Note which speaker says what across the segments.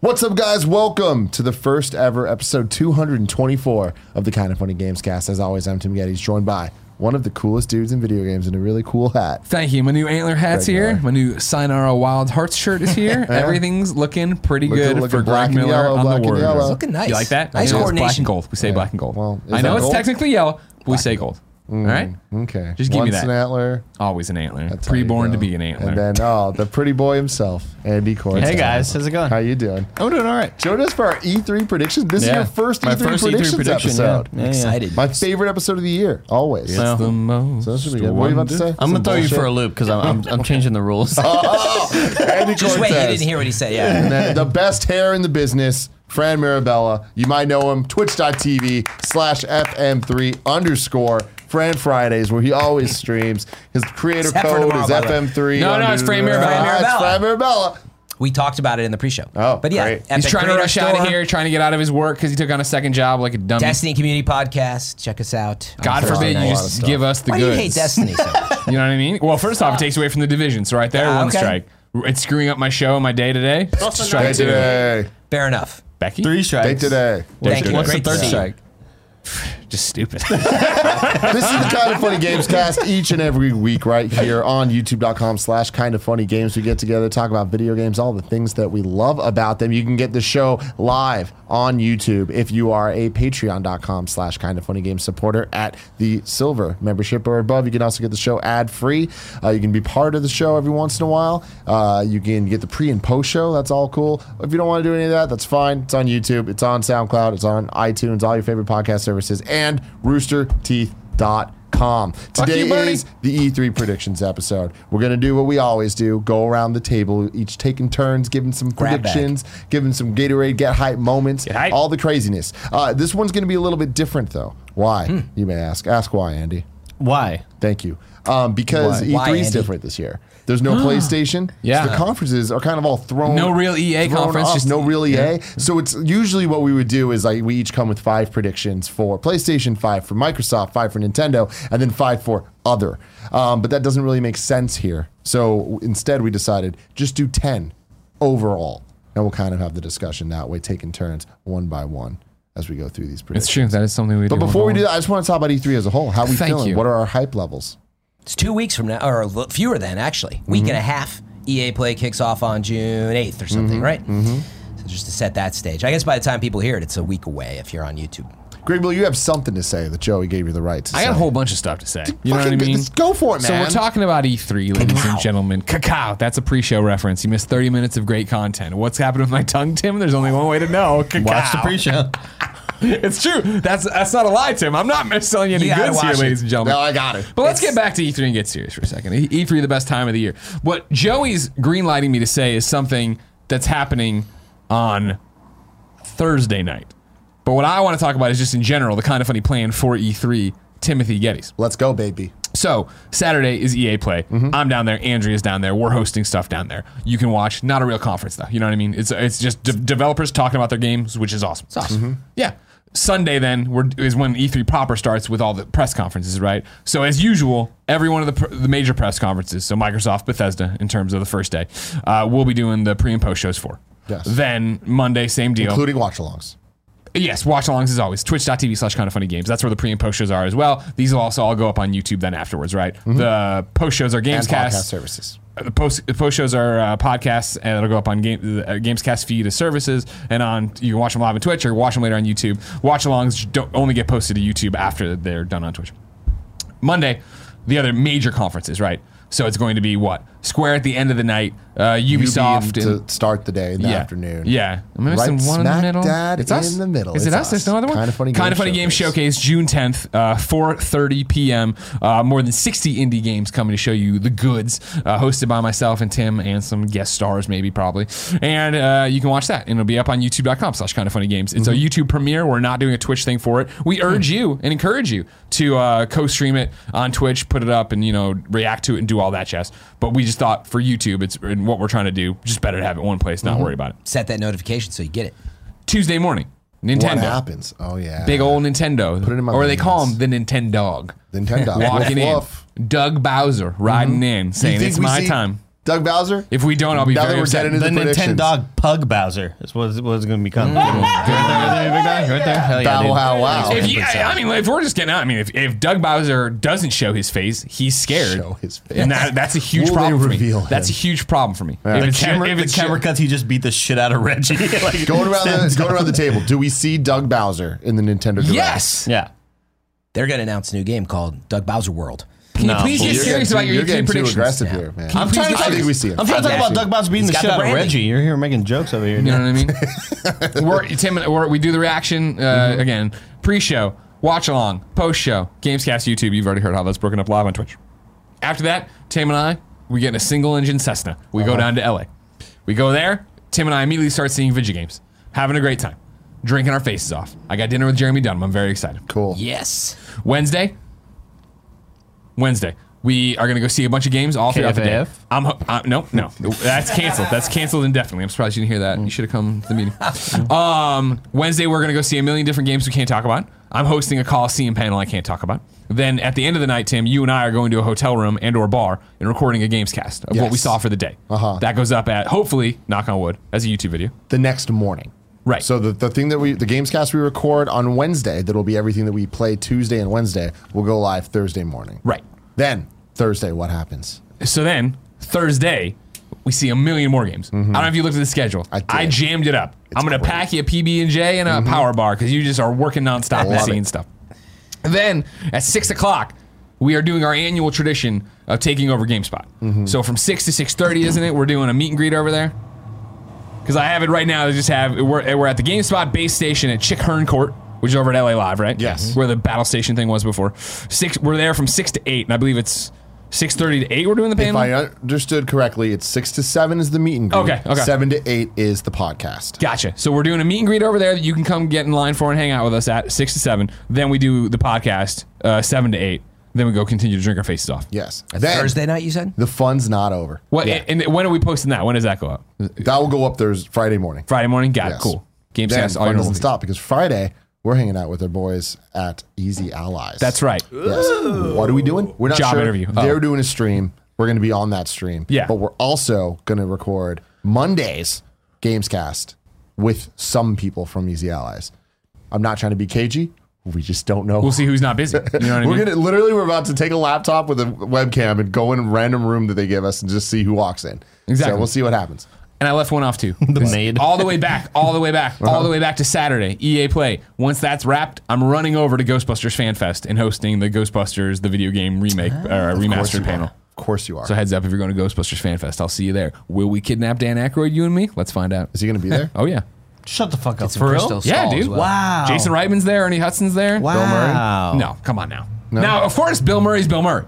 Speaker 1: What's up, guys? Welcome to the first ever episode 224 of the Kind of Funny Games cast. As always, I'm Tim Geddes, joined by one of the coolest dudes in video games in a really cool hat.
Speaker 2: Thank you. My new antler hat's
Speaker 1: Regular.
Speaker 2: here. My new Sinara Wild Hearts shirt is here. Everything's looking pretty
Speaker 1: Look at-
Speaker 2: good
Speaker 1: look
Speaker 2: for
Speaker 1: at black
Speaker 2: Greg
Speaker 1: and
Speaker 2: Miller
Speaker 1: yellow,
Speaker 2: on
Speaker 1: black and
Speaker 2: the Warriors.
Speaker 1: yellow.
Speaker 3: Looking nice.
Speaker 2: You like that? I
Speaker 3: Nice
Speaker 2: know it's black
Speaker 3: coordination.
Speaker 2: and gold. We say black and gold.
Speaker 1: Well, is
Speaker 2: I know
Speaker 1: that
Speaker 2: it's
Speaker 1: gold?
Speaker 2: technically yellow. But we say gold. All right.
Speaker 1: Okay.
Speaker 2: Just give
Speaker 1: Once
Speaker 2: me that.
Speaker 1: an antler.
Speaker 2: Always an antler.
Speaker 1: Mm. that's how you
Speaker 2: Preborn
Speaker 1: go.
Speaker 2: to be an antler.
Speaker 1: And then, oh, the pretty boy himself, Andy Cortez.
Speaker 3: Hey guys, how's it going?
Speaker 1: How you doing?
Speaker 3: I'm doing all right.
Speaker 1: Join us for our E3 predictions. This is
Speaker 3: Yeah.
Speaker 1: your first
Speaker 3: My
Speaker 1: E3
Speaker 4: E
Speaker 3: first E3
Speaker 1: predictions
Speaker 3: prediction,
Speaker 1: episode.
Speaker 3: yeah. Yeah, yeah. Excited.
Speaker 1: My favorite episode of the year, always.
Speaker 2: it's the most.
Speaker 1: So that should be good. What are you about to say?
Speaker 2: wonderful-
Speaker 5: I'm gonna throw you for a
Speaker 1: loop.
Speaker 5: loop because I'm, I'm I'm changing the rules.
Speaker 1: Oh. Andy
Speaker 3: Just wait, you
Speaker 1: Cortez.
Speaker 3: didn't hear what he said. Yeah.
Speaker 1: And then the best hair in the business, Fran Mirabella. You might know him, twitch.tv slash FM3 underscore Fran Fridays, where he always streams. His creator
Speaker 3: Except for
Speaker 1: code
Speaker 3: tomorrow,
Speaker 1: is
Speaker 3: by the way.
Speaker 1: FM3.
Speaker 2: No, no, it's Fran Mirabella.
Speaker 1: Ah, it's
Speaker 3: Mirabella.
Speaker 1: Fran Mirabella.
Speaker 3: We talked about it in the pre-show.
Speaker 1: Oh,
Speaker 3: but yeah,
Speaker 1: great. He's
Speaker 2: He's
Speaker 3: Epic
Speaker 2: trying to
Speaker 3: Creator
Speaker 2: rush out of
Speaker 3: Store,
Speaker 2: here, trying to get out of his work because he took on a second job like a dummy.
Speaker 3: Destiny Community Podcast. Check us out. on
Speaker 2: God
Speaker 3: Thursday
Speaker 2: forbid
Speaker 1: a
Speaker 2: you
Speaker 3: night.
Speaker 1: lot of
Speaker 2: just
Speaker 1: stuff.
Speaker 2: give us the
Speaker 3: Why do
Speaker 2: goods.
Speaker 3: you hate Destiny? So much?
Speaker 2: You know what I mean? Well, first off, it takes away from the division. So right there,
Speaker 3: Ah,
Speaker 2: one
Speaker 3: okay.
Speaker 2: strike. It's screwing up my show and my day today.
Speaker 1: Day
Speaker 2: Strike two.
Speaker 1: today.
Speaker 3: Fair enough.
Speaker 2: Becky,
Speaker 5: Three
Speaker 1: Day
Speaker 5: strikes.
Speaker 1: today.
Speaker 2: Day
Speaker 3: Thank you.
Speaker 2: today.
Speaker 5: What's
Speaker 3: Great
Speaker 5: the
Speaker 3: to
Speaker 5: third
Speaker 3: see you.
Speaker 5: strike?
Speaker 2: just stupid.
Speaker 1: this is the kind of funny games cast each and every week right here on youtube.com slash kind of funny games we get together talk about video games all the things that we love about them you can get the show live on youtube if you are a patreon.com slash kind of funny games supporter at the silver membership or above you can also get the show ad free uh, you can be part of the show every once in a while uh, you can get the pre and post show that's all cool if you don't want to do any of that that's fine it's on youtube it's on soundcloud it's on itunes all your favorite podcast services and rooster teeth com. Today
Speaker 2: you, buddy.
Speaker 1: is the E3 predictions episode. We're going to do what we always do go around the table, each taking turns, giving some
Speaker 3: Grab bag.
Speaker 1: predictions, giving some Gatorade, get hype moments,
Speaker 2: hype.
Speaker 1: all the craziness. Uh, this one's going to be a little bit different, though. Why? You may ask. Ask why, Andy.
Speaker 5: Why?
Speaker 1: Thank you. Um, because
Speaker 3: Why? Why,
Speaker 1: E3 is
Speaker 3: Andy?
Speaker 1: different this year. There's no PlayStation.
Speaker 2: Yeah.
Speaker 1: So the conferences are kind of all thrown.
Speaker 2: No real EA
Speaker 1: thrown
Speaker 2: conference,
Speaker 1: off,
Speaker 2: just-
Speaker 1: no real EA. So it's usually what we would do is like we each come with five predictions for PlayStation, five for Microsoft, five for Nintendo, and then five for other. Um, but that doesn't really make sense here. So instead, we decided just do ten overall, and we'll kind of have the discussion that way, taking turns one by one as we go through these predictions.
Speaker 2: It's true. That is something we do.
Speaker 1: But before we do that, I just want to talk about E3 as a whole. How we
Speaker 2: Thank
Speaker 1: feeling?
Speaker 2: you.
Speaker 1: What are our hype levels?
Speaker 3: It's two weeks from now, or a little fewer than actually, week and a half. EA Play kicks off on June 8th or something, right? So just to set that stage. I guess by the time people hear it, it's a week away if you're on YouTube.
Speaker 1: Greg, well, you have something to say that Joey gave you the right to
Speaker 2: I
Speaker 1: say.
Speaker 2: got a whole bunch of stuff to say. You know what I
Speaker 1: Fucking
Speaker 2: mean?
Speaker 1: just go for it,
Speaker 2: So
Speaker 1: man.
Speaker 2: we're talking about E3, ladies
Speaker 3: Cacao.
Speaker 2: and gentlemen. Cacao. That's a pre-show reference. You missed 30 minutes of great content. What's happened with my tongue, Tim? There's only one way to know. Cacao.
Speaker 5: Watch the pre-show.
Speaker 2: It's true. That's that's not a lie, Tim. I'm not selling you any
Speaker 3: You gotta
Speaker 2: goods here,
Speaker 3: watch it.
Speaker 2: ladies and gentlemen.
Speaker 1: No, I got it.
Speaker 2: But let's get back to E3 and get serious for a second. E- E3, the best time of the year. What Joey's greenlighting me to say is something that's happening on Thursday night. But what I want to talk about is just in general the kind of funny plan for E3. Timothy Geddes.
Speaker 1: Let's go, baby.
Speaker 2: So Saturday is EA Play. I'm down there. Andrea's down there. We're hosting stuff down there. You can watch. Not a real conference though. You know what I mean? It's it's just de- developers talking about their games, which is awesome. It's awesome. Mm-hmm. Yeah. Sunday then we're, is when E3 proper starts with all the press conferences, right? So as usual, every one of the, pr- the major press conferences, so Microsoft, Bethesda, in terms of the first day, uh, we'll be doing the pre and post shows for.
Speaker 1: Yes.
Speaker 2: Then Monday, same deal.
Speaker 1: Including watch alongs.
Speaker 2: Yes, watch alongs as always. Twitch.tv slash kind of funny games. That's where the pre and post shows are as well. These will also all go up on YouTube then afterwards, right? The post shows are
Speaker 1: Mm-hmm. And podcast
Speaker 2: Gamescast.
Speaker 1: services.
Speaker 2: The post, the post shows are uh, podcasts, and it'll go up on game, uh, Gamescast feed as services. And on you can watch them live on Twitch or watch them later on YouTube. Watch alongs don't only get posted to YouTube after they're done on Twitch. Monday, the other major conferences, right? So it's going to be what? Square at the end of the night, uh, Ubisoft. and-
Speaker 1: to start the day in the afternoon.
Speaker 2: yeah. Am I missing
Speaker 1: Right
Speaker 2: one in the
Speaker 1: smack
Speaker 2: middle?
Speaker 1: dab
Speaker 2: it's us.
Speaker 1: in the middle.
Speaker 2: Is it
Speaker 1: It's
Speaker 2: us?
Speaker 1: us.
Speaker 2: There's no other one.
Speaker 1: Kinda Funny
Speaker 2: Kind
Speaker 1: Games
Speaker 2: of funny game
Speaker 1: Showcase.
Speaker 2: showcase June 10th, uh, 4:30 p.m. Uh, more than 60 indie games coming to show you the goods. Uh, hosted by myself and Tim and some guest stars, maybe probably. And uh, you can watch that, and it'll be up on YouTube.com/slash Kind of Funny Games. It's
Speaker 1: Mm-hmm.
Speaker 2: a YouTube premiere. We're not doing a Twitch thing for it. We urge you and encourage you to uh, co-stream it on Twitch, put it up, and you know react to it and do all that jazz. But we just thought for YouTube, it's and what we're trying to do, just better to have it in one place,
Speaker 1: Mm-hmm.
Speaker 2: not worry about it.
Speaker 3: Set that notification so you get it.
Speaker 2: Tuesday morning.
Speaker 1: What
Speaker 2: Nintendo.
Speaker 1: happens? Oh, yeah.
Speaker 2: Big old Nintendo.
Speaker 1: it in my
Speaker 2: or they call him
Speaker 1: hands.
Speaker 2: the Nintendog.
Speaker 1: Nintendo.
Speaker 2: Walking
Speaker 1: Woof, woof.
Speaker 2: in. Doug Bowser riding in saying,
Speaker 1: think
Speaker 2: It's
Speaker 1: we
Speaker 2: my
Speaker 1: see-
Speaker 2: time.
Speaker 1: Doug Bowser.
Speaker 2: If we don't, I'll be
Speaker 1: Now that
Speaker 2: very
Speaker 1: we're
Speaker 2: upset.
Speaker 1: getting into
Speaker 4: The
Speaker 1: predictions. Mm.
Speaker 4: Nintendo Pug Bowser is what it's going to become.
Speaker 1: Bow wow wow.
Speaker 2: If you, I
Speaker 1: uh,
Speaker 2: I mean, if we're just getting out, I mean, if, if Doug Bowser doesn't show his face, he's scared.
Speaker 1: Show his face.
Speaker 2: And that, that's a huge
Speaker 1: Will they
Speaker 2: problem for me.
Speaker 1: reveal him?
Speaker 2: That's a huge problem for me. If
Speaker 4: The
Speaker 2: it's,
Speaker 4: camera,
Speaker 2: if
Speaker 4: the
Speaker 2: it's
Speaker 4: camera cuts. He just beat the shit out of Reggie. like,
Speaker 1: Going around the going around the table. Do we see Doug Bowser in the Nintendo Direct?
Speaker 2: Yes.
Speaker 5: Yeah.
Speaker 3: They're going to announce a new game called Doug Bowser World.
Speaker 2: Can you
Speaker 5: No,
Speaker 2: please get
Speaker 1: You're
Speaker 2: serious
Speaker 1: getting,
Speaker 2: about your
Speaker 1: you're
Speaker 2: YouTube
Speaker 1: getting too
Speaker 2: predictions?
Speaker 1: aggressive
Speaker 3: now.
Speaker 1: here, man.
Speaker 2: Can you please
Speaker 1: I
Speaker 2: get-
Speaker 1: think we see it.
Speaker 4: I'm trying to talk about Doug Bowser beating the
Speaker 3: got
Speaker 4: shit
Speaker 3: the
Speaker 4: out of
Speaker 3: branding.
Speaker 4: Reggie. You're here making jokes over here.
Speaker 2: You know what I mean? We're, Tim, and- we're, we do the reaction uh, again. Pre-show, watch along, post-show, Gamescast YouTube. You've already heard how that's broken up live on Twitch. After that, Tim and I, we get in a single-engine Cessna. We go down to LA. We go there. Tim and I immediately start seeing video games, having a great time, drinking our faces off. I got dinner with Jeremy Dunham. I'm very excited.
Speaker 1: Cool.
Speaker 3: Yes.
Speaker 2: Wednesday. Wednesday. We are going to go see a bunch of games all throughout the day.
Speaker 5: KFAF?
Speaker 2: I'm, ho- uh, no, no. That's canceled. That's canceled indefinitely. I'm surprised you didn't hear that. You should have come to the meeting. Um, Wednesday, we're going to go see a million different games we can't talk about. I'm hosting a Coliseum panel I can't talk about. Then at the end of the night, Tim, you and I are going to a hotel room and or bar and recording a Gamescast of what we
Speaker 1: Yes.
Speaker 2: saw for the day.
Speaker 1: Uh-huh.
Speaker 2: That goes up at, hopefully, knock on wood, as a YouTube video.
Speaker 1: The next morning.
Speaker 2: Right.
Speaker 1: So the, the thing that we the gamescast we record on Wednesday that'll be everything that we play Tuesday and Wednesday will go live Thursday morning.
Speaker 2: Right.
Speaker 1: Then Thursday, what happens?
Speaker 2: So then Thursday, we see a million more games. I don't know if you looked at the schedule. I,
Speaker 1: Mm-hmm. did.
Speaker 2: jammed it up. I'm gonna
Speaker 1: great.
Speaker 2: pack you a PB and J and a power bar because you just are working nonstop and
Speaker 1: love
Speaker 2: seeing
Speaker 1: it.
Speaker 2: stuff. And then at six o'clock, we are doing our annual tradition of taking over GameSpot.
Speaker 1: Mm-hmm.
Speaker 2: So from six to six thirty, isn't it? We're doing a meet and greet over there. Because I have it right now. I just have we're, we're at the GameSpot base station at Chick Hearn Court, which is over at LA Live, right?
Speaker 1: Yes.
Speaker 2: Where the battle station thing was before. Six. We're there from six to eight, and I believe it's six thirty to eight. We're doing the
Speaker 1: If
Speaker 2: panel.
Speaker 1: I understood correctly, it's six to seven is the meet and greet.
Speaker 2: Okay, okay.
Speaker 1: Seven to eight is the podcast.
Speaker 2: Gotcha. So we're doing a meet and greet over there that you can come get in line for and hang out with us at six to seven. Then we do the podcast uh, seven to eight. Then we go continue to drink our faces off.
Speaker 1: Yes.
Speaker 3: Thursday night, you said?
Speaker 1: The fun's not over.
Speaker 2: What? And when are we posting that? When does that go up?
Speaker 1: That will go up Thursday, Friday morning.
Speaker 2: Friday morning. Got it.
Speaker 1: Yes.
Speaker 2: Cool. Game
Speaker 1: Then
Speaker 2: Pass. All
Speaker 1: fun
Speaker 2: your
Speaker 1: doesn't
Speaker 2: stop.
Speaker 1: stop because Friday we're hanging out with our boys at Easy Allies.
Speaker 2: That's right.
Speaker 1: Yes. What are we doing? We're not
Speaker 2: Job
Speaker 1: sure.
Speaker 2: interview. Oh.
Speaker 1: They're doing a stream. We're going to be on that stream.
Speaker 2: Yeah.
Speaker 1: But we're also going to record Monday's Gamescast with some people from Easy Allies. I'm not trying to be cagey. We just don't know.
Speaker 2: We'll see who's not busy. You know what I mean?
Speaker 1: We're gonna literally we're about to take a laptop with a webcam and go in a random room that they give us and just see who walks in.
Speaker 2: Exactly.
Speaker 1: So we'll see what happens.
Speaker 2: and I left one off too.
Speaker 5: The maid.
Speaker 2: all the way back, all the way back, all the way back to Saturday, EA Play. Once that's wrapped, I'm running over to Ghostbusters Fan Fest and hosting the Ghostbusters the video game remake or
Speaker 1: course you
Speaker 2: remastered panel.
Speaker 1: Are. Of course you are.
Speaker 2: So heads up if you're going to Ghostbusters Fan Fest. I'll see you there. Will we kidnap Dan Aykroyd, you and me? Let's find out.
Speaker 1: Is he gonna be there?
Speaker 2: Oh yeah,
Speaker 4: Shut the fuck up.
Speaker 5: For real?
Speaker 2: yeah, dude.
Speaker 4: Wow.
Speaker 2: Jason Reitman's there. Ernie Hudson's there.
Speaker 4: Wow.
Speaker 2: No, come on now. Now, of course, Bill Murray's Bill Murray.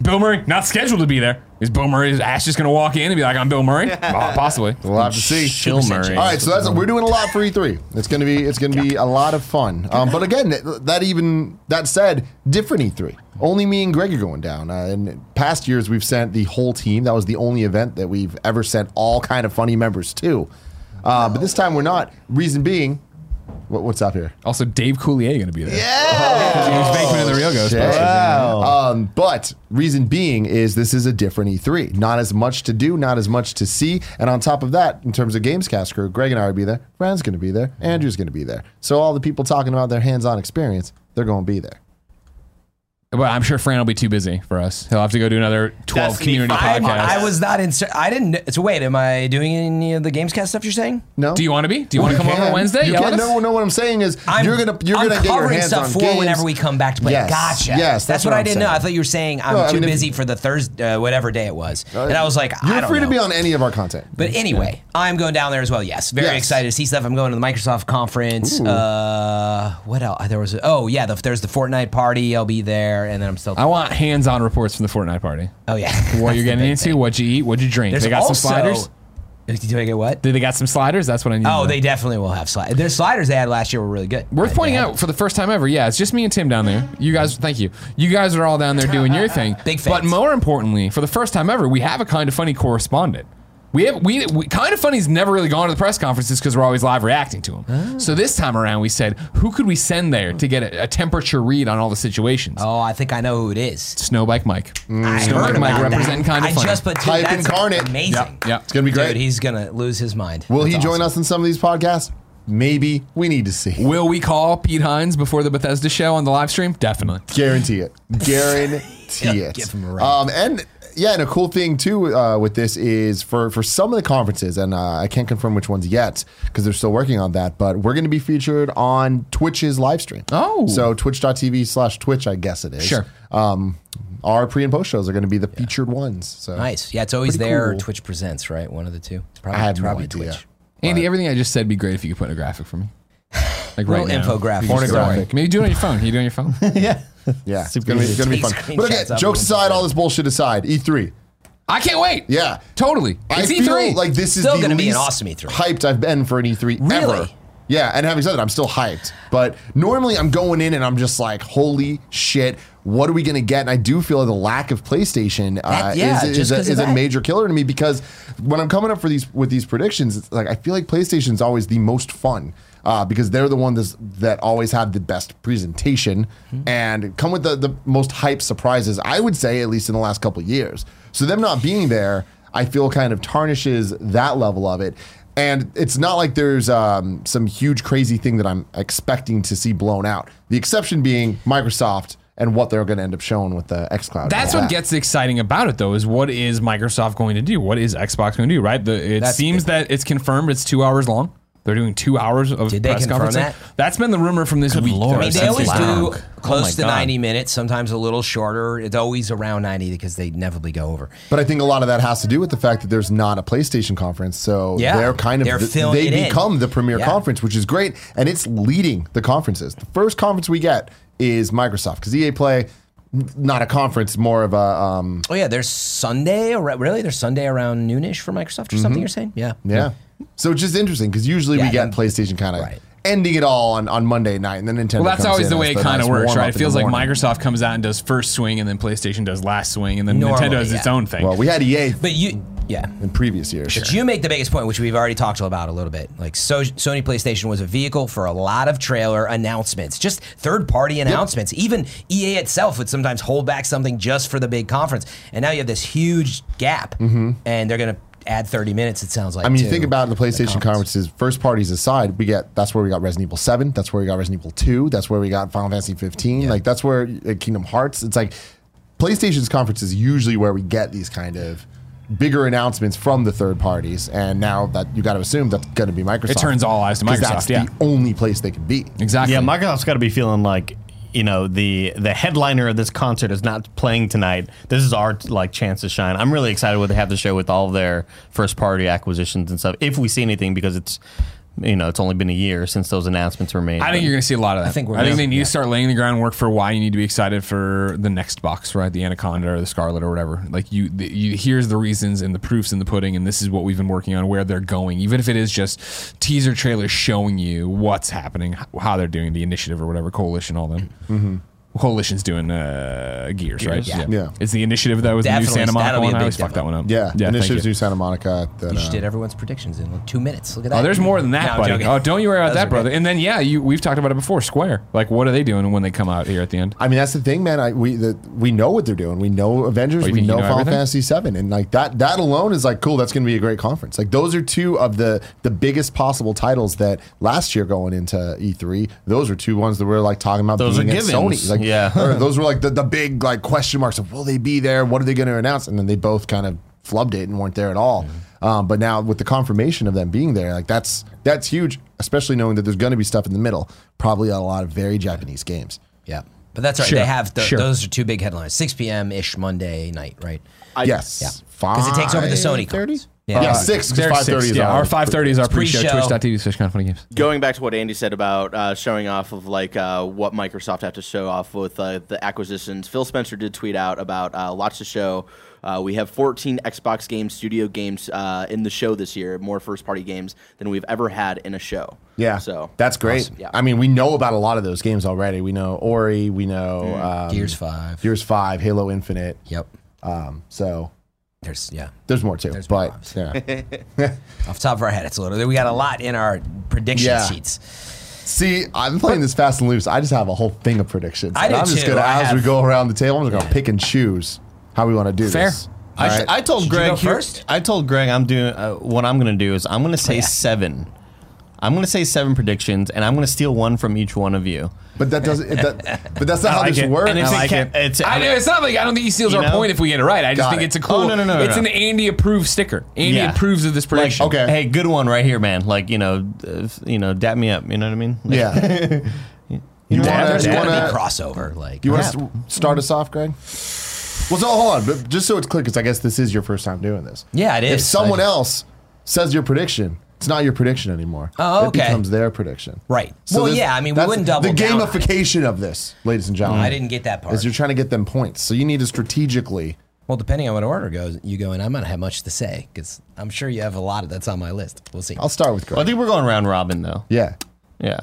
Speaker 2: Bill Murray not scheduled to be there. Is Bill Murray? Is Ash just going to walk in and be like, "I'm Bill Murray"? Oh, possibly.
Speaker 1: We'll have to see.
Speaker 5: Chill, Murray.
Speaker 1: All right, so that's we're doing a lot for E3. It's gonna be it's gonna be a lot of fun. Um, but again, that that even that said, different E3. Only me and Greg are going down. Uh, in past years, we've sent the whole team. That was the only event that we've ever sent all kind of funny members to. Uh, but this time we're not. Reason being, what, what's up here?
Speaker 2: Also, Dave Coulier going to be there. Yeah, he was Bankman of the Real Ghostbusters.
Speaker 1: Um, but reason being is this is a different E3. Not as much to do, not as much to see. And on top of that, in terms of Gamescast crew, Greg and I would be there. Ryan's going to be there. Andrew's going to be there. So all the people talking about their hands-on experience, they're going to be there.
Speaker 2: But I'm sure Fran will be too busy for us. He'll have to go do another 12
Speaker 4: That's me.
Speaker 2: community
Speaker 4: I'm-
Speaker 2: podcasts.
Speaker 4: Yes.
Speaker 3: I was not in. I didn't. kn- So wait, am I doing any of the Gamescast stuff you're saying?
Speaker 1: No.
Speaker 2: Do you want to be? Do you want
Speaker 1: You
Speaker 2: to come
Speaker 1: can.
Speaker 2: over Wednesday?
Speaker 1: You
Speaker 2: Yell at
Speaker 1: can.
Speaker 2: us?
Speaker 1: No, no. What I'm saying is,
Speaker 3: I'm,
Speaker 1: you're gonna you're
Speaker 3: I'm
Speaker 1: gonna get your
Speaker 3: covering
Speaker 1: hands
Speaker 3: stuff
Speaker 1: on
Speaker 3: for
Speaker 1: games.
Speaker 3: whenever we come back to play.
Speaker 1: Yes.
Speaker 3: Gotcha.
Speaker 1: Yes,
Speaker 3: that's,
Speaker 1: that's
Speaker 3: what,
Speaker 1: what
Speaker 3: I
Speaker 1: I'm
Speaker 3: didn't know.
Speaker 1: saying.
Speaker 3: I thought you were saying I'm
Speaker 1: No, I
Speaker 3: too
Speaker 1: mean, if-
Speaker 3: busy for the Thursday, uh, whatever day it was, and I was like, I
Speaker 1: You're
Speaker 3: don't
Speaker 1: free to
Speaker 3: know.
Speaker 1: be on any of our content.
Speaker 3: But anyway, I'm going down there as well. Yes, very
Speaker 1: Yes.
Speaker 3: excited to see stuff. I'm going to the Microsoft conference. Uh, what else? There was a, oh yeah, the, there's the Fortnite party. I'll be there, and then I'm still.
Speaker 2: I want hands-on reports from the Fortnite party.
Speaker 3: oh yeah,
Speaker 2: What you're getting into? What you eat? What you drink?
Speaker 3: There's
Speaker 2: they got
Speaker 3: also,
Speaker 2: some sliders.
Speaker 3: Did I get what?
Speaker 2: Did they got some sliders? That's what I need. to
Speaker 3: Oh,
Speaker 2: know.
Speaker 3: they definitely will have sliders. Their sliders they had last year were really good.
Speaker 2: Worth
Speaker 3: They
Speaker 2: pointing
Speaker 3: had-
Speaker 2: out for the first time ever. Yeah, it's just me and Tim down there. You guys, thank you. You guys are all down there doing your thing.
Speaker 3: Big fans.
Speaker 2: But more importantly, for the first time ever, we have a kind of funny correspondent. We have we, we kind of funny's never really gone to the press conferences because we're always live reacting to them.
Speaker 3: Oh.
Speaker 2: So this time around, we said, who could we send there to get a, a temperature read on all the situations?
Speaker 3: Oh, I think I know who it is.
Speaker 2: Snowbike Mike.
Speaker 3: I heard
Speaker 2: Snowbike Mike
Speaker 3: about that.
Speaker 2: representing kind of
Speaker 3: I
Speaker 2: funny.
Speaker 3: just, but dude,
Speaker 1: Type
Speaker 3: that's
Speaker 1: incarnate.
Speaker 3: Amazing.
Speaker 2: Yeah, yeah.
Speaker 1: It's gonna be great.
Speaker 3: Dude, he's gonna lose his mind.
Speaker 1: Will he join us in some of these podcasts? Maybe. We need to see.
Speaker 2: Will we call Pete Hines before the Bethesda show on the live stream? Definitely.
Speaker 1: Guarantee it. Guarantee
Speaker 3: Yeah,
Speaker 1: it.
Speaker 3: give him a
Speaker 1: um, and yeah, and a cool thing too uh, with this is for for some of the conferences, and uh, I can't confirm which ones yet because they're still working on that. But we're going to be featured on Twitch's live stream.
Speaker 2: Oh.
Speaker 1: so Twitch.tv/slash Twitch, I guess it is.
Speaker 2: Sure.
Speaker 1: Um, our pre and post shows are going to be the featured ones. So
Speaker 3: Nice. Yeah, it's always
Speaker 1: Pretty
Speaker 3: there. or
Speaker 1: cool.
Speaker 3: Twitch presents, right? One of the two. It's probably,
Speaker 1: I have
Speaker 3: it's
Speaker 1: no
Speaker 3: probably
Speaker 1: idea.
Speaker 3: Twitch.
Speaker 2: Andy, everything I just said would be great if you could put in a graphic for me. Like right
Speaker 3: Little
Speaker 2: now.
Speaker 3: infographic.
Speaker 1: Pornographic.
Speaker 2: Maybe do it on your phone. Can you do it on your phone?
Speaker 4: yeah.
Speaker 1: Yeah, it's
Speaker 4: Super
Speaker 1: gonna be,
Speaker 4: easy.
Speaker 1: it's gonna be
Speaker 3: Take
Speaker 1: fun. But okay,
Speaker 3: screenshots of
Speaker 1: jokes
Speaker 3: it.
Speaker 1: aside, all this bullshit aside, E3.
Speaker 2: I can't wait.
Speaker 1: Yeah,
Speaker 2: Totally. It's E
Speaker 1: I
Speaker 2: E3.
Speaker 1: feel like this is
Speaker 3: E Still
Speaker 1: the
Speaker 3: gonna be an
Speaker 1: least
Speaker 3: awesome E3.
Speaker 1: hyped I've been for an E3 ever.
Speaker 3: Really?
Speaker 1: Yeah, and having said that, I'm still hyped. But normally I'm going in and I'm just like, holy shit, what are we gonna get? And I do feel the lack of PlayStation uh,
Speaker 3: That- yeah,
Speaker 1: is, is,
Speaker 3: just
Speaker 1: a,
Speaker 3: 'cause
Speaker 1: is
Speaker 3: of
Speaker 1: a
Speaker 3: that.
Speaker 1: major killer to me because when I'm coming up for these with these predictions, it's like I feel like PlayStation's always the most fun. Uh, because they're the one that's, that always have the best presentation and come with the, the most hype surprises, I would say, at least in the last couple of years. So, them not being there, I feel kind of tarnishes that level of it. And it's not like there's um, some huge crazy thing that I'm expecting to see blown out. The exception being Microsoft and what they're going to end up showing with the xCloud. and
Speaker 2: That's
Speaker 1: all
Speaker 2: what
Speaker 1: that.
Speaker 2: gets exciting about it, though, is what is Microsoft going to do? What is Xbox going to do? Right? The, it
Speaker 3: That's-
Speaker 2: seems that it's confirmed. It's two hours long. They're doing two hours of
Speaker 3: Did they
Speaker 2: press
Speaker 3: confirm
Speaker 2: conference.
Speaker 3: that?
Speaker 2: has been the rumor from this week.
Speaker 5: lord. I
Speaker 2: though,
Speaker 3: I mean, they
Speaker 2: since
Speaker 3: always
Speaker 2: it-
Speaker 5: Wow.
Speaker 3: do
Speaker 5: Oh
Speaker 3: close
Speaker 5: my
Speaker 3: to
Speaker 5: God.
Speaker 3: 90 minutes, sometimes a little shorter. It's always around 90 because they inevitably go over.
Speaker 1: But I think a lot of that has to do with the fact that there's not a PlayStation conference, so
Speaker 3: Yeah.
Speaker 1: they're kind of
Speaker 3: They're filling
Speaker 1: they
Speaker 3: it in.
Speaker 1: become the premier
Speaker 3: Yeah.
Speaker 1: conference, which is great, and it's leading the conferences. The first conference we get is Microsoft because EA Play, n- not a conference, more of a um,
Speaker 3: Oh, yeah, there's Sunday. ar- Really? There's Sunday around noonish for Microsoft or something you're saying? Yeah.
Speaker 1: Mm-hmm. yeah. So it's just interesting because usually we
Speaker 3: Yeah,
Speaker 1: get
Speaker 3: then-
Speaker 1: PlayStation kind of
Speaker 3: right.
Speaker 1: ending it all on, on Monday night, and then Nintendo.
Speaker 2: Well, that's
Speaker 1: comes
Speaker 2: always
Speaker 1: in
Speaker 2: the
Speaker 1: as
Speaker 2: way it
Speaker 1: nice
Speaker 2: kind of works,
Speaker 1: warm-up
Speaker 2: right?
Speaker 1: in
Speaker 2: It
Speaker 1: the
Speaker 2: feels like
Speaker 1: morning.
Speaker 2: Microsoft comes out and does first swing, and then PlayStation does last swing, and then
Speaker 3: Normally,
Speaker 2: Nintendo does its
Speaker 3: yeah.
Speaker 2: own thing.
Speaker 1: Well, we had EA
Speaker 3: But you, yeah.
Speaker 1: in previous years.
Speaker 3: But you make the biggest point, which we've already talked about a little bit. Like so, Sony PlayStation was a vehicle for a lot of trailer announcements, just third-party announcements. Even EA itself would sometimes hold back something just for the big conference, and now you have this huge gap,
Speaker 2: Mm-hmm.
Speaker 3: and they're going to add 30 minutes. It sounds like.
Speaker 1: I mean, you
Speaker 3: to-
Speaker 1: think about the PlayStation conferences, first parties aside, we get that's where we got Resident Evil 7, that's where we got Resident Evil 2, that's where we got Final Fantasy 15, like that's where uh, Kingdom Hearts. It's like PlayStation's conference is usually where we get these kind of bigger announcements from the third parties, and now that you got to assume that's going to be Microsoft.
Speaker 2: turns all eyes to
Speaker 1: 'Cause
Speaker 2: Microsoft,
Speaker 1: That's
Speaker 2: yeah.
Speaker 1: the only place they can be.
Speaker 2: exactly.
Speaker 4: Yeah, Microsoft's got to be feeling like you know the the headliner of this concert is not playing tonight. This is our like chance to shine. I'm really excited what they have to show with all of their first party acquisitions and stuff. If we see anything, because it's you know it's only been a year since those announcements were made.
Speaker 2: I think you're going to see a lot of that. I
Speaker 3: think
Speaker 2: think,
Speaker 3: we're
Speaker 2: I
Speaker 3: gonna-
Speaker 2: think they need to start laying the groundwork for why you need to be excited for the next box, right? The Anaconda or the Scarlet or whatever. Like you, the, you here's the reasons and the proofs and the pudding, and this is what we've been working on, where they're going. Even if it is just teaser trailers showing you what's happening, h- how they're doing the initiative or whatever coalition, all them. Coalition's doing uh, Mm-hmm. gears, right?
Speaker 3: Yeah.
Speaker 1: Yeah.
Speaker 2: It's the initiative that was the new
Speaker 3: Definitely,
Speaker 2: Santa Monica
Speaker 3: that'll be
Speaker 2: one.
Speaker 3: a
Speaker 2: I
Speaker 3: big
Speaker 2: always fuck that
Speaker 3: demo.
Speaker 2: one up.
Speaker 1: Yeah,
Speaker 2: yeah. thank
Speaker 1: Initiatives
Speaker 2: you.
Speaker 1: New Santa Monica. That,
Speaker 3: You just
Speaker 1: uh,
Speaker 3: did everyone's predictions in like two minutes. Look at that.
Speaker 2: Oh, there's more than
Speaker 3: No,
Speaker 2: that,
Speaker 3: I'm
Speaker 2: buddy.
Speaker 3: joking.
Speaker 2: Oh, don't you worry about
Speaker 3: Those
Speaker 2: that,
Speaker 3: are
Speaker 2: brother.
Speaker 3: good.
Speaker 2: And then, yeah, you, we've talked about it before. Square, like, what are they doing when they come out here at the end?
Speaker 1: I mean, that's the thing, man. I, we the, we know what they're doing. We know Avengers.
Speaker 2: Oh, you
Speaker 1: we
Speaker 2: think you
Speaker 1: know,
Speaker 2: know
Speaker 1: Final
Speaker 2: everything?
Speaker 1: Fantasy VII, and like that that alone is like cool. That's going to be a great conference. Like those are two of the the biggest possible titles that last year going into E3. Those are two ones that we're like talking about.
Speaker 4: Those
Speaker 1: being
Speaker 4: are
Speaker 1: at
Speaker 4: givens.
Speaker 1: Sony. Like
Speaker 4: Yeah.
Speaker 1: or those were like the, the big like question marks of will they be there? What are they going to announce? And then they both kind of flubbed it and weren't there at all. Um, but now with the confirmation of them being there, like that's that's huge. Especially knowing that there's going to be stuff in the middle, probably a lot of very Japanese games.
Speaker 3: Yeah, but that's all right.
Speaker 2: Sure,
Speaker 3: They have the,
Speaker 2: sure.
Speaker 3: those are two big headlines. 6 p.m. ish Monday night, right?
Speaker 1: yes.
Speaker 3: Yeah. 'Because it takes over the
Speaker 1: 5:30?
Speaker 3: Sony conference.
Speaker 1: Yeah,
Speaker 3: Yeah.
Speaker 1: yeah six.
Speaker 2: They're
Speaker 1: Five thirty
Speaker 2: six,
Speaker 1: is
Speaker 2: yeah.
Speaker 1: our-
Speaker 2: Our five thirty is our pre-show.
Speaker 3: pre-show.
Speaker 2: Twitch.tv slash kind of funny games.
Speaker 6: Going back to what Andy said about uh, showing off of like uh, what Microsoft had to show off with uh, the acquisitions, Phil Spencer did tweet out about uh, lots to show. Uh, we have 14 Xbox games, studio games uh, in the show this year, more first-party games than we've ever had in a show.
Speaker 1: Yeah,
Speaker 6: so
Speaker 1: that's great.
Speaker 6: Yeah.
Speaker 1: I mean, we know about a lot of those games already. We know Ori. We know um,
Speaker 3: Gears 5.
Speaker 1: Gears Five, Halo Infinite.
Speaker 3: Yep.
Speaker 1: Um, so
Speaker 3: There's yeah.
Speaker 1: There's more too, but
Speaker 3: more,
Speaker 1: yeah.
Speaker 3: Off the top of our head, it's a little. We got a lot in our prediction
Speaker 1: Yeah.
Speaker 3: sheets.
Speaker 1: See, I'm playing this fast and loose. I just have a whole thing of predictions.
Speaker 3: I
Speaker 1: And
Speaker 3: do
Speaker 1: I'm just
Speaker 3: too.
Speaker 1: gonna,
Speaker 3: I
Speaker 1: as we
Speaker 3: have-
Speaker 1: go around the table, I'm just gonna pick and choose how we want to do
Speaker 2: Fair.
Speaker 1: this.
Speaker 4: I, sh- I told
Speaker 3: Should you
Speaker 4: Greg
Speaker 3: go
Speaker 4: here-
Speaker 3: first?
Speaker 4: I told Greg I'm doing uh, what I'm going to do is I'm going to say seven. I'm going to say seven predictions, and I'm going to steal one from each one of you.
Speaker 1: But that doesn't. It, that, but that's not how
Speaker 4: like
Speaker 1: this
Speaker 4: it.
Speaker 1: works.
Speaker 4: And it's
Speaker 1: I
Speaker 4: in
Speaker 1: like
Speaker 4: ca-
Speaker 1: it.
Speaker 4: it's-
Speaker 2: I know it's not like I don't think he steals
Speaker 4: You
Speaker 2: our
Speaker 4: know?
Speaker 2: point if we get it right. I just
Speaker 1: Got
Speaker 2: think
Speaker 1: it.
Speaker 2: it's a cool.
Speaker 4: Oh, no, no, no, no,
Speaker 2: It's
Speaker 4: no.
Speaker 2: an Andy approved sticker. Andy
Speaker 4: Yeah.
Speaker 2: approves of this prediction.
Speaker 1: okay.
Speaker 4: Hey, good one right here, man. Like you know, uh, you know, dap me up. You know what I mean? Like,
Speaker 1: Yeah. you
Speaker 4: wanna-
Speaker 1: want
Speaker 3: There's
Speaker 1: to?
Speaker 4: you
Speaker 3: got to
Speaker 1: wanna,
Speaker 3: be crossover. Like
Speaker 1: you want
Speaker 4: crap.
Speaker 1: to start us off, Greg? Well, so hold on. But just so it's clear, because I guess this is your first time doing this.
Speaker 3: yeah, it is.
Speaker 1: If someone
Speaker 3: Like-
Speaker 1: else says your prediction, it's not your prediction anymore.
Speaker 3: Oh, okay.
Speaker 1: It becomes their prediction.
Speaker 3: Right.
Speaker 1: So
Speaker 3: well,
Speaker 1: this-
Speaker 3: yeah. I mean, we
Speaker 1: that's
Speaker 3: wouldn't double
Speaker 1: the
Speaker 3: down on it.
Speaker 1: gamification of this, ladies and gentlemen.
Speaker 3: I didn't get that part.
Speaker 1: Is you're trying to get them points, so you need to strategically.
Speaker 3: Well, depending on what order goes, you go in. I'm not have much to say because I'm sure you have a lot of that's on my list. We'll see.
Speaker 1: I'll start with Greg.
Speaker 4: Well, I think we're going round robin though.
Speaker 1: yeah.
Speaker 4: Yeah.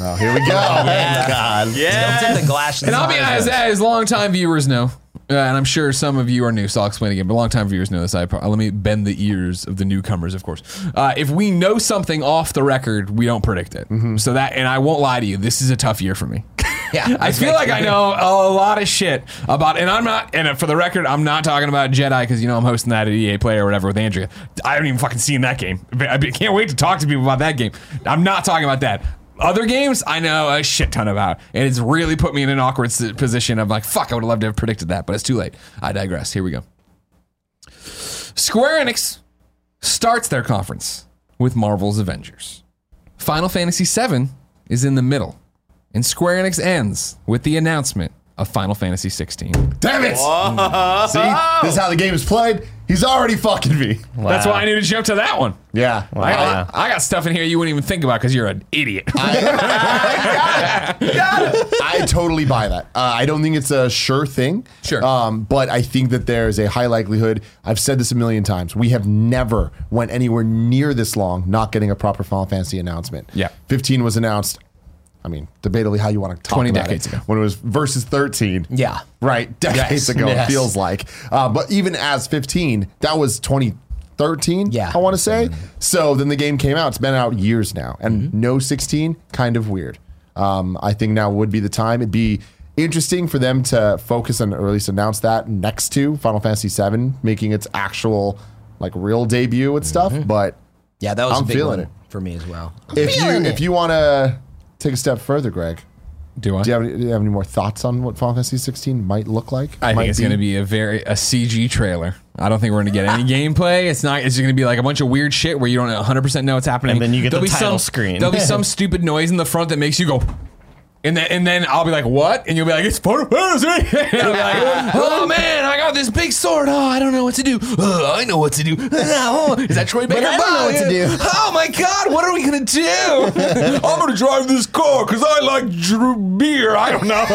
Speaker 1: Oh, here we go.
Speaker 4: God.
Speaker 3: It's in the glass.
Speaker 2: And I'll be honest, as longtime viewers know, uh, and I'm sure some of you are new, so I'll explain again. But longtime viewers know this. I pro- let me bend the ears of the newcomers, of course. Uh, if we know something off the record, we don't predict it. So that, and I won't lie to you, this is a tough year for me.
Speaker 3: Yeah,
Speaker 2: I feel like I know a lot of shit about, and I'm not. And for the record, I'm not talking about Jedi because you know I'm hosting that at EA Play or whatever with Andrea. I haven't even fucking seen that game. I be- can't wait to talk to people about that game. I'm not talking about that. Other games I know a shit ton about, and it's really put me in an awkward s- position. I'm like, fuck, I would have loved to have predicted that, but it's too late. I digress. Here we go. Square Enix starts their conference with Marvel's Avengers. Final Fantasy VII is in the middle, and Square Enix ends with the announcement of Final Fantasy 16.
Speaker 1: Damn it! See, this is how the game is played. He's already fucking me.
Speaker 2: That's why I needed to jump to that one.
Speaker 1: Yeah.
Speaker 2: I,
Speaker 1: I-
Speaker 2: got, I got stuff in here you wouldn't even think about because you're an idiot.
Speaker 1: I totally buy that. Uh, I don't think it's a sure thing.
Speaker 2: Sure.
Speaker 1: Um, but I think that there is a high likelihood. I've said this a million times. We have never went anywhere near this long not getting a proper Final Fantasy announcement.
Speaker 2: Yeah.
Speaker 1: 15 was announced. I mean, debatably how you want to talk
Speaker 2: 20
Speaker 1: about
Speaker 2: decades
Speaker 1: it
Speaker 2: ago.
Speaker 1: when it was versus 13.
Speaker 3: Yeah.
Speaker 1: Right. Decades
Speaker 3: Yes.
Speaker 1: ago,
Speaker 3: Yes.
Speaker 1: it feels like. Uh, but even as 15, that was 2013.
Speaker 3: Yeah.
Speaker 1: I want to say. So then the game came out. It's been out years now, and no 16, kind of weird. Um, I think now would be the time. It'd be interesting for them to focus on, or at least announce that next to Final Fantasy VII, making its actual, like, real debut and stuff. But
Speaker 3: Yeah, that was
Speaker 1: I'm
Speaker 3: a big
Speaker 1: feeling
Speaker 3: one
Speaker 1: it.
Speaker 3: for me as well.
Speaker 1: if you if you want to take a step further, Greg,
Speaker 2: Do I?
Speaker 1: do you, have any, do you have any more thoughts on what Final Fantasy 16 might look like?
Speaker 2: I
Speaker 1: might
Speaker 2: think it's going to be a very a CG trailer. I don't think we're going to get any gameplay. It's not. It's going to be like a bunch of weird shit where you don't 100 percent know what's happening.
Speaker 4: And then you get the
Speaker 2: be some,
Speaker 4: title screen.
Speaker 2: There'll be some stupid noise in the front that makes you go. And then, and then I'll be like, "What?" And you'll be like, "It's photo fantasy." And I'll be like, "Oh man, I got this big sword. Oh, I don't know what to do. Oh, I know what to do. Oh, is that Troy Baker?
Speaker 3: I don't know what to do.
Speaker 2: Oh my God, what are we gonna do? I'm gonna drive this car because I like dr- beer. I don't know.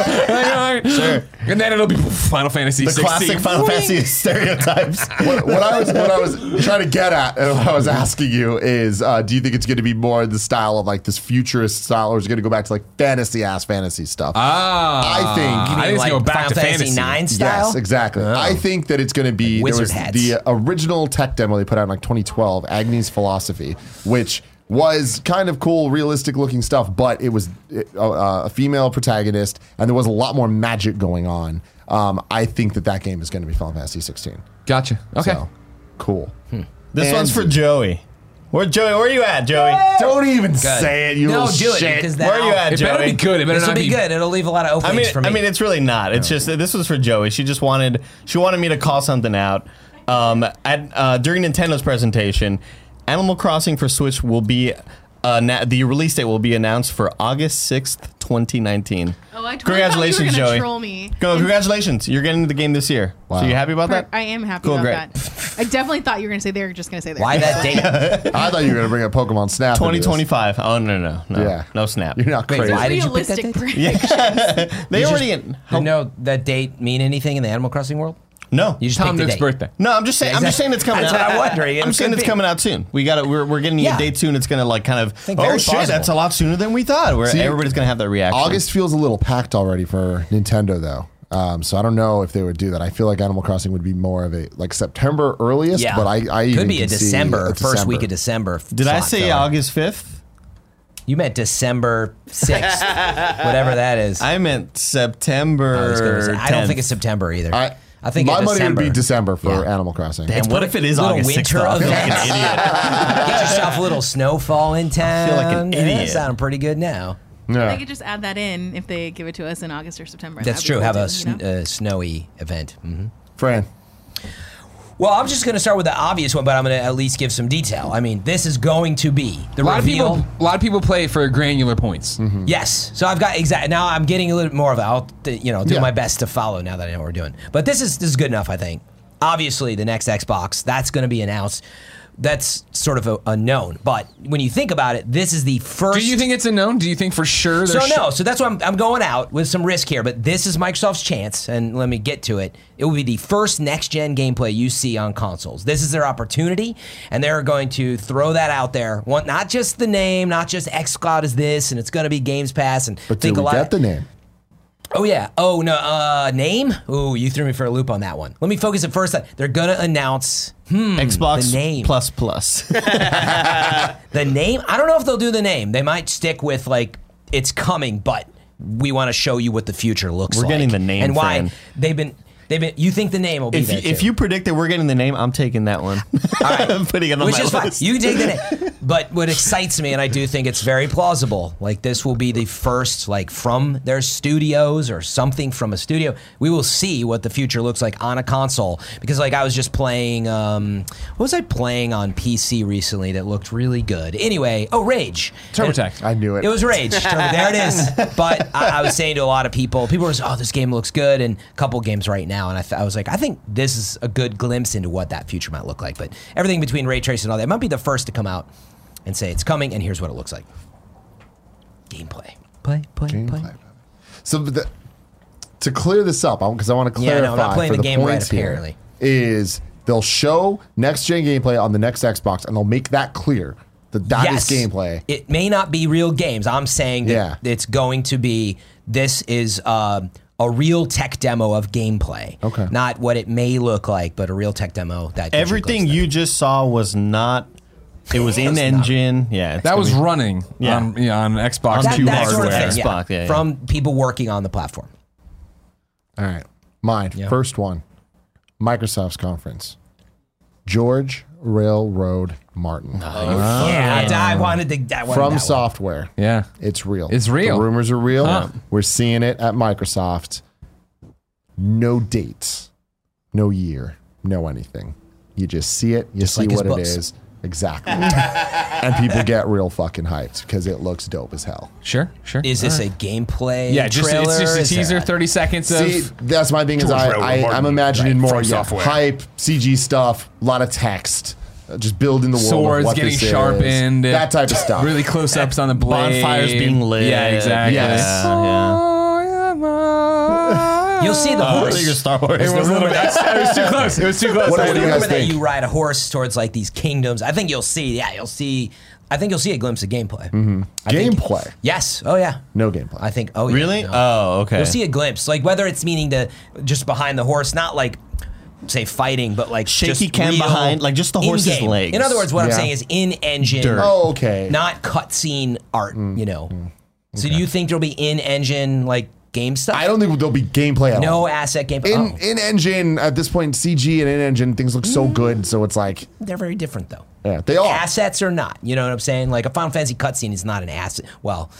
Speaker 2: sure. And then it'll be Final Fantasy.
Speaker 4: The
Speaker 2: 16.
Speaker 4: classic Final Fantasy stereotypes.
Speaker 1: what, what I was what I was trying to get at and what I was asking you is uh, do you think it's going to be more in the style of like this futurist style or is it going to go back to like fantasy ass fantasy stuff?
Speaker 2: Ah,
Speaker 1: I think- You
Speaker 2: I
Speaker 1: mean
Speaker 2: think it's
Speaker 3: like
Speaker 2: going back
Speaker 3: Final
Speaker 2: to
Speaker 3: Fantasy,
Speaker 2: fantasy.
Speaker 3: Nine style.
Speaker 1: yes, exactly.
Speaker 2: Oh.
Speaker 1: I think that it's going to be there
Speaker 3: Wizard
Speaker 1: was
Speaker 3: hats.
Speaker 1: the original tech demo they put out in like 2012, Agni's Philosophy, which was kind of cool, realistic looking stuff, but it was it, uh, a female protagonist and there was a lot more magic going on. Um, I think that that game is going to be Final Fantasy 16.
Speaker 2: Gotcha. Okay.
Speaker 1: So, cool.
Speaker 4: This one's for Joey. Where Joey? Where you at, Joey?
Speaker 1: Don't even say it, you
Speaker 3: No,
Speaker 1: little
Speaker 3: do it
Speaker 1: shit.
Speaker 3: because that
Speaker 4: Where you at,
Speaker 2: It
Speaker 4: Joey?
Speaker 2: better be good. It better
Speaker 3: This will
Speaker 2: not
Speaker 3: be good. It'll leave a lot of
Speaker 4: I
Speaker 3: openings
Speaker 4: mean,
Speaker 3: for me.
Speaker 4: I mean, it's really not. It's just that this was for Joey. She just wanted she wanted me to call something out. Um, at uh, during Nintendo's presentation, Animal Crossing for Switch will be. Uh, na- the release date will be announced for August sixth, twenty nineteen.
Speaker 7: Oh, I totally thought you
Speaker 4: congratulations,
Speaker 7: were gonna
Speaker 4: Joey!
Speaker 7: troll me.
Speaker 4: Go, congratulations! You're getting into the game this year. So you happy about that?
Speaker 7: I am happy
Speaker 4: Cool,
Speaker 7: about
Speaker 4: great.
Speaker 7: that. I definitely thought you were going to say they were just going to say they
Speaker 3: Why that date?
Speaker 1: I thought you were gonna bring up Pokemon Snap. into
Speaker 4: Twenty
Speaker 1: this.
Speaker 4: twenty five. Oh no no no
Speaker 1: Yeah.
Speaker 4: no snap.
Speaker 1: You're not
Speaker 3: Wait,
Speaker 1: crazy.
Speaker 3: why did you pick that
Speaker 7: realistic
Speaker 3: date?
Speaker 7: prediction.
Speaker 4: They already.
Speaker 3: You know that date mean anything in the Animal Crossing world?
Speaker 4: no.
Speaker 3: You just
Speaker 2: Tom
Speaker 3: picked a
Speaker 2: Nook's
Speaker 3: date.
Speaker 2: birthday.
Speaker 4: No, I'm just saying. I'm just saying it's coming
Speaker 3: That's
Speaker 4: out.
Speaker 3: what I'm wondering. It
Speaker 4: I'm saying
Speaker 3: could
Speaker 4: it's
Speaker 3: be.
Speaker 4: coming out soon. We got it. We're, we're getting
Speaker 3: Yeah.
Speaker 4: a date soon. It's gonna like kind of.
Speaker 3: think
Speaker 4: Oh
Speaker 3: very
Speaker 4: shit!
Speaker 3: plausible.
Speaker 4: That's a lot sooner than we thought. Where everybody's gonna have that reaction.
Speaker 1: August feels a little packed already for Nintendo though. Um, so I don't know if they would do that. I feel like Animal Crossing would be more of a like September earliest, but I, I
Speaker 3: could
Speaker 1: even
Speaker 3: be a
Speaker 1: can see
Speaker 3: December,
Speaker 1: a
Speaker 3: first week of December.
Speaker 4: Did I
Speaker 3: slot
Speaker 4: say
Speaker 3: filler.
Speaker 4: August 5th?
Speaker 3: You meant December sixth, whatever that is.
Speaker 4: I meant September.
Speaker 3: I was gonna say- I don't think it's September either.
Speaker 1: I,
Speaker 3: I think
Speaker 1: my
Speaker 3: it's
Speaker 1: money
Speaker 3: December.
Speaker 1: would be December for
Speaker 3: Yeah.
Speaker 1: Animal Crossing.
Speaker 4: Damn, what if it is
Speaker 3: little
Speaker 4: August 6th?
Speaker 3: winter
Speaker 4: though? I feel like
Speaker 3: events.
Speaker 4: an idiot.
Speaker 3: Get yourself a little snowfall in town.
Speaker 4: feel like an
Speaker 3: Yeah,
Speaker 4: idiot.
Speaker 3: That's sounding pretty good now.
Speaker 1: Yeah.
Speaker 7: They could just add that in if they give it to us in August or September.
Speaker 3: That's
Speaker 7: That'd be
Speaker 3: true.
Speaker 7: cool
Speaker 3: Have
Speaker 7: too,
Speaker 3: a
Speaker 7: you
Speaker 3: sn-
Speaker 7: know?
Speaker 3: uh, snowy event. hmm
Speaker 1: Fran.
Speaker 3: Well, I'm just going to start with the obvious one, but I'm going to at least give some detail. I mean, this is going to be
Speaker 2: A
Speaker 3: the
Speaker 2: lot of
Speaker 3: reveal.
Speaker 2: people, a lot of people play for granular points.
Speaker 4: Mm-hmm.
Speaker 3: Yes. So I've got exact. Now I'm getting a little bit more of it. I'll th- you know do
Speaker 1: Yeah.
Speaker 3: my best to follow now that I know what we're doing. But this is this is good enough, I think. Obviously, the next Xbox that's going to be announced. That's sort of a unknown. But when you think about it, this is the first.
Speaker 2: Do you think it's a known? Do you think for sure?
Speaker 3: So
Speaker 2: there's
Speaker 3: no, so that's why I'm, I'm going out with some risk here, but this is Microsoft's chance, and let me get to it. It will be the first next gen gameplay you see on consoles. This is their opportunity, and they're going to throw that out there. One, not just the name, not just XCloud is this, and it's going to be Games Pass, and
Speaker 1: But
Speaker 3: think
Speaker 1: do
Speaker 3: a
Speaker 1: we
Speaker 3: lot.
Speaker 1: get the name?
Speaker 3: Oh yeah. Oh no. Uh, name? Ooh, you threw me for a loop on that one. Let me focus at first. on- They're gonna announce
Speaker 4: Xbox
Speaker 3: Hmm, the name.
Speaker 4: plus plus.
Speaker 3: the name. I don't know if they'll do the name. They might stick with like it's coming, but we want to show you what the future looks
Speaker 4: We're
Speaker 3: like.
Speaker 4: getting the name,
Speaker 3: and why
Speaker 4: Fran.
Speaker 3: they've been they've been. You think the name will be
Speaker 4: if,
Speaker 3: there?
Speaker 4: you, if
Speaker 3: too.
Speaker 4: you predict that we're getting the name, I'm taking that one. I'm putting it on
Speaker 3: Which
Speaker 4: my
Speaker 3: is fine.
Speaker 4: list.
Speaker 3: You can take the name. But what excites me, and I do think it's very plausible, like this will be the first, like from their studios or something from a studio. We will see what the future looks like on a console. Because like I was just playing, um, what was I playing on PC recently that looked really good? Anyway, oh Rage.
Speaker 2: TurboTax.
Speaker 1: I knew it.
Speaker 3: It was Rage. Turbo- there it is. But I, I was saying to a lot of people, people were just, oh, this game looks good, and a couple games right now. And I, th- I was like, I think this is a good glimpse into what that future might look like. But everything between ray tracing and all that, it might be the first to come out and say it's coming, and here's what it looks like. Gameplay. Play, play, play.
Speaker 1: So but the, to clear this up, because I want to
Speaker 3: Yeah, I
Speaker 1: clarify
Speaker 3: know, I'm not playing
Speaker 1: for
Speaker 3: the
Speaker 1: the,
Speaker 3: game right,
Speaker 1: points here,
Speaker 3: apparently.
Speaker 1: is they'll show next gen gameplay on the next Xbox, and they'll make that clear that that is gameplay.
Speaker 3: It may not be real games. I'm saying that
Speaker 1: Yeah.
Speaker 3: it's going to be. This is um a real tech demo of gameplay.
Speaker 1: Okay.
Speaker 3: Not what it may look like, but a real tech demo that gives you a
Speaker 4: Everything
Speaker 3: glimpse
Speaker 4: you just saw was not. It was in engine. Yeah, it's
Speaker 2: that
Speaker 4: gonna
Speaker 2: was
Speaker 4: be-
Speaker 2: running
Speaker 4: Yeah.
Speaker 2: on, yeah, on Xbox
Speaker 4: That-
Speaker 2: Two
Speaker 4: that
Speaker 3: sort of
Speaker 2: hardware.
Speaker 4: thing,
Speaker 3: yeah.
Speaker 4: Xbox, yeah, yeah.
Speaker 3: From people working on the platform.
Speaker 1: All right, mine first one, Microsoft's conference, George Railroad Martin
Speaker 3: yeah, I, I wanted to. I wanted
Speaker 1: from
Speaker 3: that one.
Speaker 1: Software.
Speaker 2: Yeah.
Speaker 1: It's real.
Speaker 2: It's real.
Speaker 1: The rumors are real.
Speaker 2: Huh.
Speaker 1: We're seeing it at Microsoft. No dates, no year, no anything. You just see it, you see
Speaker 3: like his
Speaker 1: what it
Speaker 3: books.
Speaker 1: is. Exactly. and people get real fucking hyped because it looks dope as hell.
Speaker 2: Sure, sure.
Speaker 3: Is this a gameplay?
Speaker 2: yeah, just
Speaker 3: trailer?
Speaker 2: it's just a
Speaker 3: Is
Speaker 2: teaser,
Speaker 3: that-
Speaker 2: thirty seconds of.
Speaker 1: See, that's my thing is I, I, I'm imagining
Speaker 2: right,
Speaker 1: more
Speaker 2: from
Speaker 1: yeah,
Speaker 2: software.
Speaker 1: hype, CG stuff, a lot of text, uh, just building the world. of
Speaker 2: Swords
Speaker 1: what
Speaker 2: getting
Speaker 1: this is,
Speaker 2: sharpened, uh,
Speaker 1: That type of stuff.
Speaker 2: really close ups on the blade.
Speaker 4: bonfires being lit.
Speaker 2: Yeah, exactly.
Speaker 1: Yes.
Speaker 4: Yeah, yeah.
Speaker 3: You'll see the
Speaker 4: Oh, I
Speaker 3: horse.
Speaker 4: think it's Star Wars.
Speaker 2: It was, a little bit- it was too close. It was too close.
Speaker 1: What
Speaker 2: I
Speaker 1: else do
Speaker 2: knew
Speaker 1: you
Speaker 2: it.
Speaker 1: guys
Speaker 3: Remember that
Speaker 1: think?
Speaker 3: you ride a horse towards like these kingdoms. I think you'll see. Yeah, you'll see. I think you'll see a glimpse of gameplay. I think-
Speaker 1: Gameplay.
Speaker 3: yes. Oh yeah.
Speaker 1: No gameplay.
Speaker 3: I think. Oh yeah,
Speaker 4: Really?
Speaker 3: no.
Speaker 4: Oh, okay.
Speaker 3: You'll see a glimpse, like whether it's meaning to just behind the horse, not like say fighting, but like
Speaker 4: Shaky
Speaker 3: just
Speaker 4: cam
Speaker 3: real
Speaker 4: behind, like, just the horse's
Speaker 3: in-game.
Speaker 4: legs.
Speaker 3: In other words, what I'm
Speaker 1: Yeah.
Speaker 3: saying is in engine,
Speaker 4: Dirt.
Speaker 1: Oh, okay.
Speaker 3: not cutscene art.
Speaker 1: Mm,
Speaker 3: You know. So do you think there'll be in engine like game stuff?
Speaker 1: I don't think there'll be gameplay at all.
Speaker 3: No asset game.
Speaker 1: in
Speaker 3: oh,
Speaker 1: in engine at this point CG and in engine things look so good so it's like
Speaker 3: they're very different though. Oh.
Speaker 1: yeah they are
Speaker 3: Assets or not, you know what I'm saying? Like a Final Fantasy cutscene is not an asset. Well,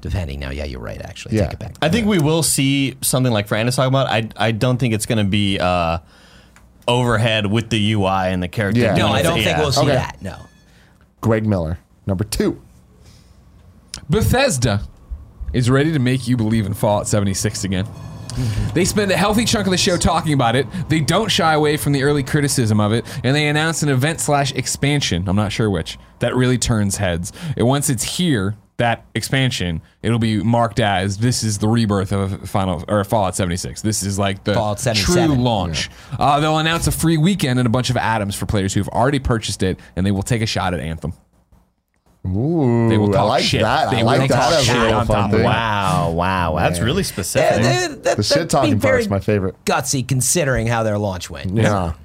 Speaker 3: depending. Now, yeah, you're right. Actually,
Speaker 1: Yeah.
Speaker 3: take it back.
Speaker 4: I think we will see something like Fran is talking about. I I don't think it's going to be uh, overhead with the UI and the character.
Speaker 1: Yeah.
Speaker 3: no,
Speaker 4: being-
Speaker 3: I don't think
Speaker 4: yeah.
Speaker 3: we'll see
Speaker 1: Okay.
Speaker 3: that. No.
Speaker 1: Greg Miller number two
Speaker 2: Bethesda is ready to make you believe in Fallout 76 again. They spend a healthy chunk of the show talking about it. They don't shy away from the early criticism of it, and they announce an event slash expansion. I'm not sure which that really turns heads. And once it's here, that expansion, it'll be marked as this is the rebirth of Final or Fallout 76. This is like the
Speaker 3: Fallout
Speaker 2: true
Speaker 3: 77.
Speaker 2: launch. Uh, they'll announce a free weekend and a bunch of atoms for players who've already purchased it, and they will take a shot at Anthem.
Speaker 1: Ooh,
Speaker 2: They will
Speaker 1: I
Speaker 2: talk
Speaker 1: like
Speaker 2: shit.
Speaker 1: that. I
Speaker 2: They will
Speaker 1: like that
Speaker 2: talk
Speaker 1: as a
Speaker 2: shit
Speaker 1: little
Speaker 2: on
Speaker 1: fun
Speaker 2: top
Speaker 1: thing.
Speaker 4: Wow, wow, that's really
Speaker 3: Yeah,
Speaker 4: specific.
Speaker 3: that- that-
Speaker 1: The
Speaker 3: that'd
Speaker 1: shit
Speaker 3: be
Speaker 1: talking
Speaker 3: very
Speaker 1: part's my favorite.
Speaker 3: Gutsy, considering how their launch went.
Speaker 1: Yeah.
Speaker 2: Well,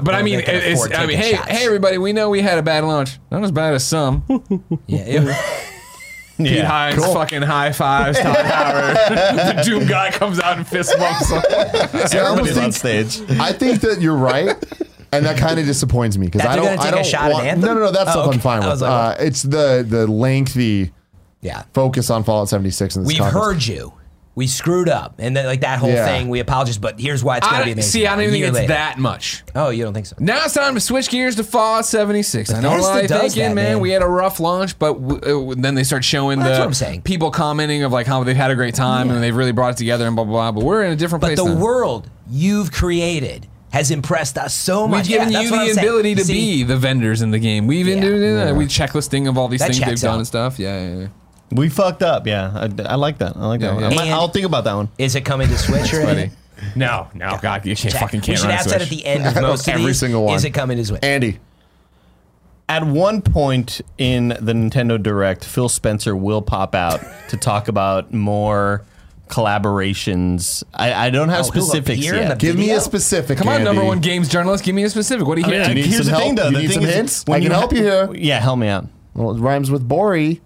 Speaker 2: but I
Speaker 3: Well,
Speaker 2: mean,
Speaker 3: they can
Speaker 2: it's,
Speaker 3: afford
Speaker 2: I mean,
Speaker 3: taking
Speaker 2: hey,
Speaker 3: shots.
Speaker 2: hey, everybody, we know we had a bad launch. Not as bad as some. Pete
Speaker 3: Yeah.
Speaker 4: Yeah.
Speaker 2: Hines fucking high fives Todd Howard. the Doom guy comes out and fist bumps him.
Speaker 1: See, I almost
Speaker 4: Everybody's on
Speaker 1: think-
Speaker 4: stage.
Speaker 1: I think that you're right. And that kind of disappoints me because
Speaker 3: That
Speaker 1: I
Speaker 3: they're
Speaker 1: don't.
Speaker 3: gonna
Speaker 1: I
Speaker 3: take a
Speaker 1: don't
Speaker 3: shot at
Speaker 1: want-
Speaker 3: Anthem?
Speaker 1: No, no, no. That's
Speaker 3: Oh,
Speaker 1: something
Speaker 3: okay.
Speaker 1: I'm fine
Speaker 3: I
Speaker 1: with.
Speaker 3: was like,
Speaker 1: uh, it's the the lengthy
Speaker 3: yeah.
Speaker 1: focus on Fallout 76 in this
Speaker 3: We've
Speaker 1: conference.
Speaker 3: heard you. We screwed up. And then, like, that whole
Speaker 1: Yeah.
Speaker 3: thing, we apologize, but here's why it's going
Speaker 2: I
Speaker 3: to be
Speaker 2: don't-
Speaker 3: amazing.
Speaker 2: see, I don't
Speaker 3: A
Speaker 2: even think
Speaker 3: year
Speaker 2: it's
Speaker 3: later.
Speaker 2: that much.
Speaker 3: Oh, you don't think so?
Speaker 2: Now it's time to switch gears to Fallout 76. I know a
Speaker 3: Bethesda
Speaker 2: lot of you
Speaker 3: does
Speaker 2: thinking,
Speaker 3: that,
Speaker 2: man,
Speaker 3: man.
Speaker 2: we had a rough launch, but w- uh, then they start showing
Speaker 3: Well, that's what I'm
Speaker 2: the
Speaker 3: saying.
Speaker 2: people commenting of like how they've had a great time and they've really brought it together and blah, blah, blah. But we're in a different
Speaker 3: But
Speaker 2: place
Speaker 3: the
Speaker 2: now.
Speaker 3: world you've created has impressed us so
Speaker 2: We've
Speaker 3: much.
Speaker 2: given
Speaker 3: Yeah,
Speaker 2: you
Speaker 3: that's what I'm
Speaker 2: the
Speaker 3: saying.
Speaker 2: ability to
Speaker 3: See,
Speaker 2: be the vendors in the game. We've been
Speaker 3: Yeah.
Speaker 2: doing that. We checklisting of all these
Speaker 3: That
Speaker 2: things they've
Speaker 3: checks
Speaker 2: done
Speaker 3: out.
Speaker 2: and stuff. Yeah, yeah, yeah.
Speaker 4: We fucked up. Yeah, I, I like that. I like that. one.
Speaker 2: yeah.
Speaker 4: I'm-
Speaker 3: And-
Speaker 4: I'll think about that one.
Speaker 3: Is it coming to Switch or
Speaker 2: Buddy.
Speaker 3: anything?
Speaker 2: No, no, God, you can't
Speaker 3: Check.
Speaker 2: fucking
Speaker 3: We
Speaker 2: can't
Speaker 3: should
Speaker 2: run a
Speaker 3: add that at
Speaker 2: Switch.
Speaker 3: the end of most of
Speaker 1: Every
Speaker 3: these.
Speaker 1: single one.
Speaker 3: Is it coming to Switch?
Speaker 1: Andy,
Speaker 4: At one point in the Nintendo Direct, Phil Spencer will pop out to talk about more collaborations. I, I don't have
Speaker 3: Oh, he'll
Speaker 4: specifics
Speaker 3: appear in
Speaker 4: yet.
Speaker 3: the
Speaker 1: give me
Speaker 3: Video?
Speaker 1: a specific.
Speaker 2: Come on,
Speaker 1: Andy.
Speaker 2: number one games journalist. Give me a specific. What do you hear?
Speaker 4: Yeah,
Speaker 1: need
Speaker 4: here's
Speaker 1: some
Speaker 4: the
Speaker 1: help?
Speaker 4: thing, though.
Speaker 1: You
Speaker 4: the
Speaker 1: need
Speaker 4: thing
Speaker 1: some
Speaker 4: is,
Speaker 1: hints?
Speaker 4: when
Speaker 1: I can help you here.
Speaker 4: Yeah, help me out.
Speaker 1: Well, it rhymes with Bori.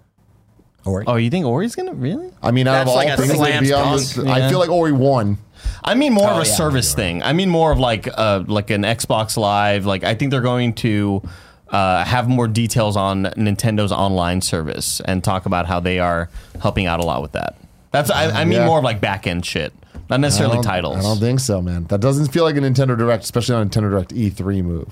Speaker 3: Or
Speaker 4: Oh, you think Ori's gonna really?
Speaker 1: I mean, out of
Speaker 6: That's
Speaker 1: all
Speaker 6: like a
Speaker 1: things that'd
Speaker 6: slam
Speaker 1: be on
Speaker 6: dunk.
Speaker 1: this,
Speaker 4: Yeah.
Speaker 1: I feel like Ori won.
Speaker 4: I mean more of
Speaker 3: Oh,
Speaker 4: a
Speaker 3: yeah,
Speaker 4: service thing. I mean more of like uh like an Xbox Live. Like I think they're going to uh, have more details on Nintendo's online service and talk about how they are helping out a lot with that. That's I, I mean
Speaker 1: Yeah.
Speaker 4: more of like back end shit, not necessarily
Speaker 1: I don't-
Speaker 4: titles.
Speaker 1: I don't think so, man. That doesn't feel like a Nintendo Direct, especially on a Nintendo Direct E3 move.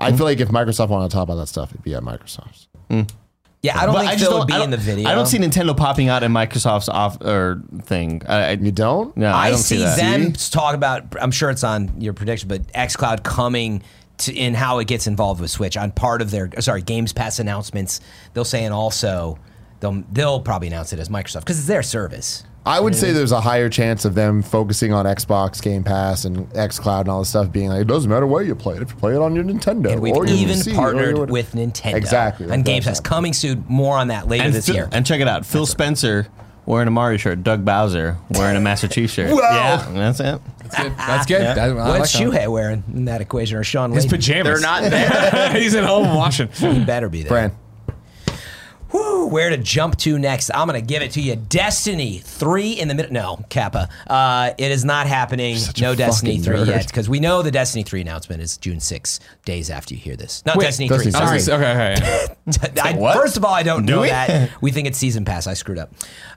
Speaker 3: Mm-hmm.
Speaker 1: I feel like if Microsoft wanted to talk about that stuff, it'd be at Microsoft's.
Speaker 3: yeah, I don't
Speaker 4: But
Speaker 3: think
Speaker 4: I just
Speaker 3: Phil
Speaker 4: don't,
Speaker 3: would be
Speaker 4: I don't,
Speaker 3: in the video.
Speaker 4: I don't see Nintendo popping out in Microsoft's off or thing. I, I,
Speaker 1: You don't?
Speaker 4: no, I,
Speaker 3: I,
Speaker 4: don't
Speaker 3: see,
Speaker 4: that.
Speaker 3: them talk about. I'm sure it's on your prediction, but XCloud coming to, in how it gets involved with Switch on part of their sorry Games Pass announcements. They'll say and also they'll they'll probably announce it as Microsoft because it's their service.
Speaker 1: I would say there's a higher chance of them focusing on Xbox Game Pass and XCloud and all this stuff being like, it doesn't matter where you play it. If you play it on your Nintendo
Speaker 3: And we've
Speaker 1: or your
Speaker 3: even
Speaker 1: PC or
Speaker 3: partnered
Speaker 1: your-
Speaker 3: with Nintendo
Speaker 1: Exactly.
Speaker 3: on
Speaker 1: that's
Speaker 3: Games
Speaker 1: what
Speaker 3: Pass.
Speaker 1: I'm
Speaker 3: Coming soon. More on that later
Speaker 4: And,
Speaker 3: this
Speaker 4: Phil-
Speaker 3: year.
Speaker 4: and check it out. Phil Spencer wearing a Mario shirt, Doug Bowser wearing a Master Chief shirt. Yeah, that's it.
Speaker 2: That's good. That's good. I- I like
Speaker 3: What's
Speaker 2: that.
Speaker 3: Shuhei wearing in that equation, or Sean?
Speaker 2: His
Speaker 3: Layden?
Speaker 2: pajamas.
Speaker 6: They're not there.
Speaker 2: He's at home washing.
Speaker 3: He better be there.
Speaker 1: Fran,
Speaker 3: Whew, where to jump to next? I'm gonna give it to you. Destiny three in the middle. No, Kappa. Uh, it is not happening. No Destiny
Speaker 1: fucking
Speaker 3: three
Speaker 1: nerd.
Speaker 3: yet because we know the Destiny three announcement is June 6, days after you hear this. Not
Speaker 2: Wait,
Speaker 3: Destiny three.
Speaker 1: Destiny
Speaker 2: I'm
Speaker 3: sorry.
Speaker 1: three.
Speaker 2: sorry. Okay, okay. yeah.
Speaker 3: I-
Speaker 4: What?
Speaker 3: First of all, I don't
Speaker 4: Do
Speaker 3: know
Speaker 4: we?
Speaker 3: that. We think it's season pass. I screwed up.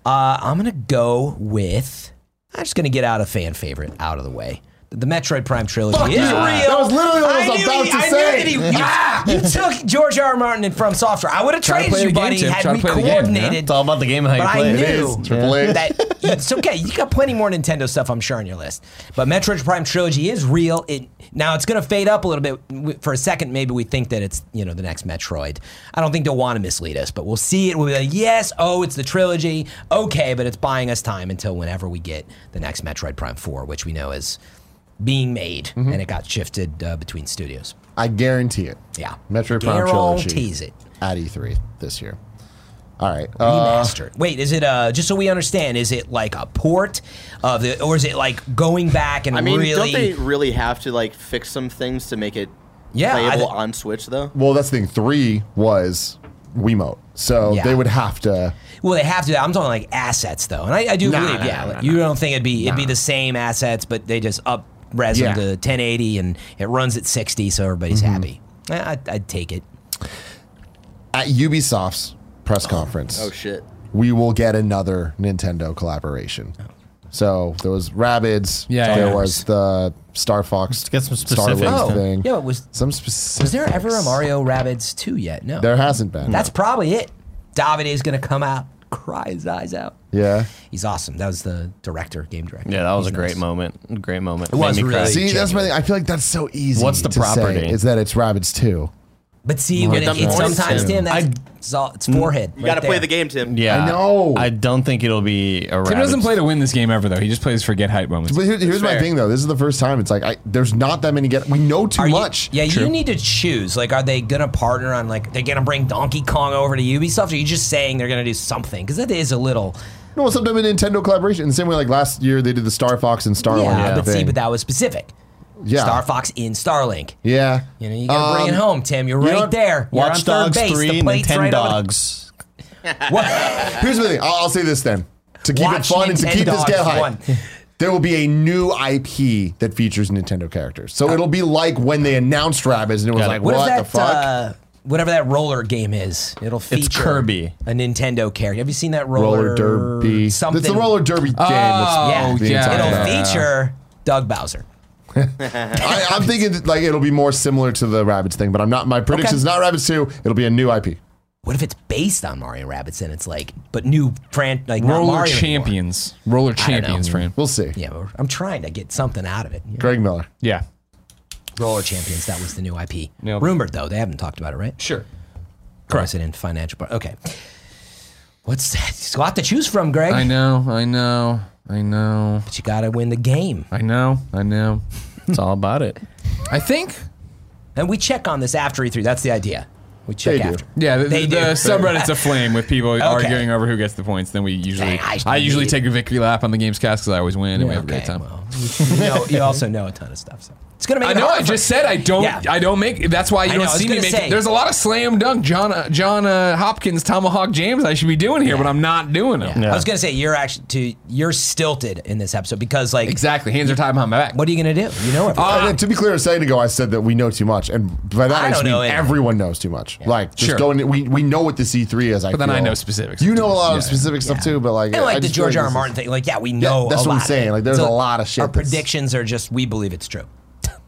Speaker 3: Uh, I'm gonna go with. I'm just gonna get out a fan favorite out of the way. The Metroid Prime trilogy is real.
Speaker 1: That was literally what I was
Speaker 3: knew
Speaker 1: about
Speaker 3: he-
Speaker 1: to
Speaker 3: I
Speaker 1: say.
Speaker 3: Knew that he, ah, you took George R. R. Martin and From Software. I would have
Speaker 2: Try to
Speaker 3: traded
Speaker 2: play
Speaker 3: you,
Speaker 2: the game,
Speaker 3: buddy,
Speaker 2: Tim.
Speaker 3: had
Speaker 2: Try to
Speaker 3: we
Speaker 2: play the game, yeah.
Speaker 3: coordinated.
Speaker 4: It's all about the game and how you
Speaker 3: But I
Speaker 4: play it.
Speaker 3: knew
Speaker 1: Triple A.
Speaker 3: that it's okay. You got plenty more Nintendo stuff, I'm sure, on your list. But Metroid Prime Trilogy is real. It now it's going to fade up a little bit W- for a second. Maybe we think that it's you know the next Metroid. I don't think they'll want to mislead us, but we'll see it. We'll be like, yes, oh, it's the trilogy, okay, but it's buying us time until whenever we get the next Metroid Prime Four, which we know is being made, and it got shifted uh, between studios.
Speaker 1: I guarantee it.
Speaker 3: Yeah,
Speaker 1: Metro Prime Trilogy
Speaker 3: guarantees it.
Speaker 1: at E3 this year. All right. uh,
Speaker 3: Remastered. Wait, is it uh just so we understand? Is it like a port of the, or is it like going back and
Speaker 6: I mean,
Speaker 3: really?
Speaker 6: don't they really have to like fix some things to make it
Speaker 3: Yeah, I
Speaker 6: playable
Speaker 3: thi-
Speaker 6: on Switch though?
Speaker 1: well, that's the thing. Three was Wiimote. So
Speaker 3: Yeah.
Speaker 1: they would have to.
Speaker 3: well, they have to. I'm talking like assets though, and I, I do believe, yeah, like, you don't think it'd be it'd be the same assets, but they just up res them
Speaker 1: Yeah.
Speaker 3: to 1080 and it runs at 60, so everybody's happy. I, I'd, I'd take it.
Speaker 1: At Ubisoft's press conference,
Speaker 6: Oh shit.
Speaker 1: we will get another Nintendo collaboration.
Speaker 3: Oh.
Speaker 1: So there was Rabbids.
Speaker 2: Yeah,
Speaker 1: there
Speaker 2: yeah.
Speaker 1: was the Star Fox.
Speaker 4: get some
Speaker 1: Star Wars
Speaker 4: specifics. Oh,
Speaker 1: thing.
Speaker 3: yeah, it was-
Speaker 1: some specific.
Speaker 3: Was there ever a Mario Rabbids 2 yet? No,
Speaker 1: There hasn't been.
Speaker 3: that's probably it. Davide's gonna come out, cry his eyes out.
Speaker 1: yeah.
Speaker 3: He's awesome. That was the director, game director.
Speaker 4: Yeah, that was
Speaker 3: He's
Speaker 4: a great
Speaker 3: nice.
Speaker 4: moment. Great moment.
Speaker 3: was
Speaker 4: Made me cry.
Speaker 3: really-
Speaker 1: See, that's my
Speaker 3: genuine.
Speaker 1: thing. I feel like that's so easy.
Speaker 4: What's the
Speaker 1: to say
Speaker 4: property?
Speaker 1: is that it's Rabbids Two.
Speaker 3: But see, when it,
Speaker 6: Mark
Speaker 3: it's
Speaker 6: Zuckerberg.
Speaker 3: sometimes
Speaker 6: Tim.
Speaker 3: Tim, that's it's, all, it's forehead.
Speaker 6: You got to play the game, Tim.
Speaker 4: Yeah,
Speaker 1: I know.
Speaker 4: I don't think it'll be around.
Speaker 2: Tim doesn't play to win this game ever though. He just plays for get hype moments.
Speaker 1: But here- here's my
Speaker 6: fair.
Speaker 1: thing though. This is the first time it's like I, there's not that many. Get we know too
Speaker 3: Are you-
Speaker 1: much.
Speaker 3: yeah, you need to choose. Like, are they gonna partner on like they're gonna bring Donkey Kong over to Ubisoft? Or are you just saying they're gonna do something? Because that is a little.
Speaker 1: No, sometimes a Nintendo collaboration. In the same way, like last year they did the Star Fox and Starlink
Speaker 3: yeah, but see,
Speaker 1: thing.
Speaker 3: but that was specific.
Speaker 1: Oh, yeah, Um,
Speaker 3: Star Fox in Starlink.
Speaker 1: Yeah,
Speaker 3: You know, you gotta bring it home, Tim. You're right
Speaker 4: know what?
Speaker 3: there. You're
Speaker 4: Watch
Speaker 3: on third
Speaker 4: Dogs
Speaker 3: base.
Speaker 4: three
Speaker 3: the
Speaker 4: and then
Speaker 3: plate's
Speaker 4: Ten
Speaker 3: right over the-
Speaker 4: Dogs.
Speaker 3: What?
Speaker 1: Here's the thing. I'll, I'll say this then. To keep
Speaker 3: Watch
Speaker 1: it fun and to keep this
Speaker 3: Nintendogs
Speaker 1: get hype,
Speaker 3: one.
Speaker 1: there will be a new IP that features Nintendo characters. So it'll be like when they announced Rabbids and it was
Speaker 4: Got it.
Speaker 1: like,
Speaker 3: What
Speaker 1: what,
Speaker 3: is
Speaker 1: the
Speaker 3: that?
Speaker 1: fuck?
Speaker 3: Uh, whatever that roller game is, it'll feature
Speaker 4: Kirby.
Speaker 3: a Nintendo character. Have you seen that
Speaker 1: roller
Speaker 3: roller,
Speaker 1: derby.
Speaker 3: Something.
Speaker 1: It's the roller derby game.
Speaker 2: Oh,
Speaker 1: That's,
Speaker 3: Yeah,
Speaker 2: yeah.
Speaker 3: it'll
Speaker 1: Yeah.
Speaker 3: feature Doug Bowser.
Speaker 1: I, I'm thinking that, like it'll be more similar to the Rabbids thing, but I'm not. My prediction is not Rabbids two. It'll be a new IP.
Speaker 3: What if it's based on Mario Rabbits and it's like, but new fran like not
Speaker 2: Roller
Speaker 3: Mario anymore.
Speaker 2: champions. Roller champions, Fran.
Speaker 1: We'll see.
Speaker 3: Yeah, but I'm trying to get something out of it. Yeah.
Speaker 1: Greg Miller.
Speaker 2: Yeah.
Speaker 3: Roller champions. That was the new IP.
Speaker 2: Nailed it.
Speaker 3: Rumored though, they haven't talked about it, right?
Speaker 2: Sure.
Speaker 3: Correct. in financial. Bar- okay. What's that? There's a lot to choose from, Greg.
Speaker 2: I know. I know. I know.
Speaker 3: But you gotta win the game.
Speaker 2: I know. I know.
Speaker 4: It's all about it.
Speaker 2: I think.
Speaker 3: And we check on this after E3. That's the idea. We check
Speaker 1: They do.
Speaker 3: after.
Speaker 2: Yeah, the,
Speaker 3: They
Speaker 2: the
Speaker 3: do.
Speaker 2: subreddit's aflame with people arguing over who gets the points. Then we usually,
Speaker 3: I
Speaker 2: I,
Speaker 3: should
Speaker 2: usually
Speaker 3: be-
Speaker 2: take a victory lap on the game's cast because I always win and we have a great
Speaker 3: Okay,
Speaker 2: time.
Speaker 3: well, you, know, you also know a ton of stuff, so it's gonna make.
Speaker 2: I
Speaker 3: it
Speaker 2: know.
Speaker 3: hard
Speaker 2: I
Speaker 3: for-
Speaker 2: just said I don't.
Speaker 3: Yeah.
Speaker 2: I don't make. That's why you
Speaker 3: I
Speaker 2: don't
Speaker 3: know, I was
Speaker 2: see me
Speaker 3: gonna
Speaker 2: make.
Speaker 3: say-
Speaker 2: There's a lot of slam dunk John uh, John uh, Hopkins tomahawk jams I should be doing here, but I'm not doing them.
Speaker 3: I was gonna say you're actually to, you're stilted in this episode because like
Speaker 2: Exactly. Hands are tied behind my back.
Speaker 3: what are you gonna do? You know everything.
Speaker 1: And then, to be clear, a second ago I said that we know too much, and by that
Speaker 3: Uh, I
Speaker 1: I, just
Speaker 3: don't
Speaker 1: mean
Speaker 3: know anything.
Speaker 1: everyone knows too much. Like just
Speaker 2: Sure.
Speaker 1: going, we we know what the C three is. I
Speaker 2: But then I
Speaker 1: feel.
Speaker 2: know specifics.
Speaker 1: You know a lot of
Speaker 2: Yeah.
Speaker 1: specific stuff too, but like
Speaker 3: and
Speaker 1: I
Speaker 3: like the
Speaker 1: just feel
Speaker 3: George
Speaker 1: this
Speaker 3: R. R.
Speaker 1: is-
Speaker 3: Martin thing, like yeah, we know.
Speaker 1: that's
Speaker 3: a
Speaker 1: what I'm
Speaker 3: lot of
Speaker 1: saying,
Speaker 3: it.
Speaker 1: like, there's a lot of shit
Speaker 3: Our
Speaker 1: that's-
Speaker 3: predictions are just we believe it's true.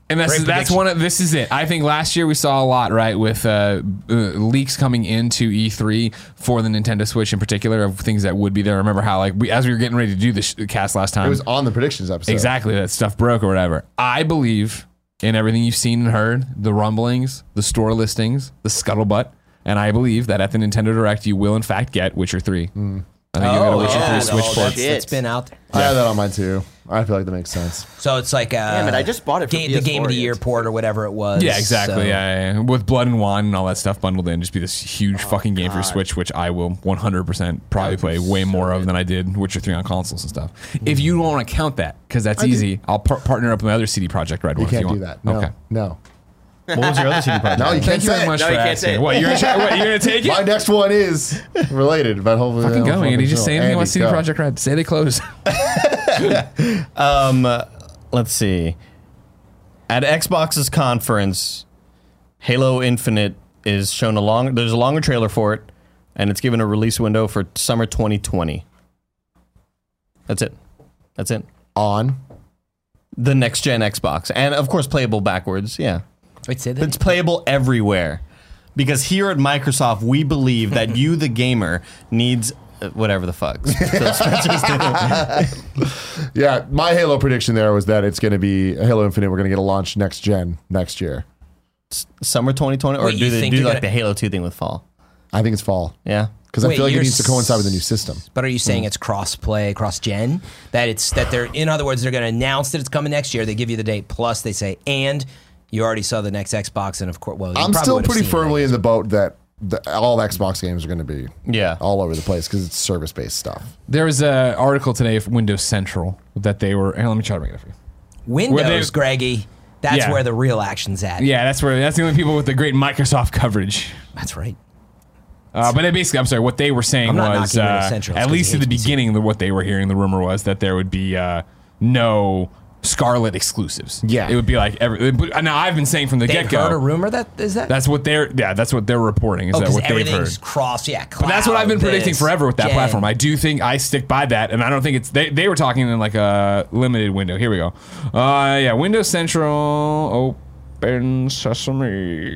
Speaker 2: And that's
Speaker 3: Great
Speaker 2: that's
Speaker 3: prediction.
Speaker 2: one of this is it. I think last year we saw a lot right with uh, uh, leaks coming into E3 for the Nintendo Switch in particular of things that would be there. Remember how like we, as we were getting ready to do this cast last time,
Speaker 1: It was on the predictions episode.
Speaker 2: exactly that stuff broke or whatever. I believe in everything you've seen and heard, the rumblings, the store listings, the scuttlebutt, and I believe that at the Nintendo Direct you will in fact get Witcher Three. I think you'll get a Witcher
Speaker 6: yeah,
Speaker 2: Three Switch
Speaker 6: no,
Speaker 2: port.
Speaker 6: that's-
Speaker 3: It's been out there.
Speaker 1: I had that on mine too. I feel like that makes sense.
Speaker 3: So it's like uh,
Speaker 6: Damn it, I just bought it for
Speaker 3: game, the
Speaker 6: PS4
Speaker 3: game of the
Speaker 6: yet.
Speaker 3: year port or whatever it was.
Speaker 2: Yeah, exactly.
Speaker 3: so-
Speaker 2: Yeah, yeah, yeah. with blood and wine and all that stuff bundled in, just be this huge fucking game for Switch, which I will 100% probably play way more of than I did Witcher 3 on consoles and stuff. If you don't want to count that, because that's easy, I'll par- partner up with my other CD Project Red
Speaker 1: You
Speaker 2: one. if
Speaker 1: can't
Speaker 2: you
Speaker 1: do
Speaker 2: want.
Speaker 1: that. No,
Speaker 2: Okay.
Speaker 1: no.
Speaker 4: What was your other CD project?
Speaker 1: No, you can't
Speaker 2: Thank you
Speaker 1: say
Speaker 2: very
Speaker 1: it.
Speaker 2: much
Speaker 6: No,
Speaker 2: for
Speaker 6: you can't
Speaker 2: asking.
Speaker 6: say it.
Speaker 2: What, you're going to take it?
Speaker 1: My next one is related, but hopefully.
Speaker 2: Fucking
Speaker 1: they don't
Speaker 2: go, Andy. Just
Speaker 1: know.
Speaker 2: say anything about
Speaker 1: Andy,
Speaker 2: CD
Speaker 1: go.
Speaker 2: Project Red. Say they close.
Speaker 4: Um, uh, let's see. At Xbox's conference, Halo Infinite is shown a long. There's a longer trailer for it, and it's given a release window for summer 2020. That's it. That's it.
Speaker 1: On.
Speaker 4: The next gen Xbox, and of course, playable backwards. Yeah.
Speaker 3: Wait, say that.
Speaker 4: It's playable everywhere. Because here at Microsoft, we believe that you, the gamer, needs uh, whatever the fuck. So Spencer's doing-
Speaker 1: Yeah, my Halo prediction there was that it's going to be Halo Infinite. We're going to get a launch next gen next year.
Speaker 4: summer 2020, or
Speaker 3: Wait,
Speaker 4: do
Speaker 3: you
Speaker 4: they
Speaker 3: think
Speaker 4: do
Speaker 3: they're
Speaker 4: like
Speaker 3: gonna-
Speaker 4: the Halo 2 thing with fall?
Speaker 1: I think it's fall
Speaker 4: Yeah.
Speaker 1: because I
Speaker 3: Wait,
Speaker 1: feel like it
Speaker 3: you're
Speaker 1: needs to coincide with the new
Speaker 3: s-
Speaker 1: system. Mm.
Speaker 3: But are you saying it's cross play, cross gen? That it's that they're in other words, they're going to announce that it's coming next year. They give you the date plus they say and you already saw the next Xbox and of course well you
Speaker 1: I'm
Speaker 3: probably
Speaker 1: still
Speaker 3: would have
Speaker 1: pretty
Speaker 3: seen it.
Speaker 1: firmly in the boat that the, all Xbox games are going to be
Speaker 4: Yeah.
Speaker 1: all over the place because it's service based stuff.
Speaker 2: there was an article today from Windows Central that they were. Here, let me try to make it for you.
Speaker 3: Windows,
Speaker 2: Where they-
Speaker 3: Greggy. That's
Speaker 2: Yeah.
Speaker 3: where the real action's at.
Speaker 2: Yeah, that's where. That's the only people with the great Microsoft coverage.
Speaker 3: That's right.
Speaker 2: Uh, but it basically, I'm sorry, what they were saying
Speaker 3: I'm not
Speaker 2: was,
Speaker 3: knocking Windows
Speaker 2: uh,
Speaker 3: Central, it's
Speaker 2: at
Speaker 3: 'cause
Speaker 2: least
Speaker 3: it
Speaker 2: at the
Speaker 3: hates me.
Speaker 2: beginning, the, what they were hearing, the rumor was that there would be uh, no Scarlet exclusives.
Speaker 1: Yeah.
Speaker 2: It would be like, every, but uh, now I've been saying from the
Speaker 3: They
Speaker 2: get
Speaker 3: have heard a
Speaker 2: go,
Speaker 3: rumor that is that.
Speaker 2: that's what they're, yeah, that's what they're reporting, is
Speaker 3: oh,
Speaker 2: that
Speaker 3: 'cause
Speaker 2: what they've heard.
Speaker 3: everything's cross. Yeah, cloud,
Speaker 2: But that's what I've been predicting
Speaker 3: this,
Speaker 2: forever with that
Speaker 3: gen.
Speaker 2: platform. I do think I stick by that, and I don't think it's they, they were talking in like a limited window. Here we go. Uh, yeah, Windows Central open sesame.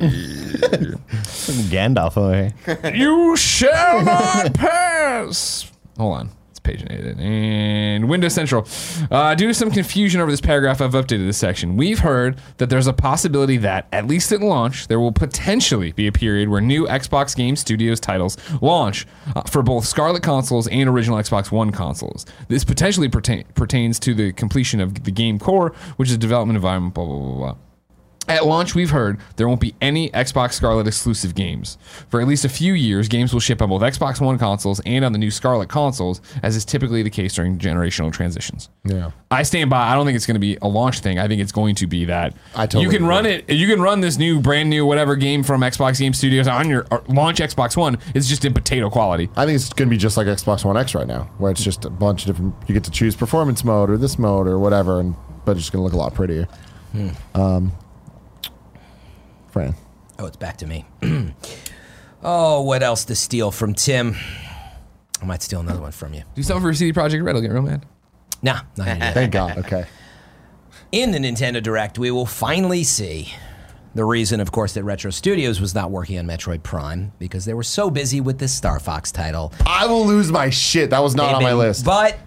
Speaker 4: Gandalf oh, over here.
Speaker 2: You shall not pass. Hold on. It's paginated it. And Windows Central. Uh, due to some confusion over this paragraph, I've updated this section. We've heard that there's a possibility that, at least at launch, there will potentially be a period where new Xbox Game Studios titles launch uh, for both Scarlet consoles and original Xbox One consoles. This potentially pertain- pertains to the completion of the game core, which is a development environment, blah, blah, blah, blah. At launch, we've heard there won't be any Xbox Scarlet exclusive games. For at least a few years, games will ship on both Xbox One consoles and on the new Scarlet consoles, as is typically the case during generational transitions.
Speaker 1: Yeah.
Speaker 2: I stand by. I don't think it's going to be a launch thing. I think it's going to be that
Speaker 1: I totally
Speaker 2: you can run
Speaker 1: agree.
Speaker 2: it. You can run this new, brand new, whatever game from Xbox Game Studios on your or launch Xbox One. It's just in potato quality.
Speaker 1: I think it's going to be just like Xbox One X right now, where it's just a bunch of different. You get to choose performance mode or this mode or whatever, and but it's just going to look a lot prettier.
Speaker 3: Hmm.
Speaker 1: Um, Fran,
Speaker 3: Oh, it's back to me. oh, what else to steal from Tim? I might steal another one from you.
Speaker 2: Do something for CD Project Red. I'll get real mad.
Speaker 3: Nah, not gonna do that.
Speaker 1: thank God. Okay,
Speaker 3: In the Nintendo Direct, we will finally see the reason, of course, that Retro Studios was not working on Metroid Prime because they were so busy with this Star Fox title.
Speaker 1: I will lose my shit. That was not on my
Speaker 3: They've been-
Speaker 1: list.
Speaker 3: But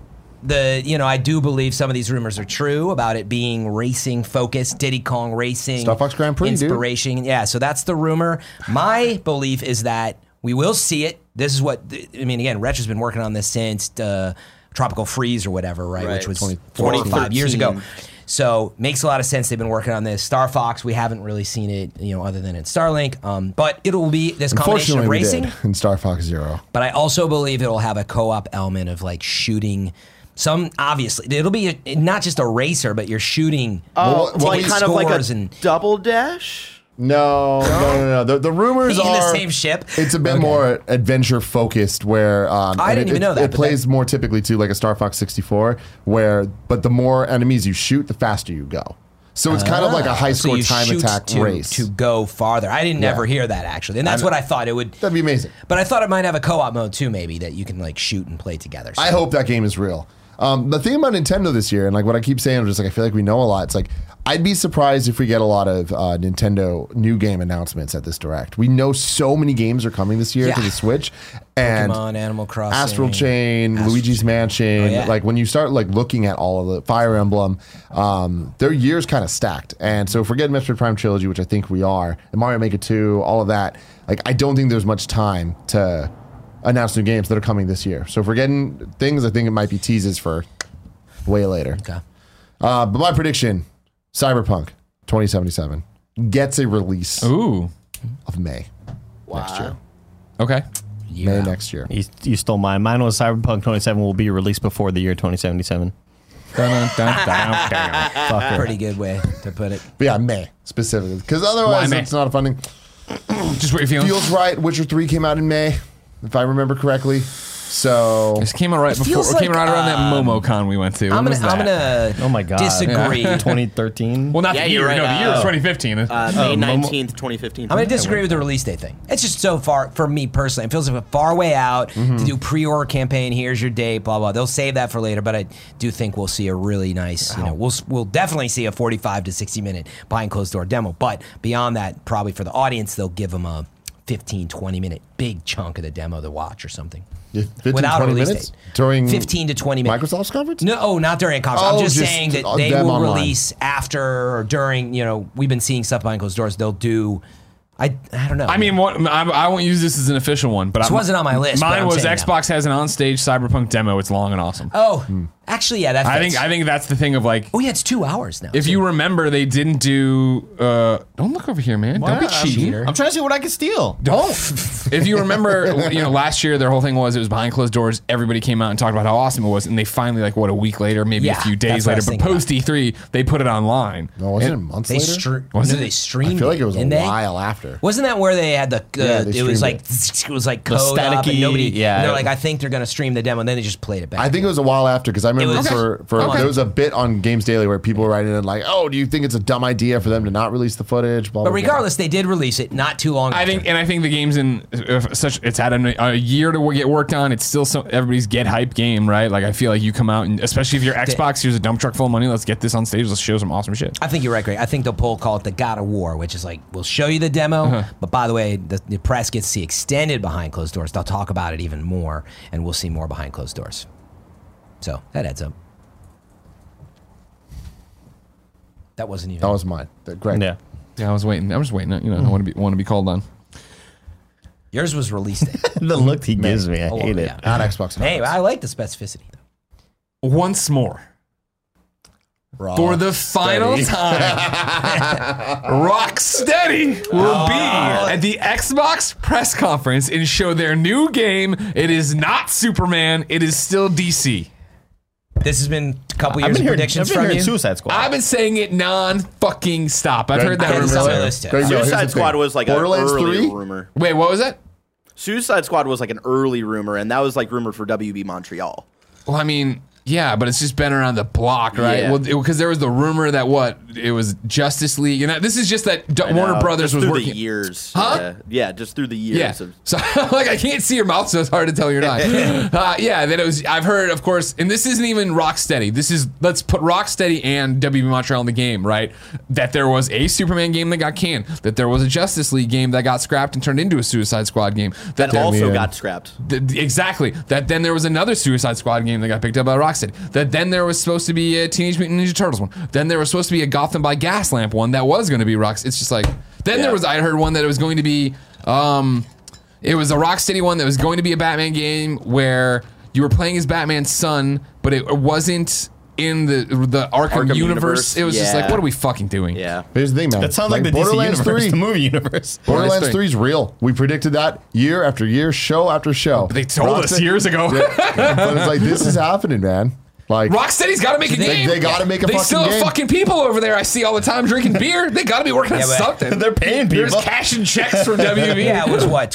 Speaker 3: the you know I do believe some of these rumors are true about it being racing focused, Diddy Kong racing,
Speaker 1: Star Fox Grand Prix, dude.
Speaker 3: inspiration. Yeah, so that's the rumor. My belief is that we will see it. This is what I mean. Again, Retro's been working on this since uh, Tropical Freeze or whatever, right?
Speaker 6: Right.
Speaker 3: Which was
Speaker 6: 20-
Speaker 3: 25 years ago.
Speaker 6: 2013.
Speaker 3: So makes a lot of sense. They've been working on this. Star Fox, we haven't really seen it, you know, other than in Starlink. Um, but it'll be this combination
Speaker 1: Unfortunately,
Speaker 3: of
Speaker 1: we
Speaker 3: racing
Speaker 1: did in Star Fox Zero.
Speaker 3: but I also believe it'll have a co-op element of like shooting some obviously it'll be a, not just a racer but you're shooting
Speaker 6: Oh,
Speaker 1: well,
Speaker 6: like
Speaker 1: we-
Speaker 6: kind of like
Speaker 3: scores
Speaker 6: a
Speaker 3: and-
Speaker 6: double dash.
Speaker 1: No, no, no, no. The, the rumors
Speaker 3: in
Speaker 1: are
Speaker 3: the same ship
Speaker 1: It's a bit more adventure focused, where um,
Speaker 3: I
Speaker 1: and
Speaker 3: didn't
Speaker 1: it,
Speaker 3: even
Speaker 1: it-
Speaker 3: know that,
Speaker 1: It
Speaker 3: but
Speaker 1: plays more typically to like a Star Fox 64, where but the more enemies you shoot, the faster you go. So it's kind of like a high
Speaker 3: Ah, So
Speaker 1: score
Speaker 3: you
Speaker 1: time
Speaker 3: shoot
Speaker 1: attack
Speaker 3: to,
Speaker 1: race.
Speaker 3: to go farther I didn't ever hear that actually and that's what I thought it would
Speaker 1: That'd be amazing.
Speaker 3: but I thought it might have a co-op mode too maybe that you can like shoot and play together so
Speaker 1: I hope that game is real. Um, the thing about Nintendo this year, and like what I keep saying, I'm just like I feel like we know a lot. It's like I'd be surprised if we get a lot of uh, Nintendo new game announcements at this direct. We know so many games are coming this year to
Speaker 3: Yeah.
Speaker 1: the Switch, and
Speaker 3: Pokemon, Animal Crossing
Speaker 1: Astral Chain, Oh, Luigi's Mansion.
Speaker 3: yeah.
Speaker 1: Like when you start like looking at all of the Fire Emblem, um, their years kind of stacked. And so forget Metroid Prime trilogy, which I think we are, and Mario Maker Two, all of that. Like I don't think there's much time to announce new games that are coming this year. So if we're getting things, I think it might be teases for way later.
Speaker 3: Okay.
Speaker 1: Uh, but my prediction: Cyberpunk 2077 gets a release
Speaker 2: Ooh.
Speaker 1: of May next year.
Speaker 2: Okay.
Speaker 1: May next year.
Speaker 4: You, you stole mine. Mine was Cyberpunk 27 will be released before the year 2077.
Speaker 2: Dun, dun, dun, dun.
Speaker 3: pretty good way to put it
Speaker 1: But yeah, May specifically, because otherwise
Speaker 2: May?
Speaker 1: it's not a funding.
Speaker 2: Just what you're feeling.
Speaker 1: feels right. Witcher three came out in May, if I remember correctly. So
Speaker 2: This came out right before.
Speaker 3: feels
Speaker 2: It came
Speaker 3: like, um,
Speaker 2: out right around that MomoCon we went to. When
Speaker 3: I'm gonna
Speaker 2: was that?
Speaker 3: I'm gonna
Speaker 4: Oh my God.
Speaker 3: disagree
Speaker 4: 2013?
Speaker 2: Well, not
Speaker 6: Yeah,
Speaker 2: the year.
Speaker 6: you're right.
Speaker 2: No, the year was
Speaker 6: Uh,
Speaker 2: 2015.
Speaker 6: Uh,
Speaker 3: Oh,
Speaker 6: May
Speaker 4: Momo-
Speaker 6: nineteenth, twenty fifteen.
Speaker 3: I'm gonna disagree with the release date thing. It's just so far for me personally. It feels like a far way out to
Speaker 1: Mm-hmm.
Speaker 3: do pre-order campaign. Here's your date, blah blah. They'll save that for later, but I do think we'll see a really nice. You know, we'll we'll definitely see a 45 to 60 minute behind closed door demo. But beyond that, probably for the audience, they'll give them a 15 20 minute big chunk of the demo to watch or something.
Speaker 1: yeah, 15,
Speaker 3: Without a
Speaker 1: 20
Speaker 3: release
Speaker 1: minutes
Speaker 3: date.
Speaker 1: during
Speaker 3: 15 to 20 minutes.
Speaker 1: Microsoft's conference.
Speaker 3: No, oh, not during a conference.
Speaker 1: Oh,
Speaker 3: I'm just,
Speaker 1: just
Speaker 3: saying that
Speaker 1: on
Speaker 3: they
Speaker 1: them
Speaker 3: will
Speaker 1: online.
Speaker 3: release after or during. You know, we've been seeing stuff behind closed doors. They'll do. I I don't know.
Speaker 2: I mean, what, I, I won't use this as an official one, but this
Speaker 3: wasn't on my list, but
Speaker 2: Mine
Speaker 3: I'm
Speaker 2: was
Speaker 3: saying now.
Speaker 2: Xbox has an on-stage Cyberpunk demo. It's long and awesome.
Speaker 3: Oh, actually, yeah, that. Fits.
Speaker 2: I think I think that's the thing of like.
Speaker 3: Oh yeah, it's two hours now.
Speaker 2: If
Speaker 3: too.
Speaker 2: you remember, they didn't do. Uh, don't look over here, man. Don't be cheating.
Speaker 4: I'm trying to see what I can steal.
Speaker 2: Don't. if you remember, you know, last year their whole thing was it was behind closed doors. Everybody came out and talked about how awesome it was, and they finally, like, what a week later, maybe a
Speaker 3: Yeah,
Speaker 2: few days
Speaker 3: that's what I
Speaker 2: later, but
Speaker 3: was thinking
Speaker 2: post E3, they put it online.
Speaker 1: no, wasn't Oh, it months
Speaker 3: they
Speaker 1: later?
Speaker 3: stream, no,
Speaker 2: Wasn't
Speaker 3: they
Speaker 2: it?
Speaker 3: streamed.
Speaker 1: I feel like it was a
Speaker 3: didn't they?
Speaker 1: while after.
Speaker 3: Wasn't that where they had the? Uh,
Speaker 1: they
Speaker 3: it was
Speaker 1: streamed
Speaker 3: like it was like code up and
Speaker 4: staticky-
Speaker 3: nobody.
Speaker 4: yeah.
Speaker 3: they're like, I think they're gonna stream the demo, and then they just played it back.
Speaker 1: I think it was a while after because I remember
Speaker 3: was-
Speaker 1: for, for there was a bit on Games Daily where people were writing in like, "Oh, do you think it's a dumb idea for them to not release the footage?" Blah,
Speaker 3: but
Speaker 1: blah,
Speaker 3: regardless, they did release it not too long.
Speaker 2: I
Speaker 3: after.
Speaker 2: think, and I think the game's in uh, such. It's had a, a year to get worked on. It's still some, everybody's get hype game, right? Like I feel like you come out, and especially if you're Xbox, here's a dump truck full of money. Let's get this on stage. Let's show some awesome shit.
Speaker 3: I think you're right, Greg. I think they'll pull call it the God of War, which is like we'll show you the demo, but by the way, the, the press gets to see extended behind closed doors. They'll talk about it even more, and we'll see more behind closed doors. So that adds up. That wasn't even.
Speaker 4: Oh.
Speaker 1: That was mine. That- Greg.
Speaker 4: Yeah.
Speaker 2: Yeah, I was waiting. I was waiting. You know, I want to be want to be called on.
Speaker 3: Yours was release day.
Speaker 4: the look he gives me, I
Speaker 3: Oh,
Speaker 4: hate it.
Speaker 3: yeah.
Speaker 1: Not Xbox.
Speaker 3: Hey,
Speaker 1: comments.
Speaker 3: I like the specificity. though.
Speaker 2: Once more,
Speaker 3: Raw.
Speaker 2: for the final time, Rocksteady will be at the Xbox press conference and show their new game. It is not Superman. It is still DC.
Speaker 3: this has been a couple
Speaker 4: I've
Speaker 3: years
Speaker 4: been
Speaker 3: of
Speaker 4: hearing, I've
Speaker 3: predictions
Speaker 4: been
Speaker 3: from
Speaker 4: hearing
Speaker 3: you.
Speaker 4: Suicide Squad.
Speaker 2: I've been saying it non fucking stop. I've heard that
Speaker 3: I
Speaker 2: rumor.
Speaker 3: didn't sound
Speaker 2: earlier.
Speaker 3: realistic.
Speaker 1: Greg, no, here's the
Speaker 6: Suicide Squad
Speaker 1: thing.
Speaker 6: was like an
Speaker 1: Borderlands
Speaker 6: early
Speaker 1: 3?
Speaker 6: rumor.
Speaker 2: Wait, what was it?
Speaker 6: Suicide Squad was like an early rumor, and that was like rumored for WB Montreal.
Speaker 2: Well, I mean, yeah, but it's just been around the block, right?
Speaker 6: Yeah.
Speaker 2: Well, because there was the rumor that what it was Justice League, and I- this is just that D- Warner
Speaker 6: Uh,
Speaker 2: Brothers
Speaker 6: just
Speaker 2: was
Speaker 6: through
Speaker 2: working.
Speaker 6: the years.
Speaker 2: Huh?
Speaker 6: Yeah. Yeah, just through the years.
Speaker 2: Yeah.
Speaker 6: Of,
Speaker 2: So like I can't see your mouth, so it's hard to tell you're not. uh, yeah, that it was. I've heard, of course, and this isn't even Rocksteady. This is let's put Rocksteady and WB Montreal in the game, right? That there was a Superman game that got canned. That there was a Justice League game that got scrapped and turned into a Suicide Squad game.
Speaker 6: that
Speaker 2: there-
Speaker 6: also
Speaker 1: yeah.
Speaker 6: got scrapped.
Speaker 2: Th- th- exactly. That then there was another Suicide Squad game that got picked up by Rocksteady. That then there was supposed to be a Teenage Mutant Ninja Turtles one. Then there was supposed to be a Gotham by Gaslamp one that was going to be Rocks. It's just like then
Speaker 6: Yeah.
Speaker 2: there was I heard one that it was going to be um it was a Rocksteady one that was going to be a Batman game where you were playing as Batman's son, but it wasn't in the the Arkham, universe.
Speaker 6: Arkham universe,
Speaker 2: It was just like
Speaker 6: yeah.
Speaker 2: what are we fucking doing?
Speaker 6: Yeah.
Speaker 1: Here's the thing, man.
Speaker 4: that sounds like, the DC
Speaker 1: Borderlands
Speaker 4: universe,
Speaker 1: 3.
Speaker 4: the movie
Speaker 1: Borderlands
Speaker 4: universe.
Speaker 2: Borderlands
Speaker 1: 3 is real. We predicted that year after year, show after show.
Speaker 2: They told us
Speaker 1: Rocksteady-
Speaker 2: years ago.
Speaker 1: but it's like this is happening, man. Like
Speaker 2: Rocksteady's got to make a
Speaker 1: They-
Speaker 2: game.
Speaker 1: they gotta make a
Speaker 2: They
Speaker 1: fucking
Speaker 2: still have
Speaker 1: game.
Speaker 2: fucking people over there. I see all the time drinking beer. They got to be working
Speaker 3: Yeah,
Speaker 2: on
Speaker 3: but-
Speaker 2: something.
Speaker 4: They're paying
Speaker 2: There's
Speaker 4: people.
Speaker 2: cash and checks from E. WB.
Speaker 3: Yeah, it was what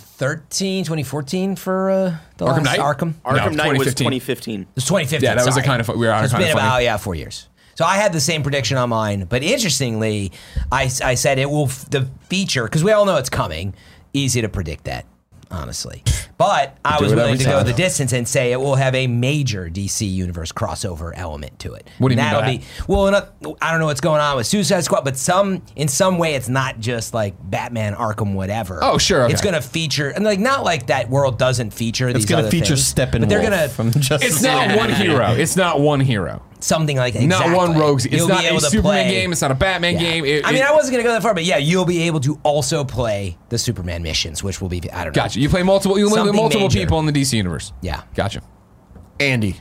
Speaker 3: 2013, 2014 for uh, the
Speaker 2: Arkham
Speaker 3: last
Speaker 2: Knight?
Speaker 3: Arkham.
Speaker 2: No,
Speaker 6: Arkham Knight was
Speaker 2: 2015.
Speaker 6: 2015.
Speaker 3: It's 2015.
Speaker 2: Yeah, that was a
Speaker 3: sorry.
Speaker 2: kind of- we were on a
Speaker 3: It's
Speaker 2: kind of
Speaker 3: been
Speaker 2: funny-
Speaker 3: about yeah four years. So I had the same prediction on mine, but interestingly, I, I said it will f- the feature because we all know it's coming. Easy to predict that, honestly. But I
Speaker 1: do
Speaker 3: was
Speaker 1: it
Speaker 3: willing
Speaker 1: every
Speaker 3: to go
Speaker 1: time.
Speaker 3: the distance and say it will have a major DC universe crossover element to it.
Speaker 2: What do you mean by
Speaker 3: That'll
Speaker 2: that?
Speaker 3: be well, and I- I don't know what's going on with Suicide Squad, but some in some way it's not just like Batman Arkham whatever.
Speaker 2: Oh, sure, okay.
Speaker 3: it's going to feature and like not like that world doesn't feature these.
Speaker 4: It's going
Speaker 3: other
Speaker 4: to feature
Speaker 3: things,
Speaker 4: Steppenwolf
Speaker 3: but they're going to
Speaker 4: from Justice
Speaker 2: It's not one hero. It's not one hero.
Speaker 3: something like that.
Speaker 2: Not
Speaker 3: exactly.
Speaker 2: one rogues. It's
Speaker 3: You'll
Speaker 2: not
Speaker 3: be
Speaker 2: a
Speaker 3: able to
Speaker 2: Superman
Speaker 3: play-
Speaker 2: game. It's not a Batman
Speaker 3: Yeah.
Speaker 2: game. It-
Speaker 3: I mean,
Speaker 2: it-
Speaker 3: I wasn't gonna go that far, but yeah, you'll be able to also play the Superman missions, which will be I don't know.
Speaker 2: Gotcha. You play multiple. You play
Speaker 3: Something
Speaker 2: multiple
Speaker 3: major.
Speaker 2: people in the DC universe.
Speaker 3: Yeah.
Speaker 2: Gotcha.
Speaker 1: Andy.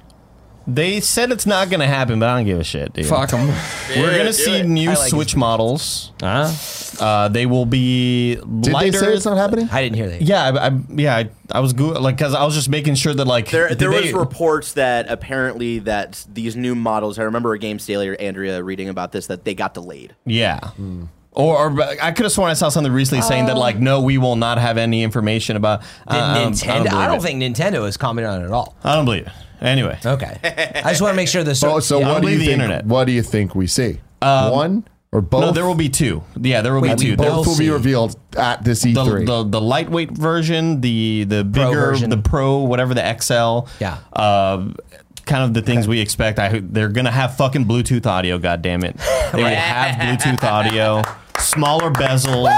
Speaker 4: They said it's not going to happen, but I don't give a shit, dude.
Speaker 2: Fuck them.
Speaker 4: We're
Speaker 6: it,
Speaker 4: going
Speaker 6: do
Speaker 4: to see
Speaker 6: it.
Speaker 4: new
Speaker 3: I like
Speaker 4: Switch models.
Speaker 2: Uh,
Speaker 4: Uh, they will be
Speaker 1: Did
Speaker 4: lighter.
Speaker 1: they say it's not happening?
Speaker 3: I didn't hear that.
Speaker 4: yeah, I, I, yeah, I, I was good, like, cause I was just making sure that, like,
Speaker 6: There,
Speaker 4: did
Speaker 6: there
Speaker 4: they-
Speaker 6: was reports that apparently that these new models. I remember a Games Daily or Andrea reading about this that they got delayed.
Speaker 4: Yeah.
Speaker 1: Hmm.
Speaker 4: Or, or but I could have sworn I saw something recently saying
Speaker 1: Oh.
Speaker 4: that like no, we will not have any information about
Speaker 3: Did
Speaker 4: um,
Speaker 3: Nintendo? I don't,
Speaker 4: believe it.
Speaker 3: think Nintendo has commented on it at all.
Speaker 4: I don't believe it. Anyway,
Speaker 3: Okay, I just want to make sure this.
Speaker 1: Oh, so
Speaker 4: Yeah, I
Speaker 1: what do
Speaker 4: believe
Speaker 1: you
Speaker 4: the
Speaker 1: think?
Speaker 4: internet. Um,
Speaker 1: What do you think we see? One or both?
Speaker 4: no, there will be two. Yeah, there will
Speaker 3: Wait,
Speaker 4: be two.
Speaker 3: we
Speaker 4: There-
Speaker 1: both will be
Speaker 3: DLC.
Speaker 1: revealed at this E E3.
Speaker 4: the, the the lightweight version, the the
Speaker 3: Pro
Speaker 4: bigger,
Speaker 3: version.
Speaker 4: the pro, whatever the XL.
Speaker 3: Yeah.
Speaker 4: Uh, kind of the things we expect. I they're gonna have fucking Bluetooth audio. God damn it, they will have Bluetooth audio, smaller bezels,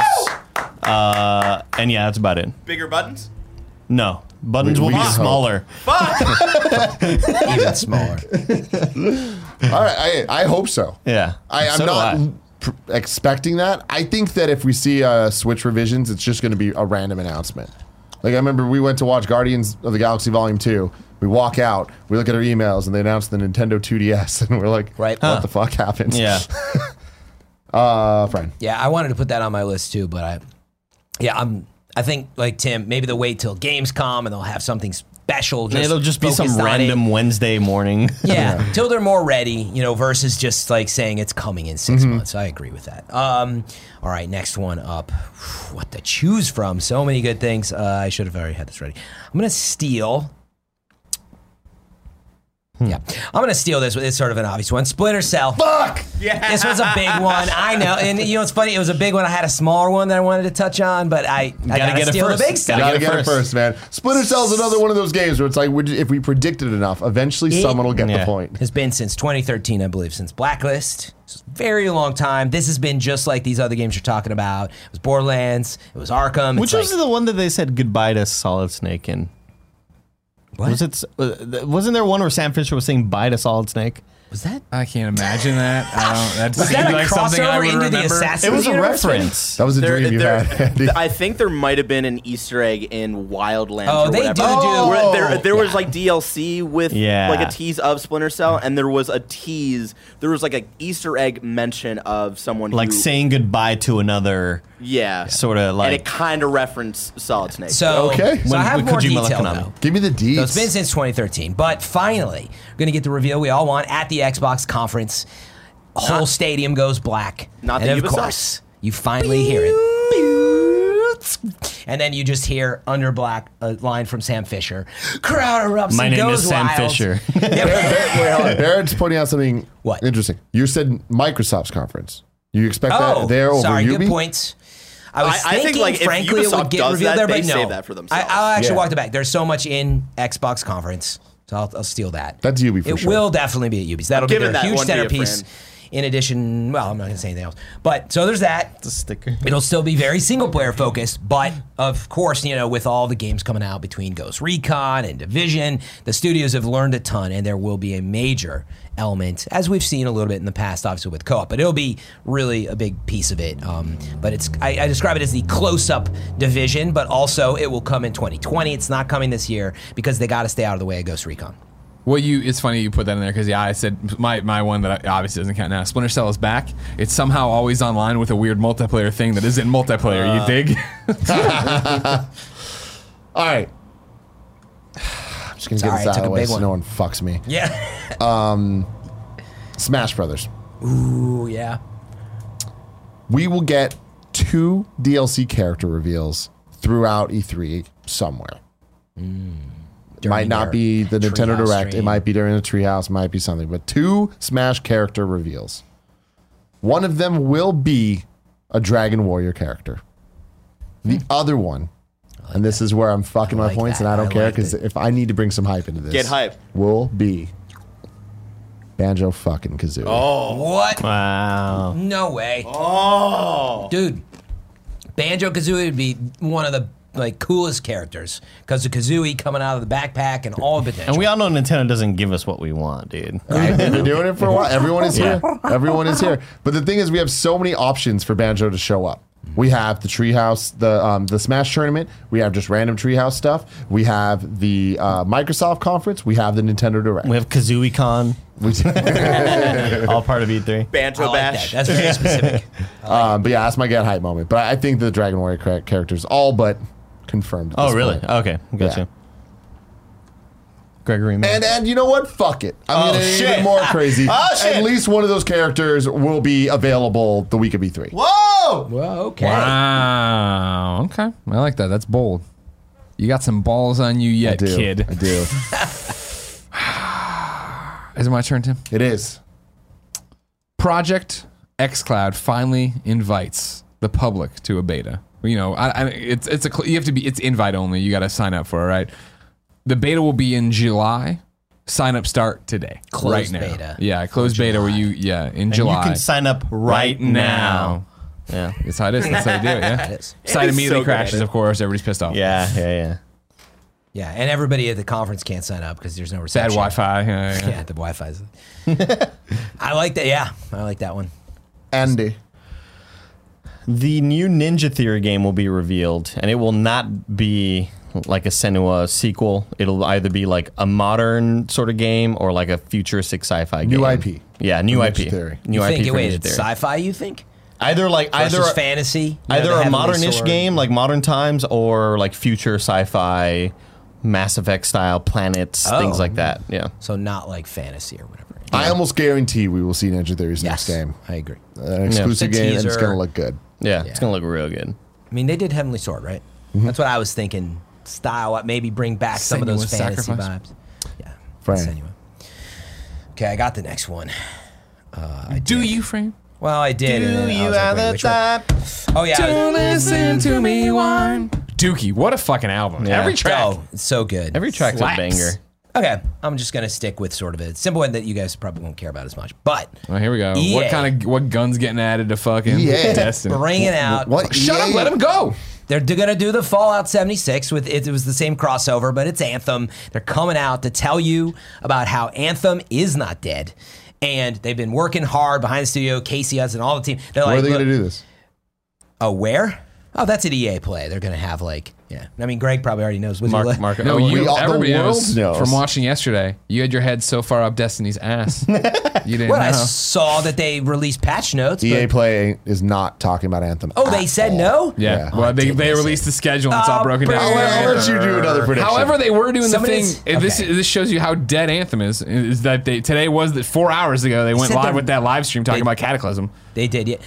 Speaker 4: uh, and yeah, that's about it.
Speaker 6: Bigger buttons.
Speaker 4: No buttons
Speaker 1: We-
Speaker 4: will
Speaker 1: we
Speaker 4: be
Speaker 1: hope.
Speaker 4: smaller.
Speaker 3: even smaller.
Speaker 1: All right, I, I hope so.
Speaker 4: Yeah,
Speaker 1: I, I'm
Speaker 4: So do
Speaker 1: not
Speaker 4: I.
Speaker 1: pr- expecting that. I think that if we see uh, Switch revisions, it's just going to be a random announcement. Like I remember we went to watch Guardians of the Galaxy Volume Two. We walk out, we look at our emails, and they announced the Nintendo 2DS, and we're like,
Speaker 3: Right.
Speaker 1: what
Speaker 3: Huh.
Speaker 1: the fuck happened?"
Speaker 4: Yeah.
Speaker 1: uh, friend.
Speaker 3: Yeah, I wanted to put that on my list too, but I, yeah, I'm. I think like Tim, maybe they'll wait till Gamescom and they'll have something special. Just
Speaker 4: Yeah, it'll just be some
Speaker 3: focused on it.
Speaker 4: random Wednesday morning.
Speaker 3: Yeah, till they're more ready, you know, versus just like saying it's coming in 6
Speaker 4: Mm-hmm.
Speaker 3: months. I agree with that. Um, all right, next one up. What to choose from? So many good things. Uh, I should have already had this ready. I'm gonna steal.
Speaker 4: Hmm.
Speaker 3: Yeah, I'm gonna steal this. one. It's sort of an obvious one. Splinter Cell. Fuck. Yeah. This was a big one. I know, and you know, it's funny. It was a big one. I had a smaller one that I wanted to touch on, but I, I
Speaker 4: Gotta
Speaker 3: gotta,
Speaker 4: get it
Speaker 3: steal
Speaker 4: first.
Speaker 3: the big stuff.
Speaker 4: Gotta
Speaker 1: Gotta get it first, man. Splinter Cell's another one of those games where it's like, would you- if we predict it enough, eventually someone will get the
Speaker 4: Yeah.
Speaker 1: point.
Speaker 3: has been since 2013, I believe, since Blacklist. It's a very long time. This has been just like these other games you're talking about. It was Borderlands. It was Arkham.
Speaker 4: Which
Speaker 3: it's
Speaker 4: was the one that they said goodbye to Solid Snake in? Was it? s- uh, th- Wasn't there one where Sam Fisher was saying "Bite a solid snake"?
Speaker 3: Was that?
Speaker 2: I can't imagine that. I don't. That
Speaker 3: Was
Speaker 2: seems
Speaker 3: that a
Speaker 2: like something I
Speaker 3: crossover
Speaker 2: would
Speaker 3: into
Speaker 2: remember.
Speaker 3: the assassin?
Speaker 4: It was a
Speaker 3: universe?
Speaker 4: reference.
Speaker 1: That was a
Speaker 6: There-
Speaker 1: dream you
Speaker 6: there-
Speaker 1: had. Andy.
Speaker 6: I think there might have been an Easter egg in Wildlands.
Speaker 3: Oh,
Speaker 6: or
Speaker 3: they
Speaker 6: whatever.
Speaker 3: do do-
Speaker 6: Where there, there was like DLC with
Speaker 4: Yeah.
Speaker 6: like a tease of Splinter Cell, and there was a tease. There was like an Easter egg mention of someone
Speaker 4: Like
Speaker 6: who,
Speaker 4: saying goodbye to another.
Speaker 6: yeah,
Speaker 4: sorta like-
Speaker 6: and it kind of referenced Solid Snake.
Speaker 3: So,
Speaker 1: Okay.
Speaker 3: so I
Speaker 4: When-
Speaker 3: have
Speaker 4: with
Speaker 3: more
Speaker 4: Kojima
Speaker 3: detail
Speaker 4: Konami.
Speaker 3: though.
Speaker 1: Give me the deeds.
Speaker 3: So it's been since 2013, but finally, we're gonna get the reveal we all want at the Xbox conference. Whole stadium goes black.
Speaker 6: Not
Speaker 3: and
Speaker 6: the
Speaker 3: of
Speaker 6: Ubisoft.
Speaker 3: course, you finally hear it. And then you just hear under black a line from Sam Fisher. Crowd erupts.
Speaker 4: My
Speaker 3: and
Speaker 4: name
Speaker 3: goes
Speaker 4: is Sam
Speaker 3: wild.
Speaker 4: Fisher.
Speaker 3: Yeah, we're- we're all-
Speaker 1: Barrett's pointing out something
Speaker 3: What?
Speaker 1: interesting. You said Microsoft's conference. You expect
Speaker 3: oh,
Speaker 1: that there over
Speaker 3: sorry.
Speaker 1: Ubi?
Speaker 3: Good points. I was
Speaker 6: I- I
Speaker 3: thinking,
Speaker 6: think, like, if
Speaker 3: frankly, it
Speaker 6: Ubisoft
Speaker 3: would get
Speaker 6: does
Speaker 3: revealed
Speaker 6: that,
Speaker 3: there,
Speaker 6: they
Speaker 3: but no.
Speaker 6: save that for themselves.
Speaker 3: I, I'll actually
Speaker 1: Yeah.
Speaker 3: walk it back. There's so much in Xbox conference, so I'll, I'll steal that.
Speaker 1: That's Ubi for
Speaker 3: it
Speaker 1: sure.
Speaker 3: will definitely be at Ubi's. That'll
Speaker 6: Give it
Speaker 3: be their
Speaker 6: that
Speaker 3: huge
Speaker 6: one to your
Speaker 3: centerpiece.
Speaker 6: friend.
Speaker 3: In addition, well, I'm not going to say anything else. But so there's that.
Speaker 4: The sticker.
Speaker 3: It'll still be very single player focused, but of course, you know, with all the games coming out between Ghost Recon and Division, the studios have learned a ton, and there will be a major element, as we've seen a little bit in the past, obviously with co-op, but it'll be really a big piece of it. Um, but it's I, I describe it as the close-up Division, but also it will come in 2020. It's not coming this year because they got to stay out of the way of Ghost Recon.
Speaker 2: Well, you it's funny you put that in there because yeah, I said my, my one that I- obviously doesn't count now. Splinter Cell is back. It's somehow always online with a weird multiplayer thing that isn't multiplayer. you dig?
Speaker 1: All right. I'm just gonna
Speaker 3: Sorry,
Speaker 1: get
Speaker 3: I
Speaker 1: this out of
Speaker 3: took
Speaker 1: the
Speaker 3: a
Speaker 1: way
Speaker 3: big
Speaker 1: so
Speaker 3: one.
Speaker 1: no one fucks me.
Speaker 3: Yeah.
Speaker 1: Smash Brothers.
Speaker 3: Ooh, yeah.
Speaker 1: We will get two DLC character reveals throughout E3 somewhere.
Speaker 3: Mm.
Speaker 1: might not be the
Speaker 3: their
Speaker 1: Nintendo
Speaker 3: Treehouse
Speaker 1: Direct. It
Speaker 3: stream.
Speaker 1: might be during the Treehouse. Might be something. But two Smash character reveals. One of them will be a Dragon Warrior character. The
Speaker 3: Hmm.
Speaker 1: other one, and this is where I'm fucking my
Speaker 3: like
Speaker 1: points,
Speaker 3: that.
Speaker 1: and I don't
Speaker 3: I
Speaker 1: care
Speaker 3: liked
Speaker 1: because
Speaker 3: it.
Speaker 1: if I need to bring some hype into this,
Speaker 6: Get hype.
Speaker 1: Will be Banjo fucking Kazooie.
Speaker 3: What?
Speaker 4: Wow.
Speaker 3: No way.
Speaker 6: oh,
Speaker 3: dude banjo kazooie would be one of the like coolest characters because of kazooie coming out of the backpack and all of it
Speaker 4: And we all know Nintendo doesn't give us what we want, dude.
Speaker 1: Right? They've been doing it for a while. Everyone is here. Everyone is here. But the thing is, we have so many options for Banjo to show up. We have the Treehouse, the um, the Smash tournament. We have just random Treehouse stuff. We have the uh, Microsoft conference. We have the Nintendo Direct.
Speaker 4: We have Kazooie Con, all part of E E3.
Speaker 6: Banjo
Speaker 3: I like that.
Speaker 6: Bash.
Speaker 3: That's very specific.
Speaker 1: um, but yeah, that's my get hype moment. But I think the Dragon Warrior char- characters all but confirmed. at
Speaker 4: Oh,
Speaker 1: this
Speaker 4: really?
Speaker 1: point.
Speaker 4: Okay, gotcha. Gregory Mann.
Speaker 1: And and you know what? Fuck it. I'm
Speaker 4: Oh,
Speaker 1: gonna get even
Speaker 4: shit.
Speaker 1: more crazy.
Speaker 4: Oh, shit.
Speaker 1: At least one of those characters will be available the week of E E3.
Speaker 4: Whoa!
Speaker 3: Whoa, Oh, okay.
Speaker 2: wow. oh, Okay, I like that. That's bold. You got some balls on you
Speaker 1: I
Speaker 2: yet,
Speaker 1: do.
Speaker 2: kid.
Speaker 1: I do.
Speaker 2: Is it my turn, Tim?
Speaker 1: It is.
Speaker 2: Project XCloud finally invites the public to a beta. You know, I, I, it's it's a cl- you have to be it's invite only. You got to sign up for it, right? The beta will be in July. Sign up start today.
Speaker 3: Closed
Speaker 2: right now.
Speaker 3: beta.
Speaker 2: Yeah, closed beta where you yeah in July.
Speaker 4: You can sign up right, now. Yeah.
Speaker 2: That's how it is. That's how you do it. Yeah.
Speaker 3: is.
Speaker 2: Site
Speaker 6: It is
Speaker 2: immediately
Speaker 6: so good at
Speaker 2: crashes.
Speaker 6: it.
Speaker 2: Of course, everybody's pissed off.
Speaker 4: Yeah, yeah, yeah.
Speaker 3: Yeah, and everybody at the conference can't sign up because there's no
Speaker 2: Bad
Speaker 3: reception.
Speaker 2: Wi-Fi. Yeah, yeah.
Speaker 3: Yeah, the Wi-Fi's. I like that. Yeah, I like that one.
Speaker 1: Andy.
Speaker 4: The new Ninja Theory game will be revealed, and it will not be like a Senua sequel. It'll either be like a modern sort of game or like a futuristic sci-fi game.
Speaker 1: New IP.
Speaker 4: Yeah, new
Speaker 1: Ninja
Speaker 4: IP.
Speaker 1: Theory.
Speaker 4: New
Speaker 3: you
Speaker 4: IP
Speaker 3: think?
Speaker 4: for
Speaker 3: wait,
Speaker 4: Ninja
Speaker 3: it's
Speaker 4: Theory.
Speaker 3: sci-fi. You think?
Speaker 4: either like
Speaker 3: Versus
Speaker 4: either
Speaker 3: fantasy. you know,
Speaker 4: either
Speaker 3: the
Speaker 4: a
Speaker 3: Heavenly
Speaker 4: modern-ish
Speaker 3: Sword.
Speaker 4: game like modern times or like future sci-fi Mass Effect style planets,
Speaker 3: Oh.
Speaker 4: things like that. Yeah.
Speaker 3: So not like fantasy or whatever.
Speaker 1: I almost guarantee we will see Ninja Theory's next
Speaker 3: Yes,
Speaker 1: game.
Speaker 3: I agree.
Speaker 1: An exclusive
Speaker 3: It's a
Speaker 1: game, and it's
Speaker 3: teaser.
Speaker 1: going to look good.
Speaker 4: Yeah,
Speaker 3: Yeah.
Speaker 4: it's gonna look real good.
Speaker 3: I mean, they did Heavenly Sword, right? That's what I was thinking. Style up, maybe bring back some of
Speaker 2: Senua
Speaker 3: those fantasy
Speaker 2: sacrifice?
Speaker 3: vibes. Yeah.
Speaker 1: Frank.
Speaker 3: Senua. Okay, I got the next one.
Speaker 2: Do you frame?
Speaker 3: Well, I did. and then I was like, wait, which one? Oh yeah.
Speaker 2: To listen to me whine. Dookie, what a fucking album!
Speaker 4: Yeah.
Speaker 2: Every track.
Speaker 3: Oh, it's so good.
Speaker 4: Every track's
Speaker 2: Slaps.
Speaker 4: a banger.
Speaker 3: Okay, I'm just gonna stick with sort of a simple one that you guys probably won't care about as much, but
Speaker 2: Well, here we go.
Speaker 3: EA.
Speaker 2: What kind of what guns getting added to fucking
Speaker 1: Yeah.
Speaker 2: Destiny?
Speaker 3: bringing out
Speaker 1: What?
Speaker 2: Shut up!
Speaker 1: EA?
Speaker 2: Let him go.
Speaker 3: They're d- gonna do the Fallout 76 with it, it was the same crossover, but it's Anthem. They're coming out to tell you about how Anthem is not dead. And they've been working hard behind the studio, Casey Hudson, all the team. They're
Speaker 1: Where
Speaker 3: like,
Speaker 1: are they
Speaker 3: "Look,
Speaker 1: going to do this?
Speaker 3: Oh, where? Oh, that's an EA play. They're gonna have like, yeah. I mean, Greg probably already knows. Wizard
Speaker 2: Mark,
Speaker 3: Live.
Speaker 2: Mark, no,
Speaker 1: we
Speaker 2: you,
Speaker 1: all- the
Speaker 2: everybody
Speaker 1: world
Speaker 2: knows,
Speaker 1: knows.
Speaker 2: from watching yesterday. You had your head so far up Destiny's ass. you didn't
Speaker 3: Well, I
Speaker 2: know.
Speaker 3: saw that they released patch notes.
Speaker 1: EA
Speaker 3: but-
Speaker 1: E Play is not talking about Anthem.
Speaker 3: oh, they
Speaker 1: at
Speaker 3: said
Speaker 1: all.
Speaker 3: no.
Speaker 2: Yeah.
Speaker 1: Yeah.
Speaker 2: Well, they,
Speaker 3: did
Speaker 2: they
Speaker 3: miss
Speaker 2: released the schedule and it's all
Speaker 3: Oh,
Speaker 2: broken down.
Speaker 3: bro.
Speaker 1: I'll let, I'll let you do another prediction.
Speaker 2: However, they were doing the thing.
Speaker 3: Somebody's-
Speaker 2: if This
Speaker 3: okay.
Speaker 2: this shows you how dead Anthem is. Is that they today was that four hours ago they went
Speaker 3: said
Speaker 2: live
Speaker 3: they're-
Speaker 2: with that live stream talking
Speaker 3: they-
Speaker 2: about Cataclysm.
Speaker 3: They did, yeah.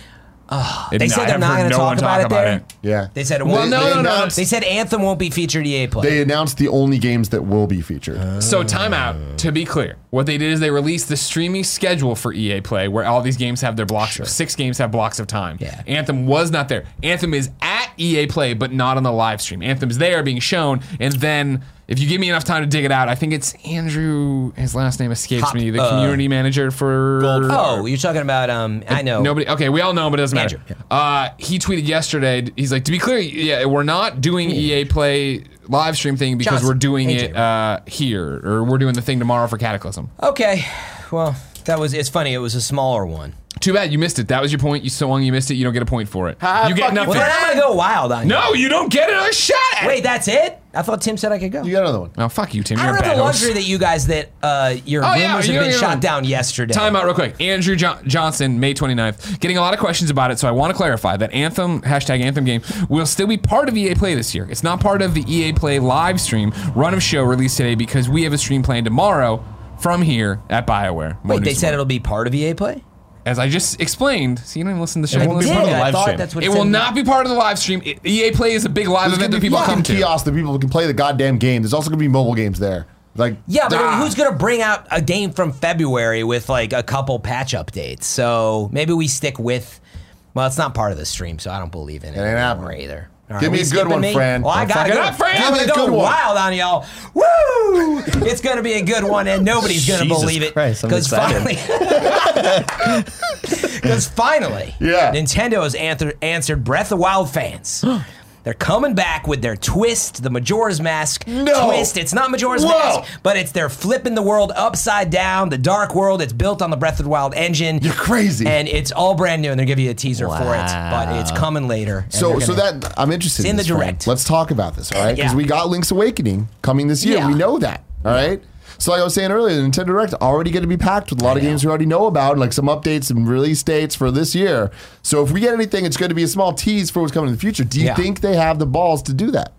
Speaker 2: It-
Speaker 3: They said
Speaker 2: I
Speaker 3: they're
Speaker 2: have
Speaker 3: not
Speaker 2: heard
Speaker 3: going to
Speaker 2: no
Speaker 3: talk
Speaker 2: one
Speaker 3: about it there.
Speaker 1: yeah,
Speaker 3: They said it
Speaker 2: Well,
Speaker 3: won't.
Speaker 2: no,
Speaker 3: they,
Speaker 2: no, no.
Speaker 3: They said Anthem won't be featured EA Play.
Speaker 1: they announced the only games that will be featured.
Speaker 2: So timeout. To be clear, what they did is they released the streaming schedule for EA Play, where all these games have their blocks. Six games have blocks of time.
Speaker 3: Yeah.
Speaker 2: Anthem was not there. Anthem is at EA Play, but not on the live stream. Anthem's there being shown, and then if you give me enough time to dig it out, I think it's Andrew. His last name escapes
Speaker 3: Hop-
Speaker 2: me. The
Speaker 3: uh,
Speaker 2: community manager for
Speaker 3: oh, you're talking about um. I know.
Speaker 2: Nobody. Okay, we all know, him, but it doesn't matter.
Speaker 3: Andrew,
Speaker 2: Uh, he tweeted yesterday. He's like, to be clear, yeah, we're not doing EA Play live stream thing because
Speaker 3: Johnson,
Speaker 2: we're doing
Speaker 3: AJ,
Speaker 2: it uh, here, or we're doing the thing tomorrow for Cataclysm.
Speaker 3: Okay. Well, that was. It's funny. It was a smaller one.
Speaker 2: Too bad you missed it. That was your point. You so long you missed it, you don't get a point for it.
Speaker 6: Ah,
Speaker 2: you get
Speaker 6: fuck you,
Speaker 2: nothing.
Speaker 3: Well, then I'm gonna go wild on
Speaker 2: No, you don't get another shot at
Speaker 3: you.
Speaker 2: it.
Speaker 3: Wait, that's it. I thought Tim said I could go.
Speaker 1: You got another one.
Speaker 2: Oh, fuck you, Tim.
Speaker 3: I
Speaker 2: You're a
Speaker 3: don't have
Speaker 2: bad
Speaker 3: the
Speaker 2: host.
Speaker 3: luxury that you guys that uh your
Speaker 2: Oh,
Speaker 3: rumors
Speaker 2: yeah,
Speaker 3: have
Speaker 2: you're-
Speaker 3: been
Speaker 2: you're-
Speaker 3: shot down yesterday.
Speaker 2: Time out real quick. Andrew jo- Johnson, May 29th. Getting a lot of questions about it, so I want to clarify that Anthem, hashtag Anthem game, will still be part of EA Play this year. It's not part of the EA Play live stream run of show released today because we have a stream planned tomorrow from here at BioWare. More
Speaker 3: Wait, they
Speaker 2: news
Speaker 3: said
Speaker 2: tomorrow.
Speaker 3: it'll be part of EA Play.
Speaker 2: As I just explained, see, you don't even listen to the show.
Speaker 4: won't be
Speaker 3: Did
Speaker 4: part of
Speaker 3: it?
Speaker 4: the
Speaker 3: I
Speaker 4: live
Speaker 3: thought
Speaker 4: stream.
Speaker 3: That's what
Speaker 2: It
Speaker 3: said
Speaker 2: will
Speaker 3: in the-
Speaker 2: not be part of the live stream. E- EA Play is a big live
Speaker 1: There's
Speaker 2: event
Speaker 1: gonna
Speaker 2: that
Speaker 1: be
Speaker 2: people come
Speaker 1: fucking
Speaker 2: to.
Speaker 1: kiosks that people can play the goddamn game. There's also gonna be mobile games there. Like
Speaker 3: Yeah, but
Speaker 1: ah.
Speaker 3: who's gonna bring out a game from February with like a couple patch updates? So maybe we stick with. Well, it's not part of the stream, so I don't believe in it.
Speaker 1: ain't
Speaker 3: anymore
Speaker 1: happening.
Speaker 3: either. All
Speaker 1: Give
Speaker 3: are
Speaker 1: me
Speaker 3: we
Speaker 1: a good
Speaker 3: skipping
Speaker 1: one, friend.
Speaker 3: Well, I
Speaker 1: Don't
Speaker 3: got
Speaker 2: fuck it
Speaker 3: go.
Speaker 2: up, friend.
Speaker 3: I'm
Speaker 1: Give me
Speaker 3: gonna
Speaker 1: a
Speaker 3: go
Speaker 1: good one.
Speaker 3: wild on y'all. Woo! it's gonna be a good one, and nobody's gonna
Speaker 4: Jesus
Speaker 3: believe it
Speaker 4: Christ, I'm
Speaker 3: finally,
Speaker 4: excited.
Speaker 3: because finally,
Speaker 1: Yeah.
Speaker 3: Nintendo has answer, answered Breath of the Wild fans. They're coming back with their twist, the Majora's Mask
Speaker 1: No.
Speaker 3: twist. It's not Majora's
Speaker 1: Whoa.
Speaker 3: Mask, but it's they're flipping the world upside down, the dark world. It's built on the Breath of the Wild engine.
Speaker 1: You're crazy.
Speaker 3: And it's all brand new, and they're giving you a teaser for it, but it's coming later. and
Speaker 1: So,
Speaker 3: they're
Speaker 1: so
Speaker 3: gonna-
Speaker 1: that I'm interested.
Speaker 3: It's in
Speaker 1: this,
Speaker 3: the
Speaker 1: Frank.
Speaker 3: direct.
Speaker 1: Let's talk about this, all right? Because
Speaker 3: Yeah.
Speaker 1: we got Link's Awakening coming this year.
Speaker 3: Yeah.
Speaker 1: We know that, all right. So, like I was saying earlier, the Nintendo Direct already going to be packed with a lot of games we already know about, like some updates and release dates for this year. So, if we get anything, it's going to be a small tease for what's coming in the future. Do you
Speaker 3: Yeah.
Speaker 1: think they have the balls to do that?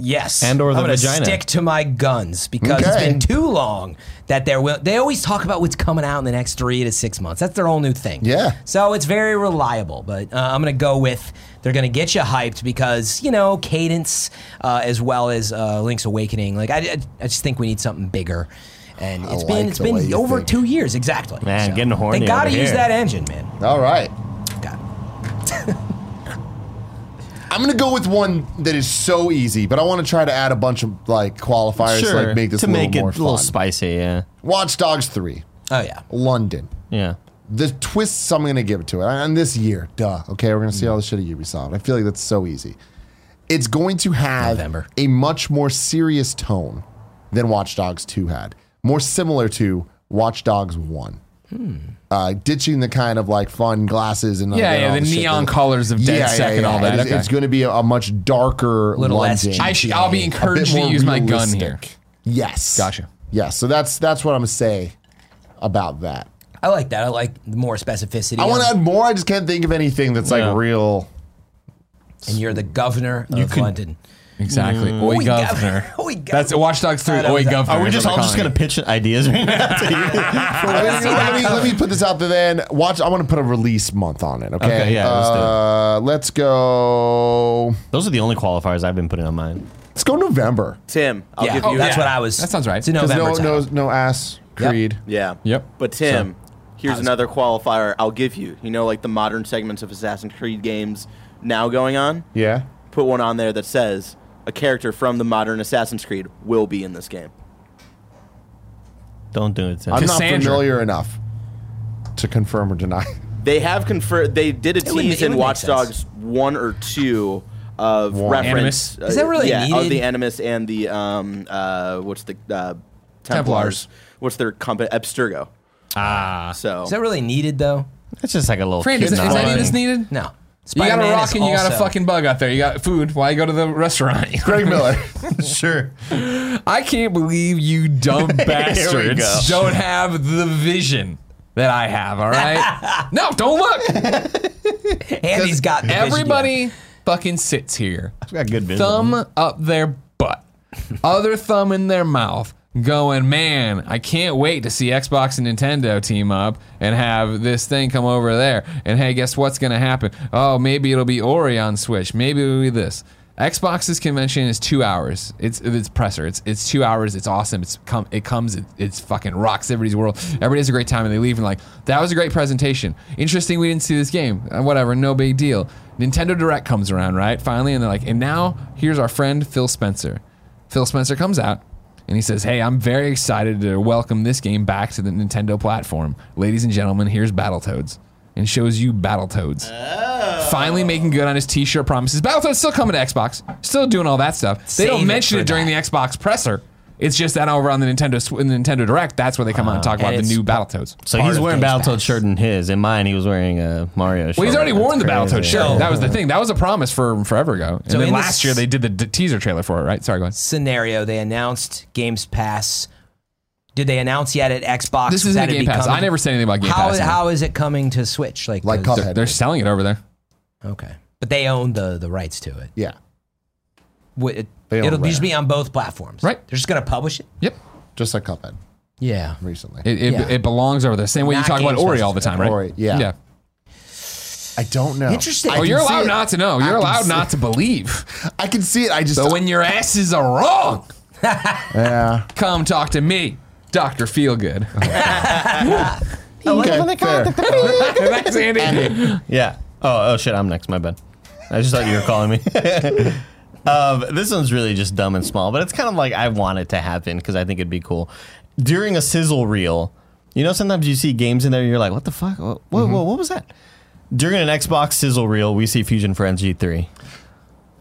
Speaker 3: Yes,
Speaker 4: And or the
Speaker 3: I'm gonna
Speaker 4: vagina.
Speaker 3: Stick to my guns because it's
Speaker 1: Okay.
Speaker 3: been too long that they're will. They always talk about what's coming out in the next three to six months. That's their whole new thing.
Speaker 1: Yeah.
Speaker 3: So it's very reliable. But uh, I'm gonna go with they're gonna get you hyped because you know cadence uh, as well as uh, Link's Awakening. Like I, I- I just think we need something bigger. And it's
Speaker 1: like
Speaker 3: been it's
Speaker 1: the way
Speaker 3: been
Speaker 1: you
Speaker 3: over
Speaker 1: think.
Speaker 3: two years exactly.
Speaker 4: Man, getting horny
Speaker 3: They gotta
Speaker 4: over
Speaker 3: use
Speaker 4: here.
Speaker 3: that engine, man.
Speaker 1: All right.
Speaker 3: God.
Speaker 1: I'm going to go with one that is so easy, but I want to try to add a bunch of like qualifiers to like make this
Speaker 4: to
Speaker 1: a little
Speaker 4: make it
Speaker 1: more
Speaker 4: a little
Speaker 1: fun.
Speaker 4: spicy. Yeah,
Speaker 1: Watch Dogs 3,
Speaker 3: Oh yeah.
Speaker 1: London.
Speaker 4: yeah.
Speaker 1: the twists I'm going to give it to it. And this year, duh. Okay, we're going to
Speaker 2: Mm.
Speaker 1: see all the shit at Ubisoft. I feel like that's so easy. It's going to have
Speaker 3: November.
Speaker 1: a much more serious tone than Watch Dogs 2 had, more similar to Watch Dogs 1. Uh, ditching the kind of like fun glasses and like,
Speaker 2: Hmm. Yeah,
Speaker 1: and
Speaker 2: yeah,
Speaker 1: all
Speaker 2: the
Speaker 1: shit
Speaker 2: neon
Speaker 1: that-
Speaker 2: colors of Dead Sec and all that,
Speaker 1: It is-
Speaker 2: okay.
Speaker 1: It's going to be a, a much darker
Speaker 3: Little less
Speaker 1: London.
Speaker 2: I sh- I'll be
Speaker 1: a bit
Speaker 2: encouraged to
Speaker 1: more
Speaker 2: use my gun here.
Speaker 1: realistic. Yes.
Speaker 2: Gotcha.
Speaker 1: Yes. So that's that's what I'm going to say about that.
Speaker 3: I like that. I like more specificity.
Speaker 1: I want to
Speaker 3: and-
Speaker 1: add more. I just can't think of anything that's like
Speaker 4: Yeah.
Speaker 1: real.
Speaker 3: and you're the governor of London.
Speaker 2: Exactly. Oi,
Speaker 3: Oi, gov-
Speaker 2: governor.
Speaker 3: Oi, gov-
Speaker 2: That's Watch Dogs 3.
Speaker 3: I love
Speaker 2: Oi,
Speaker 3: that.
Speaker 2: governor.
Speaker 4: Are we
Speaker 2: is
Speaker 4: just
Speaker 2: what
Speaker 4: all
Speaker 2: they're
Speaker 4: just
Speaker 2: calling
Speaker 4: gonna pitch ideas right now? to you?
Speaker 1: let, me, let me- let me put this out there then. Watch, I want to put a release month on it. Okay.
Speaker 4: Okay, yeah, let's do it.
Speaker 1: uh, let's go.
Speaker 4: Those are the only qualifiers I've been putting on mine.
Speaker 1: Let's go November.
Speaker 6: Tim, I'll
Speaker 3: yeah, Oh,
Speaker 6: give you
Speaker 3: that's
Speaker 6: that.
Speaker 3: what I was.
Speaker 2: That sounds right.
Speaker 3: It's a
Speaker 1: 'Cause
Speaker 3: November
Speaker 1: No,
Speaker 3: title.
Speaker 1: no, no ass.
Speaker 3: Yep.
Speaker 1: Creed.
Speaker 6: Yeah.
Speaker 2: Yep.
Speaker 6: But Tim, here's another qualifier I'll give you. You know, like the modern segments of Assassin's Creed games now going on.
Speaker 1: Yeah.
Speaker 6: Put one on there that says a character from the modern Assassin's Creed will be in this game.
Speaker 4: Don't do it. Tim.
Speaker 1: I'm
Speaker 2: Cassandra.
Speaker 1: not familiar enough to confirm or deny.
Speaker 6: They have confirmed. They did
Speaker 3: would
Speaker 6: a
Speaker 3: ma-
Speaker 6: tease
Speaker 3: it
Speaker 6: in
Speaker 3: would make
Speaker 6: Watch
Speaker 3: sense.
Speaker 6: Dogs one or two of reference.
Speaker 2: Animus.
Speaker 6: uh,
Speaker 3: Is that really
Speaker 6: yeah, of
Speaker 3: needed?
Speaker 6: the Animus and the um uh what's the uh, Templars.
Speaker 2: Templars.
Speaker 6: What's their company? Abstergo. Ah, so
Speaker 3: Is that really needed though?
Speaker 4: It's just like a little.
Speaker 2: Fran,
Speaker 4: kid
Speaker 2: is, is any
Speaker 4: novel.
Speaker 2: of this needed?
Speaker 3: No.
Speaker 2: You got a
Speaker 3: Spider-Man
Speaker 2: rock
Speaker 3: is
Speaker 2: and you got a
Speaker 3: also-
Speaker 2: fucking bug out there. You got food. Why go to the restaurant?
Speaker 1: Greg Miller.
Speaker 4: Sure.
Speaker 2: I can't believe you dumb
Speaker 4: go.
Speaker 2: bastards don't have the vision that I have, all right? no, don't look.
Speaker 3: Andy's got the vision, yeah.
Speaker 2: Everybody fucking sits here.
Speaker 4: It's got good vision.
Speaker 2: Thumb up their butt, other thumb in their mouth, going, man, I can't wait to see Xbox and Nintendo team up and have this thing come over there. And hey, guess what's going to happen? Oh, maybe it'll be Ori on Switch. Maybe it'll be this. Xbox's convention is two hours. It's it's presser. It's it's two hours. It's awesome. It's come. It comes. It, it's fucking rocks everybody's world. Everybody has a great time and they leave and like that was a great presentation. Interesting. We didn't see this game. Uh, whatever. No big deal. Nintendo Direct comes around right finally and they're like and now here's our friend Phil Spencer. Phil Spencer comes out and he says, Hey, I'm very excited to welcome this game back to the Nintendo platform. Ladies and gentlemen, here's Battletoads. And shows you Battletoads.
Speaker 3: Oh.
Speaker 2: Finally making good on his t shirt promises. Battletoads still coming to Xbox, still doing all that stuff. They
Speaker 3: Save
Speaker 2: don't
Speaker 3: it
Speaker 2: mention
Speaker 3: for
Speaker 2: it during
Speaker 3: that.
Speaker 2: the Xbox presser. It's just that over on the Nintendo Sw- in the Nintendo Direct, that's where they come out and talk about the
Speaker 3: it's
Speaker 2: new Battletoads.
Speaker 4: So he's wearing Battletoad shirt in his. In mine, he was wearing a Mario shirt.
Speaker 2: Well, he's already
Speaker 4: That's
Speaker 2: worn the
Speaker 4: crazy.
Speaker 2: Battletoads shirt.
Speaker 3: So-
Speaker 2: that was the thing. That was a promise for forever ago. And
Speaker 3: So
Speaker 2: then
Speaker 3: in this-
Speaker 2: last year they did the d- teaser trailer for it, right? Sorry, go ahead.
Speaker 3: scenario, they announced Games Pass. Did they announce yet at Xbox?
Speaker 2: This isn't
Speaker 3: that
Speaker 2: a
Speaker 3: it'd
Speaker 2: Game
Speaker 3: be
Speaker 2: Pass.
Speaker 3: coming?
Speaker 2: I never said anything about Game
Speaker 3: how,
Speaker 2: Pass.
Speaker 3: How is it coming to Switch? Like,
Speaker 1: Like
Speaker 3: those-
Speaker 1: Cuphead.
Speaker 2: They're selling it over there.
Speaker 3: okay, but they own the the rights to it.
Speaker 1: yeah.
Speaker 3: Wh- it
Speaker 1: They own
Speaker 3: it'll
Speaker 1: Rare.
Speaker 3: just be on both platforms,
Speaker 2: Right.
Speaker 3: They're just gonna publish it.
Speaker 2: Yep.
Speaker 1: Just like Cuphead
Speaker 3: Yeah,
Speaker 1: recently.
Speaker 2: It, it,
Speaker 3: Yeah.
Speaker 2: it belongs over there. Same way you
Speaker 3: Not
Speaker 2: talk about
Speaker 3: Games
Speaker 2: Ori
Speaker 3: Fest.
Speaker 2: all the time, right?
Speaker 1: Ori, yeah.
Speaker 2: Yeah.
Speaker 1: I don't know.
Speaker 3: Interesting.
Speaker 1: I
Speaker 2: Oh,
Speaker 1: can
Speaker 2: you're
Speaker 1: see
Speaker 2: allowed
Speaker 1: it.
Speaker 2: not to know. You're
Speaker 1: I can
Speaker 2: allowed
Speaker 1: see-
Speaker 2: not to believe.
Speaker 1: I can see it. I just.
Speaker 2: But when your asses are wrong,
Speaker 1: yeah.
Speaker 2: come talk to me, Doctor Feelgood.
Speaker 1: Okay, fair.
Speaker 2: Thanks, Andy.
Speaker 4: Yeah. Oh, oh shit, I'm next. My bad. I just thought you were calling me. um, this one's really just dumb and small, but it's kind of like I want it to happen because I think it'd be cool. During a sizzle reel, you know, sometimes you see games in there and you're like, what the fuck? Whoa, whoa, what was that? During an Xbox sizzle reel, we see Fusion Frenzy 3.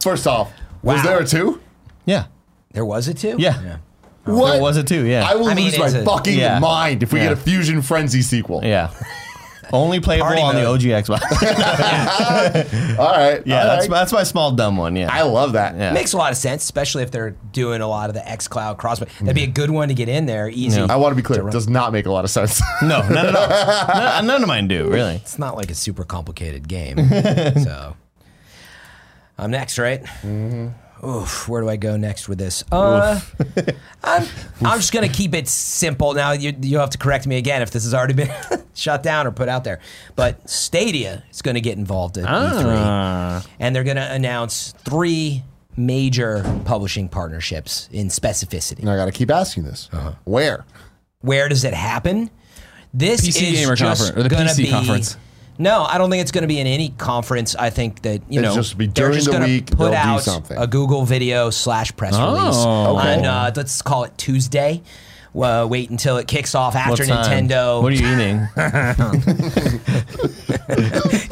Speaker 1: First off, was
Speaker 3: Wow.
Speaker 1: there a two?
Speaker 4: Yeah.
Speaker 3: there was it too.
Speaker 4: Yeah.
Speaker 1: What
Speaker 4: There was it too, yeah.
Speaker 1: I will
Speaker 3: I mean,
Speaker 1: lose my
Speaker 3: it's a-
Speaker 1: fucking
Speaker 4: yeah.
Speaker 1: mind if we
Speaker 4: Yeah.
Speaker 1: get a Fusion Frenzy sequel.
Speaker 4: yeah. Only playable
Speaker 3: Party
Speaker 4: on
Speaker 3: mode.
Speaker 4: the OG Xbox.
Speaker 1: All right.
Speaker 4: yeah,
Speaker 1: all
Speaker 4: that's,
Speaker 1: right.
Speaker 4: my, that's my small dumb one. Yeah.
Speaker 1: I love that.
Speaker 4: yeah.
Speaker 3: Makes a lot of sense, especially if they're doing a lot of the X Cloud crossplay. That'd be a good one to get in there. Easy.
Speaker 1: I want to be clear. It does not make a lot of sense.
Speaker 4: no, none at all. None, none of mine do, really.
Speaker 3: It's not like a super complicated game. so I'm next, right? Oof, where do I go next with this? Uh, I'm, I'm just gonna keep it simple. Now you you'll have to correct me again if this has already been shut down or put out there. But Stadia is gonna get involved at E3, and they're gonna announce three major publishing partnerships in specificity.
Speaker 1: And I got to keep asking this. Where?
Speaker 3: Where does it happen? This
Speaker 2: PC
Speaker 3: is
Speaker 2: Gamer
Speaker 3: just
Speaker 2: Conference, or the
Speaker 3: gonna
Speaker 2: PC
Speaker 3: be-
Speaker 2: conference.
Speaker 3: No, I don't think it's going to be in any conference. I think that you
Speaker 1: It's
Speaker 3: know
Speaker 1: just be
Speaker 3: they're
Speaker 1: during the
Speaker 3: gonna
Speaker 1: week, they'll
Speaker 3: Put
Speaker 1: do
Speaker 3: out
Speaker 1: something.
Speaker 3: a Google video slash press release
Speaker 1: okay.
Speaker 3: on uh, let's call it Tuesday. Uh, wait until it kicks off after
Speaker 4: What time?
Speaker 3: Nintendo.
Speaker 4: What are you eating?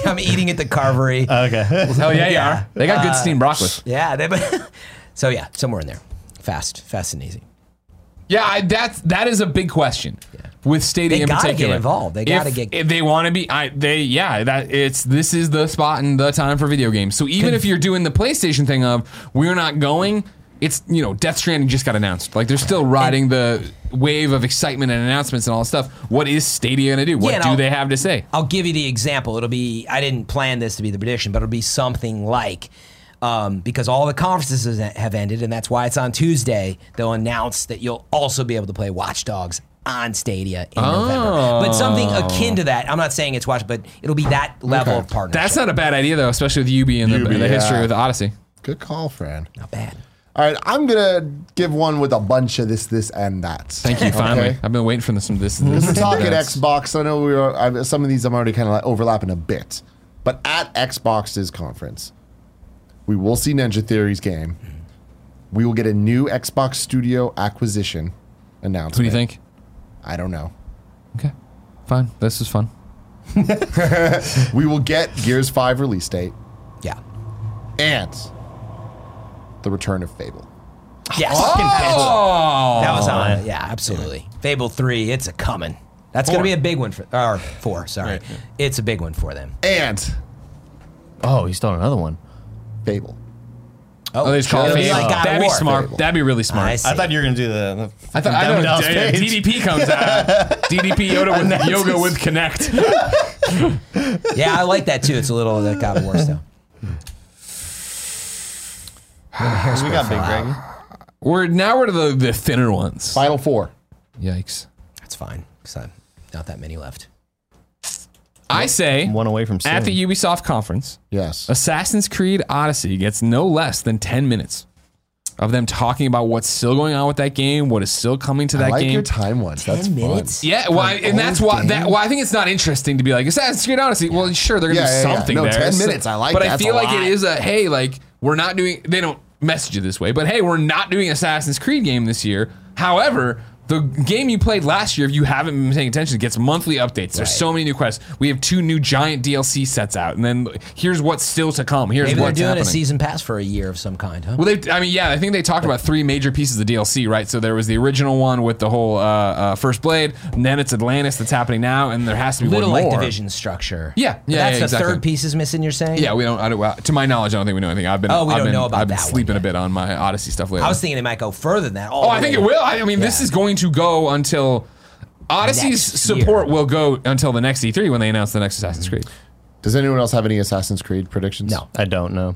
Speaker 3: I'm eating at the Carvery.
Speaker 4: okay.
Speaker 2: Hell yeah, you are. They
Speaker 1: Uh,
Speaker 2: got good steamed broccoli.
Speaker 3: yeah, they, so yeah, somewhere in there, fast, fast and easy.
Speaker 2: Yeah, I, that's that is a big question with Stadia
Speaker 3: They
Speaker 2: in
Speaker 3: gotta get
Speaker 2: particular.
Speaker 3: involved. They gotta
Speaker 2: If-
Speaker 3: get-
Speaker 2: If they want to be, I they yeah. That it's this is the spot and the time for video games. So even if you're doing the PlayStation thing of we're not going, it's you know Death Stranding just got announced. Like they're still riding the wave of excitement and announcements and all that stuff. What is Stadia gonna do? What
Speaker 3: and
Speaker 2: do
Speaker 3: I'll-
Speaker 2: they have to say?
Speaker 3: I'll give you the example. It'll be I didn't plan this to be the prediction, but it'll be something like um, because all the conferences has- have ended, and that's why it's on Tuesday. They'll announce that you'll also be able to play Watch Dogs on Stadia in November, but something akin to that. I'm not saying it's Watch, but it'll be that level of partnership.
Speaker 2: That's not a bad idea though, especially with UB and the,
Speaker 1: UB,
Speaker 2: and the history
Speaker 1: yeah.
Speaker 2: with Odyssey.
Speaker 1: Good call, Fran.
Speaker 3: not bad.
Speaker 1: All right, I'm gonna give one with a bunch of this, this, and that.
Speaker 2: Thank you. Finally, I've been waiting for this. This. this
Speaker 1: We're talking Xbox. I know we are. I, some of these I'm already kind of like overlapping a bit, but at Xbox's conference, we will see Ninja Theory's game. We will get a new Xbox Studio acquisition announcement.
Speaker 2: What do you think?
Speaker 1: I don't know.
Speaker 2: Okay, fine. This is fun.
Speaker 1: we will get Gears 5 release date
Speaker 3: Yeah.
Speaker 1: and the return of Fable.
Speaker 3: Yes.
Speaker 2: Oh,
Speaker 3: That was on. it. Yeah, absolutely. Fable three, it's a coming. That's going to be a big one for or four. Sorry, it's a big one for them.
Speaker 1: And
Speaker 4: Oh, he's done another one.
Speaker 1: Fable.
Speaker 2: oh, they just call it
Speaker 3: it'll be
Speaker 2: Fable.
Speaker 3: like God of
Speaker 2: That'd be
Speaker 3: War.
Speaker 2: smart. That'd be really smart.
Speaker 3: I,
Speaker 2: I,
Speaker 3: see.
Speaker 4: I thought you were gonna do the. the
Speaker 2: thought I
Speaker 4: Dumb
Speaker 2: know
Speaker 4: Dumb
Speaker 2: yeah,
Speaker 4: Stage.
Speaker 2: DDP comes out. DDP Yoda with yoga with Connect.
Speaker 3: yeah, I like that too. It's a little of that God of War stuff.
Speaker 4: we got Big Greg.
Speaker 2: We're now we're to the, the thinner ones.
Speaker 1: Final Four.
Speaker 2: Yikes.
Speaker 3: That's fine. 'cause I'm not that many left.
Speaker 2: I say
Speaker 4: One away from
Speaker 2: at
Speaker 4: soon.
Speaker 2: the Ubisoft conference,
Speaker 1: Yes.
Speaker 2: Assassin's Creed Odyssey gets no less than 10 minutes of them talking about what's still going on with that game, what is still coming to that
Speaker 1: I like
Speaker 2: game.
Speaker 1: your time ones. That's
Speaker 3: Ten
Speaker 1: fun.
Speaker 3: minutes.
Speaker 2: yeah, well, I- and that's
Speaker 1: old
Speaker 2: why that
Speaker 1: game.
Speaker 2: why I think it's not interesting to be like Assassin's Creed Odyssey. Well, sure they're gonna
Speaker 1: Yeah, yeah,
Speaker 2: do
Speaker 1: yeah.
Speaker 2: something
Speaker 1: No,
Speaker 2: there.
Speaker 1: 10
Speaker 2: So-
Speaker 1: minutes, I like
Speaker 2: But I
Speaker 1: that's
Speaker 2: feel
Speaker 1: a
Speaker 2: like
Speaker 1: lot.
Speaker 2: it is a hey, like we're not doing. They don't message you this way, but hey, we're not doing Assassin's Creed game this year. However. The game you played last year, if you haven't been paying attention, gets monthly updates. There's so many new quests. We have two new giant DLC sets out, and then here's what's still to come. Here's
Speaker 3: Maybe they're
Speaker 2: what's
Speaker 3: doing
Speaker 2: happening.
Speaker 3: a season pass for a year of some kind, huh?
Speaker 2: Well, they, I mean, yeah, I think they talked about three major pieces of DLC, right? So there was the original one with the whole uh, uh, First Blade, and then it's Atlantis that's happening now, and there has to be
Speaker 3: little
Speaker 2: one
Speaker 3: like
Speaker 2: more.
Speaker 3: division structure.
Speaker 2: Yeah,
Speaker 3: But
Speaker 2: yeah,
Speaker 3: That's
Speaker 2: yeah,
Speaker 3: the
Speaker 2: exactly.
Speaker 3: third piece is missing. You're saying?
Speaker 2: Yeah, we don't. I don't well, to my knowledge, I don't think we know anything. I've been.
Speaker 3: Oh, we
Speaker 2: I've
Speaker 3: don't
Speaker 2: been,
Speaker 3: know about
Speaker 2: I've been
Speaker 3: that one
Speaker 2: sleeping a
Speaker 3: yet.
Speaker 2: bit on my Odyssey stuff lately.
Speaker 3: I was thinking it might go further than that. all
Speaker 2: oh,
Speaker 3: the
Speaker 2: I think
Speaker 3: way.
Speaker 2: it will. I, I mean, this
Speaker 3: Yeah.
Speaker 2: is going to go until. Odyssey's
Speaker 3: Next
Speaker 2: support
Speaker 3: year.
Speaker 2: will go until the next E3 when they announce the next Assassin's Creed.
Speaker 1: Does anyone else have any Assassin's Creed predictions?
Speaker 3: No.
Speaker 4: I don't know.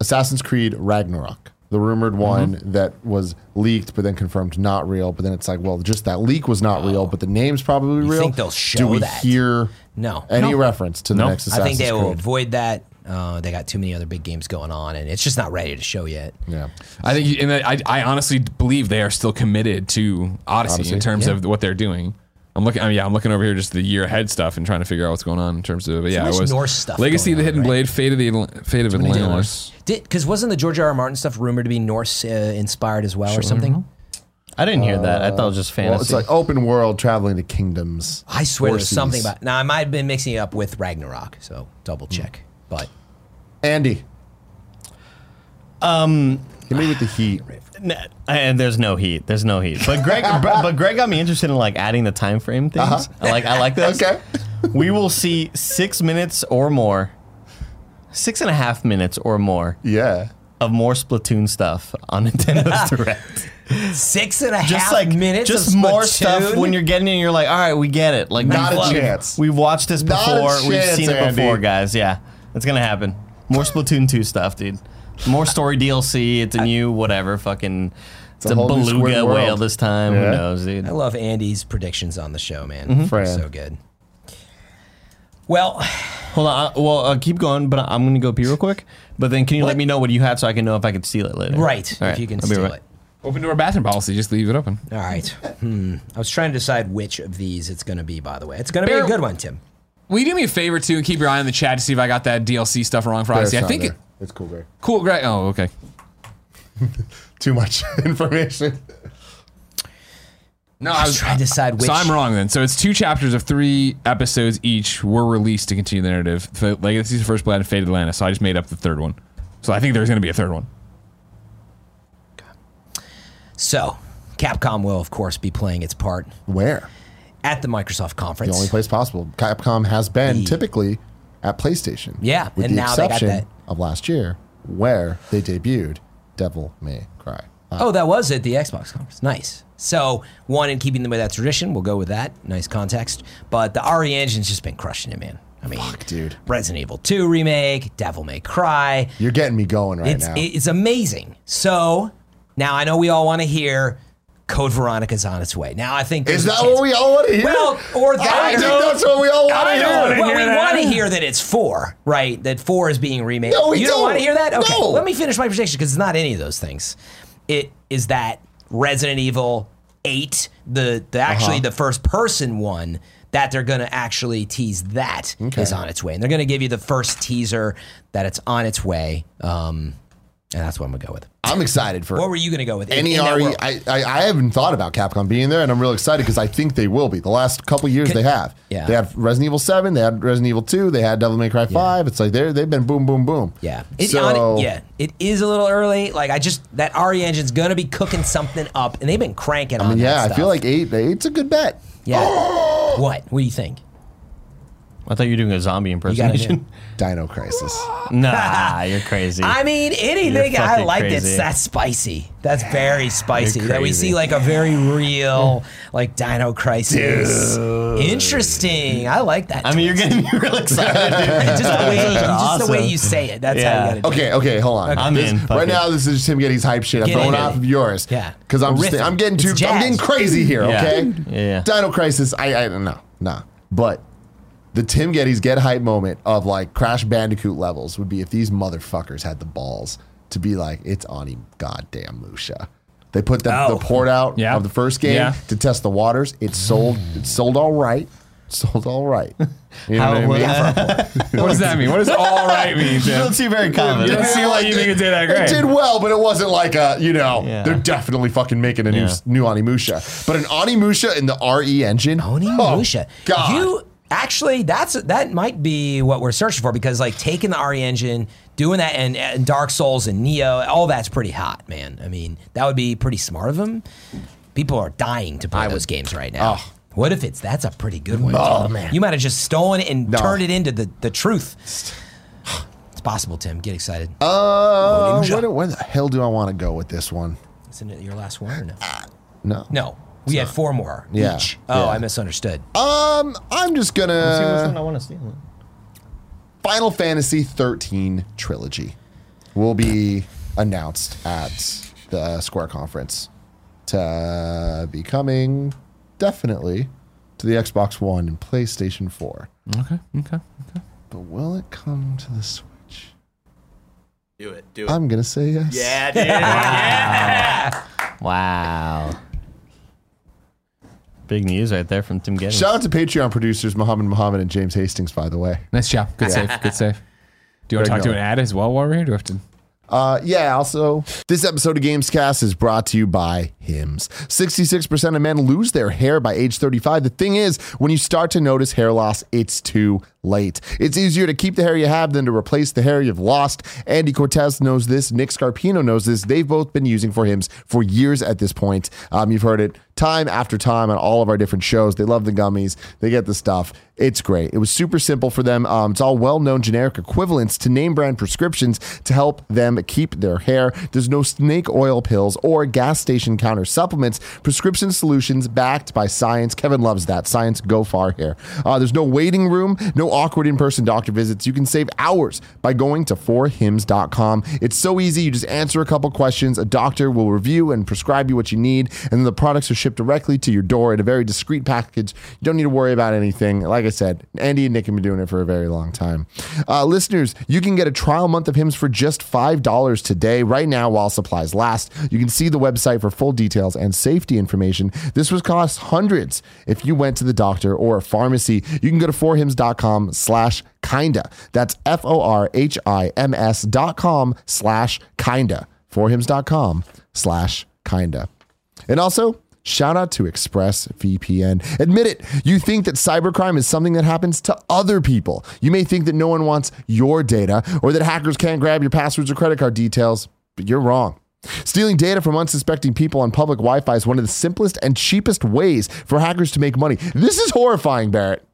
Speaker 1: Assassin's Creed Ragnarok, the rumored
Speaker 3: Mm-hmm.
Speaker 1: one that was leaked but then confirmed not real. But then it's like, well, just that leak was not real, but the name's probably real.
Speaker 3: Oh. think they'll show
Speaker 1: Do we
Speaker 3: that?
Speaker 1: hear
Speaker 3: No.
Speaker 1: any reference to the
Speaker 4: No.
Speaker 1: next
Speaker 3: I
Speaker 1: Assassin's
Speaker 3: think they
Speaker 1: Creed?
Speaker 3: will avoid that. Uh, they got too many other big games going on, and it's just not ready to show yet.
Speaker 1: Yeah.
Speaker 2: I think, and I, I honestly believe they are still committed to Odyssey,
Speaker 1: Odyssey,
Speaker 2: in terms
Speaker 3: yeah.
Speaker 2: of what they're doing. I'm looking. I mean, yeah, I'm looking over here just the year ahead stuff and trying to figure out what's going on in terms of. But yeah,
Speaker 3: much
Speaker 2: it was
Speaker 3: Norse stuff
Speaker 2: Legacy of the
Speaker 3: going on,
Speaker 2: Hidden
Speaker 3: right?
Speaker 2: Blade, Fate of the Atl- Fate of Atlantis.
Speaker 3: Did because wasn't the George R. R. Martin stuff rumored to be Norse uh, inspired as well or something?
Speaker 2: Mm-hmm.
Speaker 4: I didn't hear that. I thought it was just fantasy.
Speaker 1: Well, it's like oh. open world traveling to kingdoms.
Speaker 3: I swear there's
Speaker 1: Horses.
Speaker 3: something about. Now I might have been mixing it up with Ragnarok, so double check.
Speaker 2: Mm.
Speaker 3: But
Speaker 1: Andy. Um, Hit me with the heat.
Speaker 4: N- and there's no heat. There's no heat. But Greg, but but Greg got me interested in like adding the time frame things. I like I like this.
Speaker 1: Okay.
Speaker 4: we will see six minutes or more, six and a half minutes or more
Speaker 1: Yeah.
Speaker 4: of more Splatoon stuff on Nintendo's Direct.
Speaker 3: six and a half
Speaker 4: Just like
Speaker 3: minutes,
Speaker 4: just
Speaker 3: of
Speaker 4: more
Speaker 3: Splatoon?
Speaker 4: stuff when you're getting it. You're like, all right, we get it. Like
Speaker 1: Not
Speaker 4: we've
Speaker 1: a
Speaker 4: wa-
Speaker 1: chance.
Speaker 4: We've watched this
Speaker 1: Not a
Speaker 4: before. we've
Speaker 1: chance,
Speaker 4: seen it
Speaker 1: Andy.
Speaker 4: before, guys. Yeah, it's gonna happen. More Splatoon two stuff, dude. More story DLC. It's a new whatever. Fucking. It's, a,
Speaker 1: a whole new squid
Speaker 4: beluga
Speaker 1: world.
Speaker 4: whale this time. Who
Speaker 1: Yeah.
Speaker 4: knows, dude?
Speaker 3: I love Andy's predictions on the show, man.
Speaker 4: Mm-hmm.
Speaker 1: Fran.
Speaker 3: So good. Well,
Speaker 4: Hold on. I, well, uh, keep going, but I'm going to go pee real quick. But then can you let me know what you have so I can know if I can steal it later?
Speaker 3: right.
Speaker 4: All
Speaker 3: if you can
Speaker 4: I'll be
Speaker 3: steal
Speaker 4: right-
Speaker 3: it.
Speaker 2: Open door bathroom policy. Just leave it open.
Speaker 3: All right. Hmm. I was trying to decide which of these it's going to be. By the way, it's going to be a
Speaker 2: Bear-
Speaker 3: good one, Tim.
Speaker 2: Will you do me a favor too and keep your eye on the chat to see if I got that DLC stuff wrong for Odyssey? I think it,
Speaker 1: it's cool, Greg.
Speaker 2: cool, Greg. Oh, okay.
Speaker 1: Too much information.
Speaker 2: No,
Speaker 3: I was trying to decide which.
Speaker 2: So I'm wrong then. So it's two chapters of three episodes each were released to continue the narrative. The Legacy of First Blood and Fate of Atlantis. So I just made up the third one. So I think there's going to be a third one.
Speaker 3: So, Capcom will of course be playing its part
Speaker 1: Where?
Speaker 3: at the Microsoft conference.
Speaker 1: The only place possible. Capcom has been typically at PlayStation.
Speaker 3: Yeah,
Speaker 1: With
Speaker 3: and
Speaker 1: the
Speaker 3: now they got
Speaker 1: exception
Speaker 3: that.
Speaker 1: of last year, where they debuted Devil May Cry. Uh,
Speaker 3: Oh, that was at the Xbox conference. Nice. So, one, in keeping with that tradition, we'll go with that. Nice context. But the RE engine's just been crushing it, man. I mean,
Speaker 1: dude.
Speaker 3: Resident Evil 2 remake, Devil May Cry.
Speaker 1: You're getting me going right
Speaker 3: It's,
Speaker 1: now.
Speaker 3: it's amazing. So, now I know we all want to hear Code Veronica's on its way. Now, I think.
Speaker 1: Is
Speaker 3: there's a
Speaker 1: that
Speaker 3: chance-
Speaker 1: what we all want to hear?
Speaker 3: Well, or that.
Speaker 1: I think that's what we all want to hear.
Speaker 3: well, we want to hear that it's four, right? That four is being remade.
Speaker 1: No, we
Speaker 3: you don't
Speaker 1: don't.
Speaker 3: want to hear that. Okay,
Speaker 1: No.
Speaker 3: let me finish my prediction because it's not any of those things. It is that Resident Evil Eight, the, the actually
Speaker 1: Uh-huh.
Speaker 3: the first person one that they're going to actually tease that is on its way, and they're going to give you the first teaser that it's on its way, um, and that's what I'm going to go with.
Speaker 1: I'm excited for
Speaker 3: What were you going to go with? In-
Speaker 1: any
Speaker 3: in that
Speaker 1: RE.
Speaker 3: world?
Speaker 1: I, I, I haven't thought about Capcom being there, and I'm real excited because I think they will be. The last couple years they have.
Speaker 3: Yeah.
Speaker 1: They have Resident Evil 7, they had Resident Evil 2, they had Devil May Cry 5. It's like they're, they've been boom, boom, boom.
Speaker 3: Yeah. It,
Speaker 1: It, so,
Speaker 3: hon- yeah. It is a little early. Like I just that RE engine's gonna be cooking something up, and they've been cranking on. that
Speaker 1: yeah, I
Speaker 3: stuff.
Speaker 1: feel like eight, eight's a good bet.
Speaker 3: Yeah. what? What do you think?
Speaker 4: I thought you were doing a zombie impersonation.
Speaker 1: Dino Crisis.
Speaker 4: nah, you're crazy.
Speaker 3: I mean, anything
Speaker 4: You're
Speaker 3: I
Speaker 4: fucking
Speaker 3: liked
Speaker 4: crazy.
Speaker 3: it. That's spicy. That's very spicy. That we
Speaker 4: crazy.
Speaker 3: see like a very real like Dino Crisis. Interesting. I like that.
Speaker 4: I mean, you're getting me real excited.
Speaker 3: just, the way, you, just the way
Speaker 4: awesome.
Speaker 3: you say it. That's
Speaker 4: Yeah.
Speaker 3: how you got to.
Speaker 1: Okay, okay, hold on.
Speaker 4: I'm
Speaker 1: This-
Speaker 4: in, fuck
Speaker 1: Right
Speaker 4: it.
Speaker 1: now, this is just him getting his hype shit. I'm
Speaker 3: Get
Speaker 1: throwing
Speaker 3: in.
Speaker 1: off of yours.
Speaker 3: Yeah.
Speaker 1: Because I'm just,
Speaker 3: Riffing.
Speaker 1: I'm getting too,
Speaker 3: It's
Speaker 1: I'm
Speaker 3: jazz.
Speaker 1: getting crazy here.
Speaker 4: Yeah.
Speaker 1: Okay.
Speaker 4: Yeah.
Speaker 1: Dino Crisis. I, I don't know. Nah. But the Tim Getty's get hype moment of like Crash Bandicoot levels would be if these motherfuckers had the balls to be like, it's Ani goddamn Musha. They put the,
Speaker 3: Oh.
Speaker 1: the port out
Speaker 2: Yeah.
Speaker 1: of the first game
Speaker 2: Yeah.
Speaker 1: to test the waters. It sold. It sold all right. Sold all right. You know
Speaker 4: How-
Speaker 1: what I mean?
Speaker 2: What does that mean? What does all right mean,
Speaker 4: you
Speaker 2: Tim?
Speaker 4: don't seem very confident.
Speaker 2: Yeah. see why you think it did that great.
Speaker 1: It did well, but it wasn't like a you know
Speaker 4: Yeah.
Speaker 1: they're definitely fucking making a new
Speaker 4: Yeah.
Speaker 1: new Animusha, but an Animusha in the RE engine.
Speaker 3: Onimusha.
Speaker 1: Oh, God,
Speaker 3: You actually that's that might be what we're searching for because like taking the RE engine, doing that and, and Dark Souls and Neo, all that's pretty hot, man. I mean, that would be pretty smart of them. People are dying to play those games right now. What if it's that's a pretty good one?
Speaker 1: Oh, man.
Speaker 3: You might have just stolen it and
Speaker 1: No.
Speaker 3: turned it into the, the truth. It's possible, Tim. Get excited.
Speaker 1: uh,
Speaker 3: Onimusha.
Speaker 1: where, where the hell do I want to go with this one?
Speaker 3: Isn't it your last one or no?
Speaker 1: No,
Speaker 3: No. We had four more
Speaker 1: Ah. Yeah,
Speaker 3: each. Oh,
Speaker 1: yeah.
Speaker 3: I misunderstood.
Speaker 1: Um, I'm just gonna Final Fantasy 13 trilogy will be announced at the Square conference to be coming definitely to the Xbox One and PlayStation 4.
Speaker 2: Okay, okay.
Speaker 1: But will it come to the Switch?
Speaker 6: Do it. Do it.
Speaker 1: I'm gonna say yes.
Speaker 6: yeah, dude. yeah.
Speaker 4: Wow. Big news right there from Tim Gettys.
Speaker 1: Shout out to Patreon producers Muhammad Muhammad and James Hastings, by the way.
Speaker 2: Nice job. Good save. Good save. Do you want to
Speaker 1: Very
Speaker 2: talk to
Speaker 1: good.
Speaker 2: an ad as well while we're here? Do I have to?
Speaker 1: Uh, yeah, also, this episode of Gamescast is brought to you by Hims. 66% of men lose their hair by age 35. The thing is, when you start to notice hair loss, it's too late. It's easier to keep the hair you have than to replace the hair you've lost. Andy Cortez knows this. Nick Scarpino knows this. They've both been using for Hims for years at this point. Um, you've heard it time after time on all of our different shows. They love the gummies. They get the stuff. It's great. It was super simple for them. Um, it's all well known generic equivalents to name brand prescriptions to help them keep their hair. There's no snake oil pills or gas station counter supplements. Prescription solutions backed by science. Kevin loves that. Science go far here. Uh, there's no waiting room, no awkward in person doctor visits. You can save hours by going to 4hims.com. It's so easy. You just answer a couple questions. A doctor will review and prescribe you what you need, and then the products are shipped directly to your door in a very discreet package. You don't need to worry about anything. Like I said, Andy and Nick have been doing it for a very long time. Uh, listeners, you can get a trial month of Hims for just $5 today, right now, while supplies last. You can see the website for full details and safety information. This would cost hundreds if you went to the doctor or a pharmacy. You can go to forhims.com slash kinda. That's F-O-R-H-I-M-S dot com slash kinda. Forhims.com slash kinda. And also, shout out to ExpressVPN. Admit it, you think that cybercrime is something that happens to other people. You may think that no one wants your data or that hackers can't grab your passwords or credit card details, but you're wrong. Stealing data from unsuspecting people on public Wi Fi is one of the simplest and cheapest ways for hackers to make money. This is horrifying, Barrett.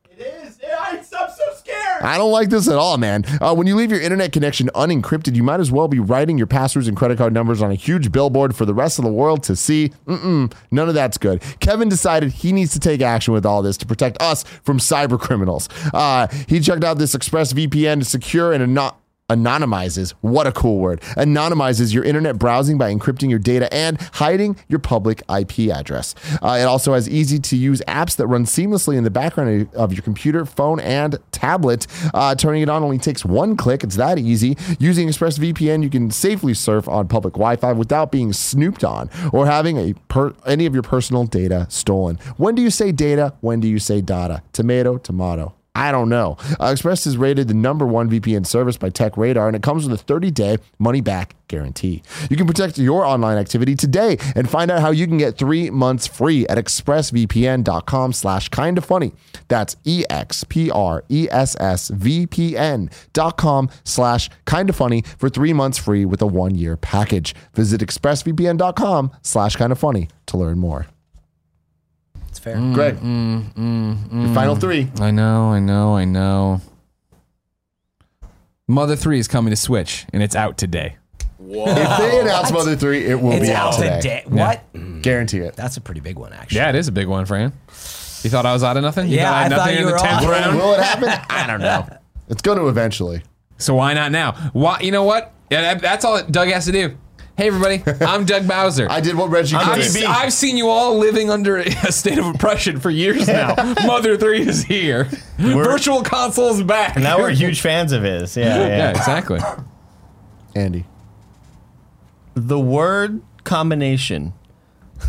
Speaker 1: I don't like this at all, man. Uh, when you leave your internet connection unencrypted, you might as well be writing your passwords and credit card numbers on a huge billboard for the rest of the world to see. Mm-mm, none of that's good. Kevin decided he needs to take action with all this to protect us from cyber criminals. Uh, he checked out this ExpressVPN to secure and not anonymizes what a cool word anonymizes your internet browsing by encrypting your data and hiding your public ip address Uh, it also has easy to use apps that run seamlessly in the background of your computer phone and tablet Uh, turning it on only takes one click it's that easy using expressvpn you can safely surf on public wi-fi without being snooped on or having a per- any of your personal data stolen when do you say data when do you say data tomato tomato I don't know. Uh, Express is rated the number one VPN service by Tech Radar, and it comes with a 30 day money back guarantee. You can protect your online activity today and find out how you can get three months free at expressvpn.com slash kinda funny. That's E E-X-P-R-E-S-S-V-P-N dot com slash kinda funny for three months free with a one-year package. Visit expressvpn.com slash kinda funny to learn more.
Speaker 3: It's fair.
Speaker 1: Greg, your final three.
Speaker 2: I know, I know, I know. Mother 3 is coming to Switch, and it's out today.
Speaker 1: If they announce Mother 3, it will
Speaker 3: It's
Speaker 1: be out
Speaker 3: out
Speaker 1: today.
Speaker 3: today. What? Mm,
Speaker 1: Guarantee it.
Speaker 3: That's a pretty big one, actually.
Speaker 2: Yeah, it is a big one, Fran. You thought I was out of nothing? You
Speaker 3: Yeah,
Speaker 2: I had
Speaker 3: I thought
Speaker 2: nothing in
Speaker 3: you
Speaker 2: the
Speaker 3: were
Speaker 2: 10th
Speaker 3: off.
Speaker 2: round?
Speaker 1: Will it happen?
Speaker 2: I don't know.
Speaker 1: It's going to eventually.
Speaker 2: So why not now? Why? You know what? Yeah, that- that's all that Doug has to do. Hey, everybody, I'm Doug Bowser.
Speaker 1: I did what Reggie
Speaker 2: I've,
Speaker 1: could.
Speaker 2: se- I've seen you all living under a state of oppression for years now. Mother 3 is here. Virtual console's back.
Speaker 4: Now we're huge fans of his. Yeah, yeah.
Speaker 2: yeah, exactly.
Speaker 1: Andy.
Speaker 4: The word combination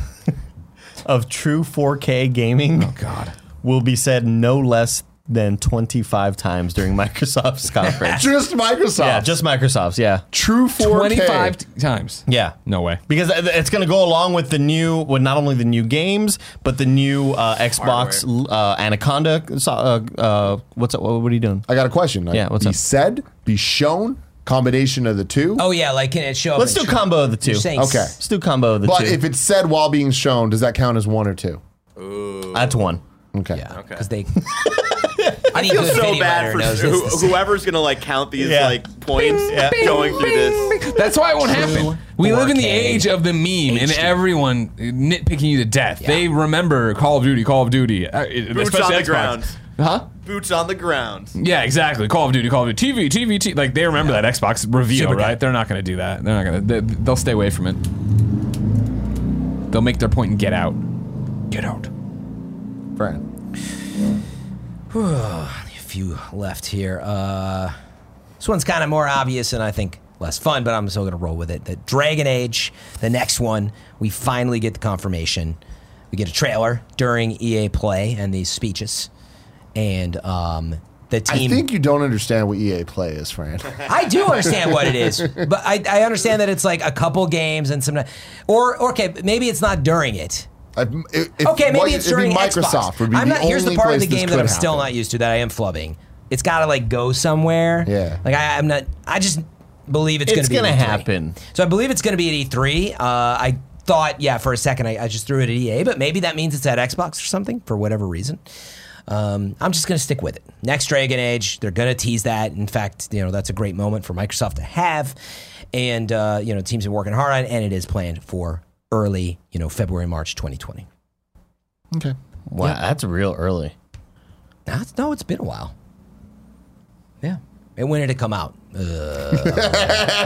Speaker 4: of true 4K gaming
Speaker 2: God.
Speaker 4: will be said no less than 25 times during Microsoft's conference.
Speaker 1: Just Microsoft.
Speaker 4: yeah, just Microsoft's. Yeah.
Speaker 1: true 4K.
Speaker 2: 25 t- times.
Speaker 4: Yeah.
Speaker 2: No way.
Speaker 4: Because th- th- it's going to go along with the new, well, not only the new games, but the new uh, Xbox uh, Anaconda. so- Uh, uh, what's up? What are you doing?
Speaker 1: I got a question. Like,
Speaker 4: Yeah, what's
Speaker 1: be
Speaker 4: up?
Speaker 1: said, be shown, combination of the two.
Speaker 3: Oh yeah, like can it show up?
Speaker 4: Let's
Speaker 3: in
Speaker 4: do
Speaker 3: tr-
Speaker 4: combo of the two.
Speaker 3: You're saying
Speaker 1: Okay.
Speaker 3: s-
Speaker 4: Let's do combo of the
Speaker 1: but
Speaker 4: two.
Speaker 1: if it's said while being shown, does that count as one or two?
Speaker 4: That's one.
Speaker 1: Okay.
Speaker 3: Yeah, because they. Any good
Speaker 6: so
Speaker 3: video
Speaker 6: bad
Speaker 3: editor
Speaker 6: for
Speaker 3: knows
Speaker 6: who,
Speaker 3: this. This-
Speaker 6: whoever's gonna like count these
Speaker 4: Yeah.
Speaker 6: like points going through this.
Speaker 2: That's why it won't happen. We live in the
Speaker 3: 4K
Speaker 2: age of the meme and
Speaker 3: HD.
Speaker 2: everyone nitpicking you to death. They remember Call of Duty, Call of Duty. uh,
Speaker 6: Boots
Speaker 2: especially
Speaker 6: on the
Speaker 2: Xbox.
Speaker 6: ground.
Speaker 2: Huh?
Speaker 6: Boots on the ground.
Speaker 2: Yeah, exactly. Call of Duty, Call of Duty, TV, TV, TV. Like they remember that Xbox reveal, right? They're not going to do that. They're not going to. They, they'll stay away from it. They'll make their point and get out. Get out.
Speaker 1: Fran.
Speaker 3: a few left here. Uh, this one's kind of more obvious and I think less fun, but I'm still gonna roll with it. The Dragon Age, the next one, we finally get the confirmation. We get a trailer during EA Play and these speeches, and um, the
Speaker 1: I
Speaker 3: team.
Speaker 1: think you don't understand what EA Play is, Fran.
Speaker 3: I do understand what it is, but I, I understand that it's like a couple games and some, or or, okay, maybe it's not during it.
Speaker 1: I- if- if-
Speaker 3: okay, maybe
Speaker 1: what-
Speaker 3: it's
Speaker 1: it'd be
Speaker 3: during
Speaker 1: Microsoft.
Speaker 3: Xbox.
Speaker 1: Would be
Speaker 3: I'm
Speaker 1: the
Speaker 3: not. Here's the
Speaker 1: only
Speaker 3: part of
Speaker 1: place
Speaker 3: the
Speaker 1: this
Speaker 3: game that
Speaker 1: could
Speaker 3: I'm still
Speaker 1: happen.
Speaker 3: not used to that I am flubbing. It's got to like go somewhere.
Speaker 1: Yeah.
Speaker 3: Like I, I'm not. I just believe it's,
Speaker 4: It's
Speaker 3: going to
Speaker 4: gonna
Speaker 3: be. at E3.
Speaker 4: happen.
Speaker 3: So I believe it's going to be at E3. Uh, I thought, yeah, for a second, I, I just threw it at EA, but maybe that means it's at Xbox or something for whatever reason. Um, I'm just going to stick with it. Next Dragon Age, they're going to tease that. In fact, you know that's a great moment for Microsoft to have, and uh, you know teams are working hard on, it, and it is planned for early, you know, February, March, 2020.
Speaker 1: Okay.
Speaker 4: Wow, that's real early.
Speaker 3: No, it's, no, it's been a while. Yeah. And when did it come out? Uh,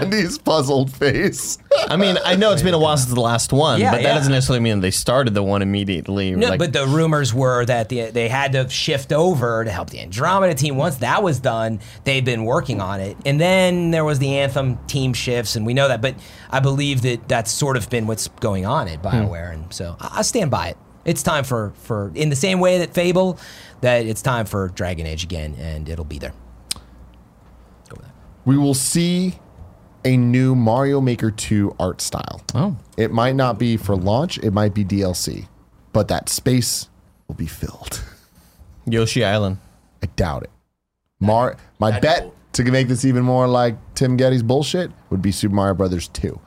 Speaker 1: Andy's puzzled face.
Speaker 4: I mean, I know it's been a while since the last one,
Speaker 3: Yeah,
Speaker 4: but that
Speaker 3: yeah.
Speaker 4: doesn't necessarily mean they started the one immediately.
Speaker 3: no,
Speaker 4: like-
Speaker 3: but the rumors were that the, they had to shift over to help the Andromeda team. Once that was done, they'd been working on it. And then there was the Anthem team shifts, and we know that. But I believe that that's sort of been what's going on at BioWare. And so I, I stand by it. It's time for, for, in the same way that Fable, that it's time for Dragon Age again, and it'll be there.
Speaker 1: we will see a new Mario Maker 2 art style.
Speaker 2: Oh.
Speaker 1: It might not be for launch, it might be DLC, but that space will be filled.
Speaker 4: Yoshi Island.
Speaker 1: I doubt it. Mar- my bet to make this even more like Tim Getty's bullshit would be Super Mario Brothers 2.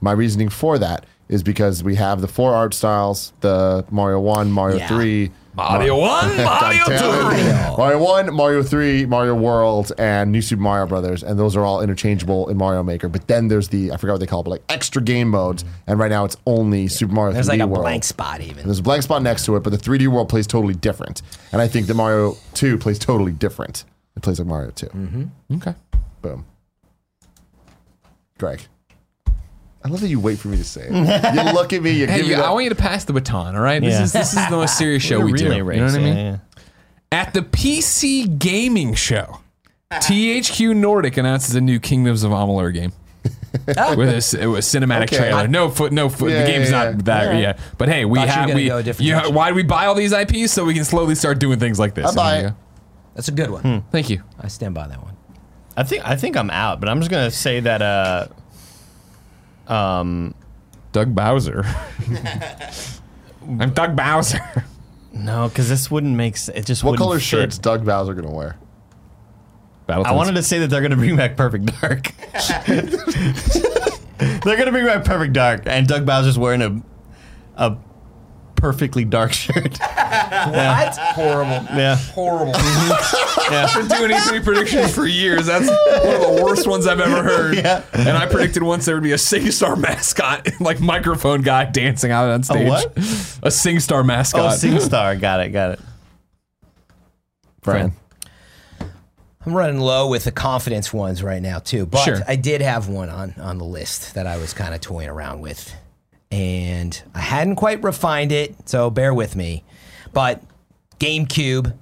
Speaker 1: My reasoning for that is because we have the four art styles, the Mario 1, Mario
Speaker 3: Yeah.
Speaker 1: 3,
Speaker 2: Mario One, Mario
Speaker 1: God damn
Speaker 2: Two.
Speaker 1: it. Mario 1, Mario 3, Mario World, and New Super Mario Brothers. And those are all interchangeable in Mario Maker. But then there's the, I forgot what they call it, but like extra game modes. And right now it's only Super Mario
Speaker 3: There's
Speaker 1: 3D
Speaker 3: like a
Speaker 1: World.
Speaker 3: blank spot, even.
Speaker 1: There's a blank spot next to it, but the 3D world plays totally different. And I think the Mario 2 plays totally different. It plays like Mario 2.
Speaker 2: Okay.
Speaker 1: Boom. Greg. I love that you wait for me to say it. you look at me, you
Speaker 2: Hey,
Speaker 1: give me
Speaker 2: you,
Speaker 1: that.
Speaker 2: I want you to pass the baton. All right. This
Speaker 4: Yeah.
Speaker 2: is this is the most serious show we do.
Speaker 4: relay
Speaker 2: You know
Speaker 4: race,
Speaker 2: what I
Speaker 4: yeah,
Speaker 2: mean?
Speaker 4: yeah.
Speaker 2: At the PC gaming show, THQ Nordic announces a new Kingdoms of Amalur game.
Speaker 3: Oh.
Speaker 2: with a, c- with a cinematic
Speaker 1: Okay.
Speaker 2: trailer. No foot, no foot.
Speaker 1: Yeah,
Speaker 2: the game's
Speaker 1: yeah,
Speaker 2: not
Speaker 1: yeah.
Speaker 2: that
Speaker 3: Alright.
Speaker 2: yeah. But hey, we
Speaker 3: Thought you were
Speaker 2: have
Speaker 3: gonna
Speaker 2: we
Speaker 3: go a different
Speaker 2: you know,
Speaker 3: direction.
Speaker 2: why do we buy all these IPs so we can slowly start doing things like this?
Speaker 1: I buy
Speaker 2: Yeah.
Speaker 1: it.
Speaker 3: That's a good one.
Speaker 2: Thank you.
Speaker 3: I stand by that one.
Speaker 4: I think I think I'm out, but I'm just gonna say that. Uh,
Speaker 2: Doug Bowser. I'm Doug Bowser.
Speaker 4: no, because this wouldn't make sense. It just
Speaker 1: What
Speaker 4: wouldn't
Speaker 1: color
Speaker 4: fit.
Speaker 1: shirt's Doug Bowser gonna wear?
Speaker 4: I wanted to say that they're gonna bring back Perfect Dark. they're gonna bring back Perfect Dark, and Doug Bowser's wearing a a perfectly dark shirt.
Speaker 3: That's horrible.
Speaker 4: yeah. Oh,
Speaker 3: Horrible.
Speaker 2: I've been doing E3 predictions for years. That's one of the worst ones I've ever heard. And I predicted once there would be a SingStar mascot, like microphone guy dancing out on stage.
Speaker 4: what?
Speaker 2: A SingStar
Speaker 4: Oh,
Speaker 2: mascot.
Speaker 4: SingStar. Got it. Got it.
Speaker 1: Brian.
Speaker 3: I'm running low with the confidence ones right now too, but
Speaker 2: Sure.
Speaker 3: I did have one on on the list that I was kind of toying around with, and I hadn't quite refined it, so bear with me. But GameCube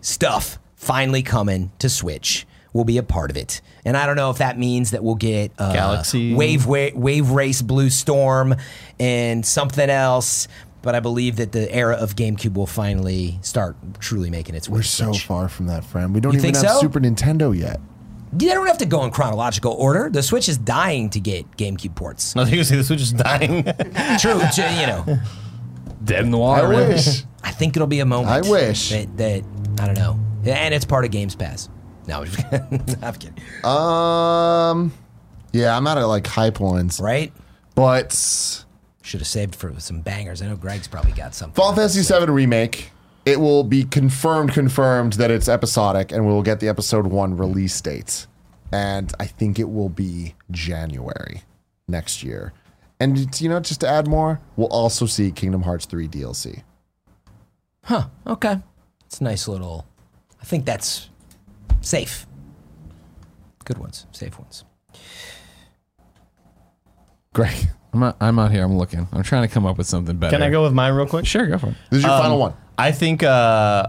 Speaker 3: stuff finally coming to Switch will be a part of it, and I don't know if that means that we'll get uh,
Speaker 4: Galaxy.
Speaker 3: Wave Wa- Wave Race Blue Storm and something else. But I believe that the era of GameCube will finally start truly making its way.
Speaker 1: We're
Speaker 3: to
Speaker 1: so
Speaker 3: Switch.
Speaker 1: far from that, friend. We don't even
Speaker 3: think
Speaker 1: have
Speaker 3: so?
Speaker 1: Super Nintendo yet.
Speaker 3: They don't have to go in chronological order. The Switch is dying to get GameCube ports.
Speaker 4: No, seriously, this was just dying.
Speaker 3: True, j- you know.
Speaker 2: Dead in the water.
Speaker 1: I
Speaker 2: man.
Speaker 1: wish.
Speaker 3: I think it'll be a moment.
Speaker 1: I wish.
Speaker 3: that, that I don't know, and it's part of Games Pass. No, I'm, just, I'm kidding.
Speaker 1: um, yeah, I'm out of like high points,
Speaker 3: Right?
Speaker 1: but
Speaker 3: Should have saved for some bangers. I know Greg's probably got something.
Speaker 1: Final Fantasy VII remake. It will be confirmed, confirmed that it's episodic, and we will get the episode one release date. And I think it will be January next year. And it's, you know, just to add more, we'll also see Kingdom Hearts 3 DLC.
Speaker 3: Huh? Okay. It's a nice little. I think that's safe. Good ones, safe ones.
Speaker 1: Great.
Speaker 2: I'm, out, I'm out here. I'm looking. I'm trying to come up with something better.
Speaker 4: Can I go with mine real quick?
Speaker 2: Sure, go for it.
Speaker 1: This is your
Speaker 4: Um,
Speaker 1: final one.
Speaker 4: I think uh,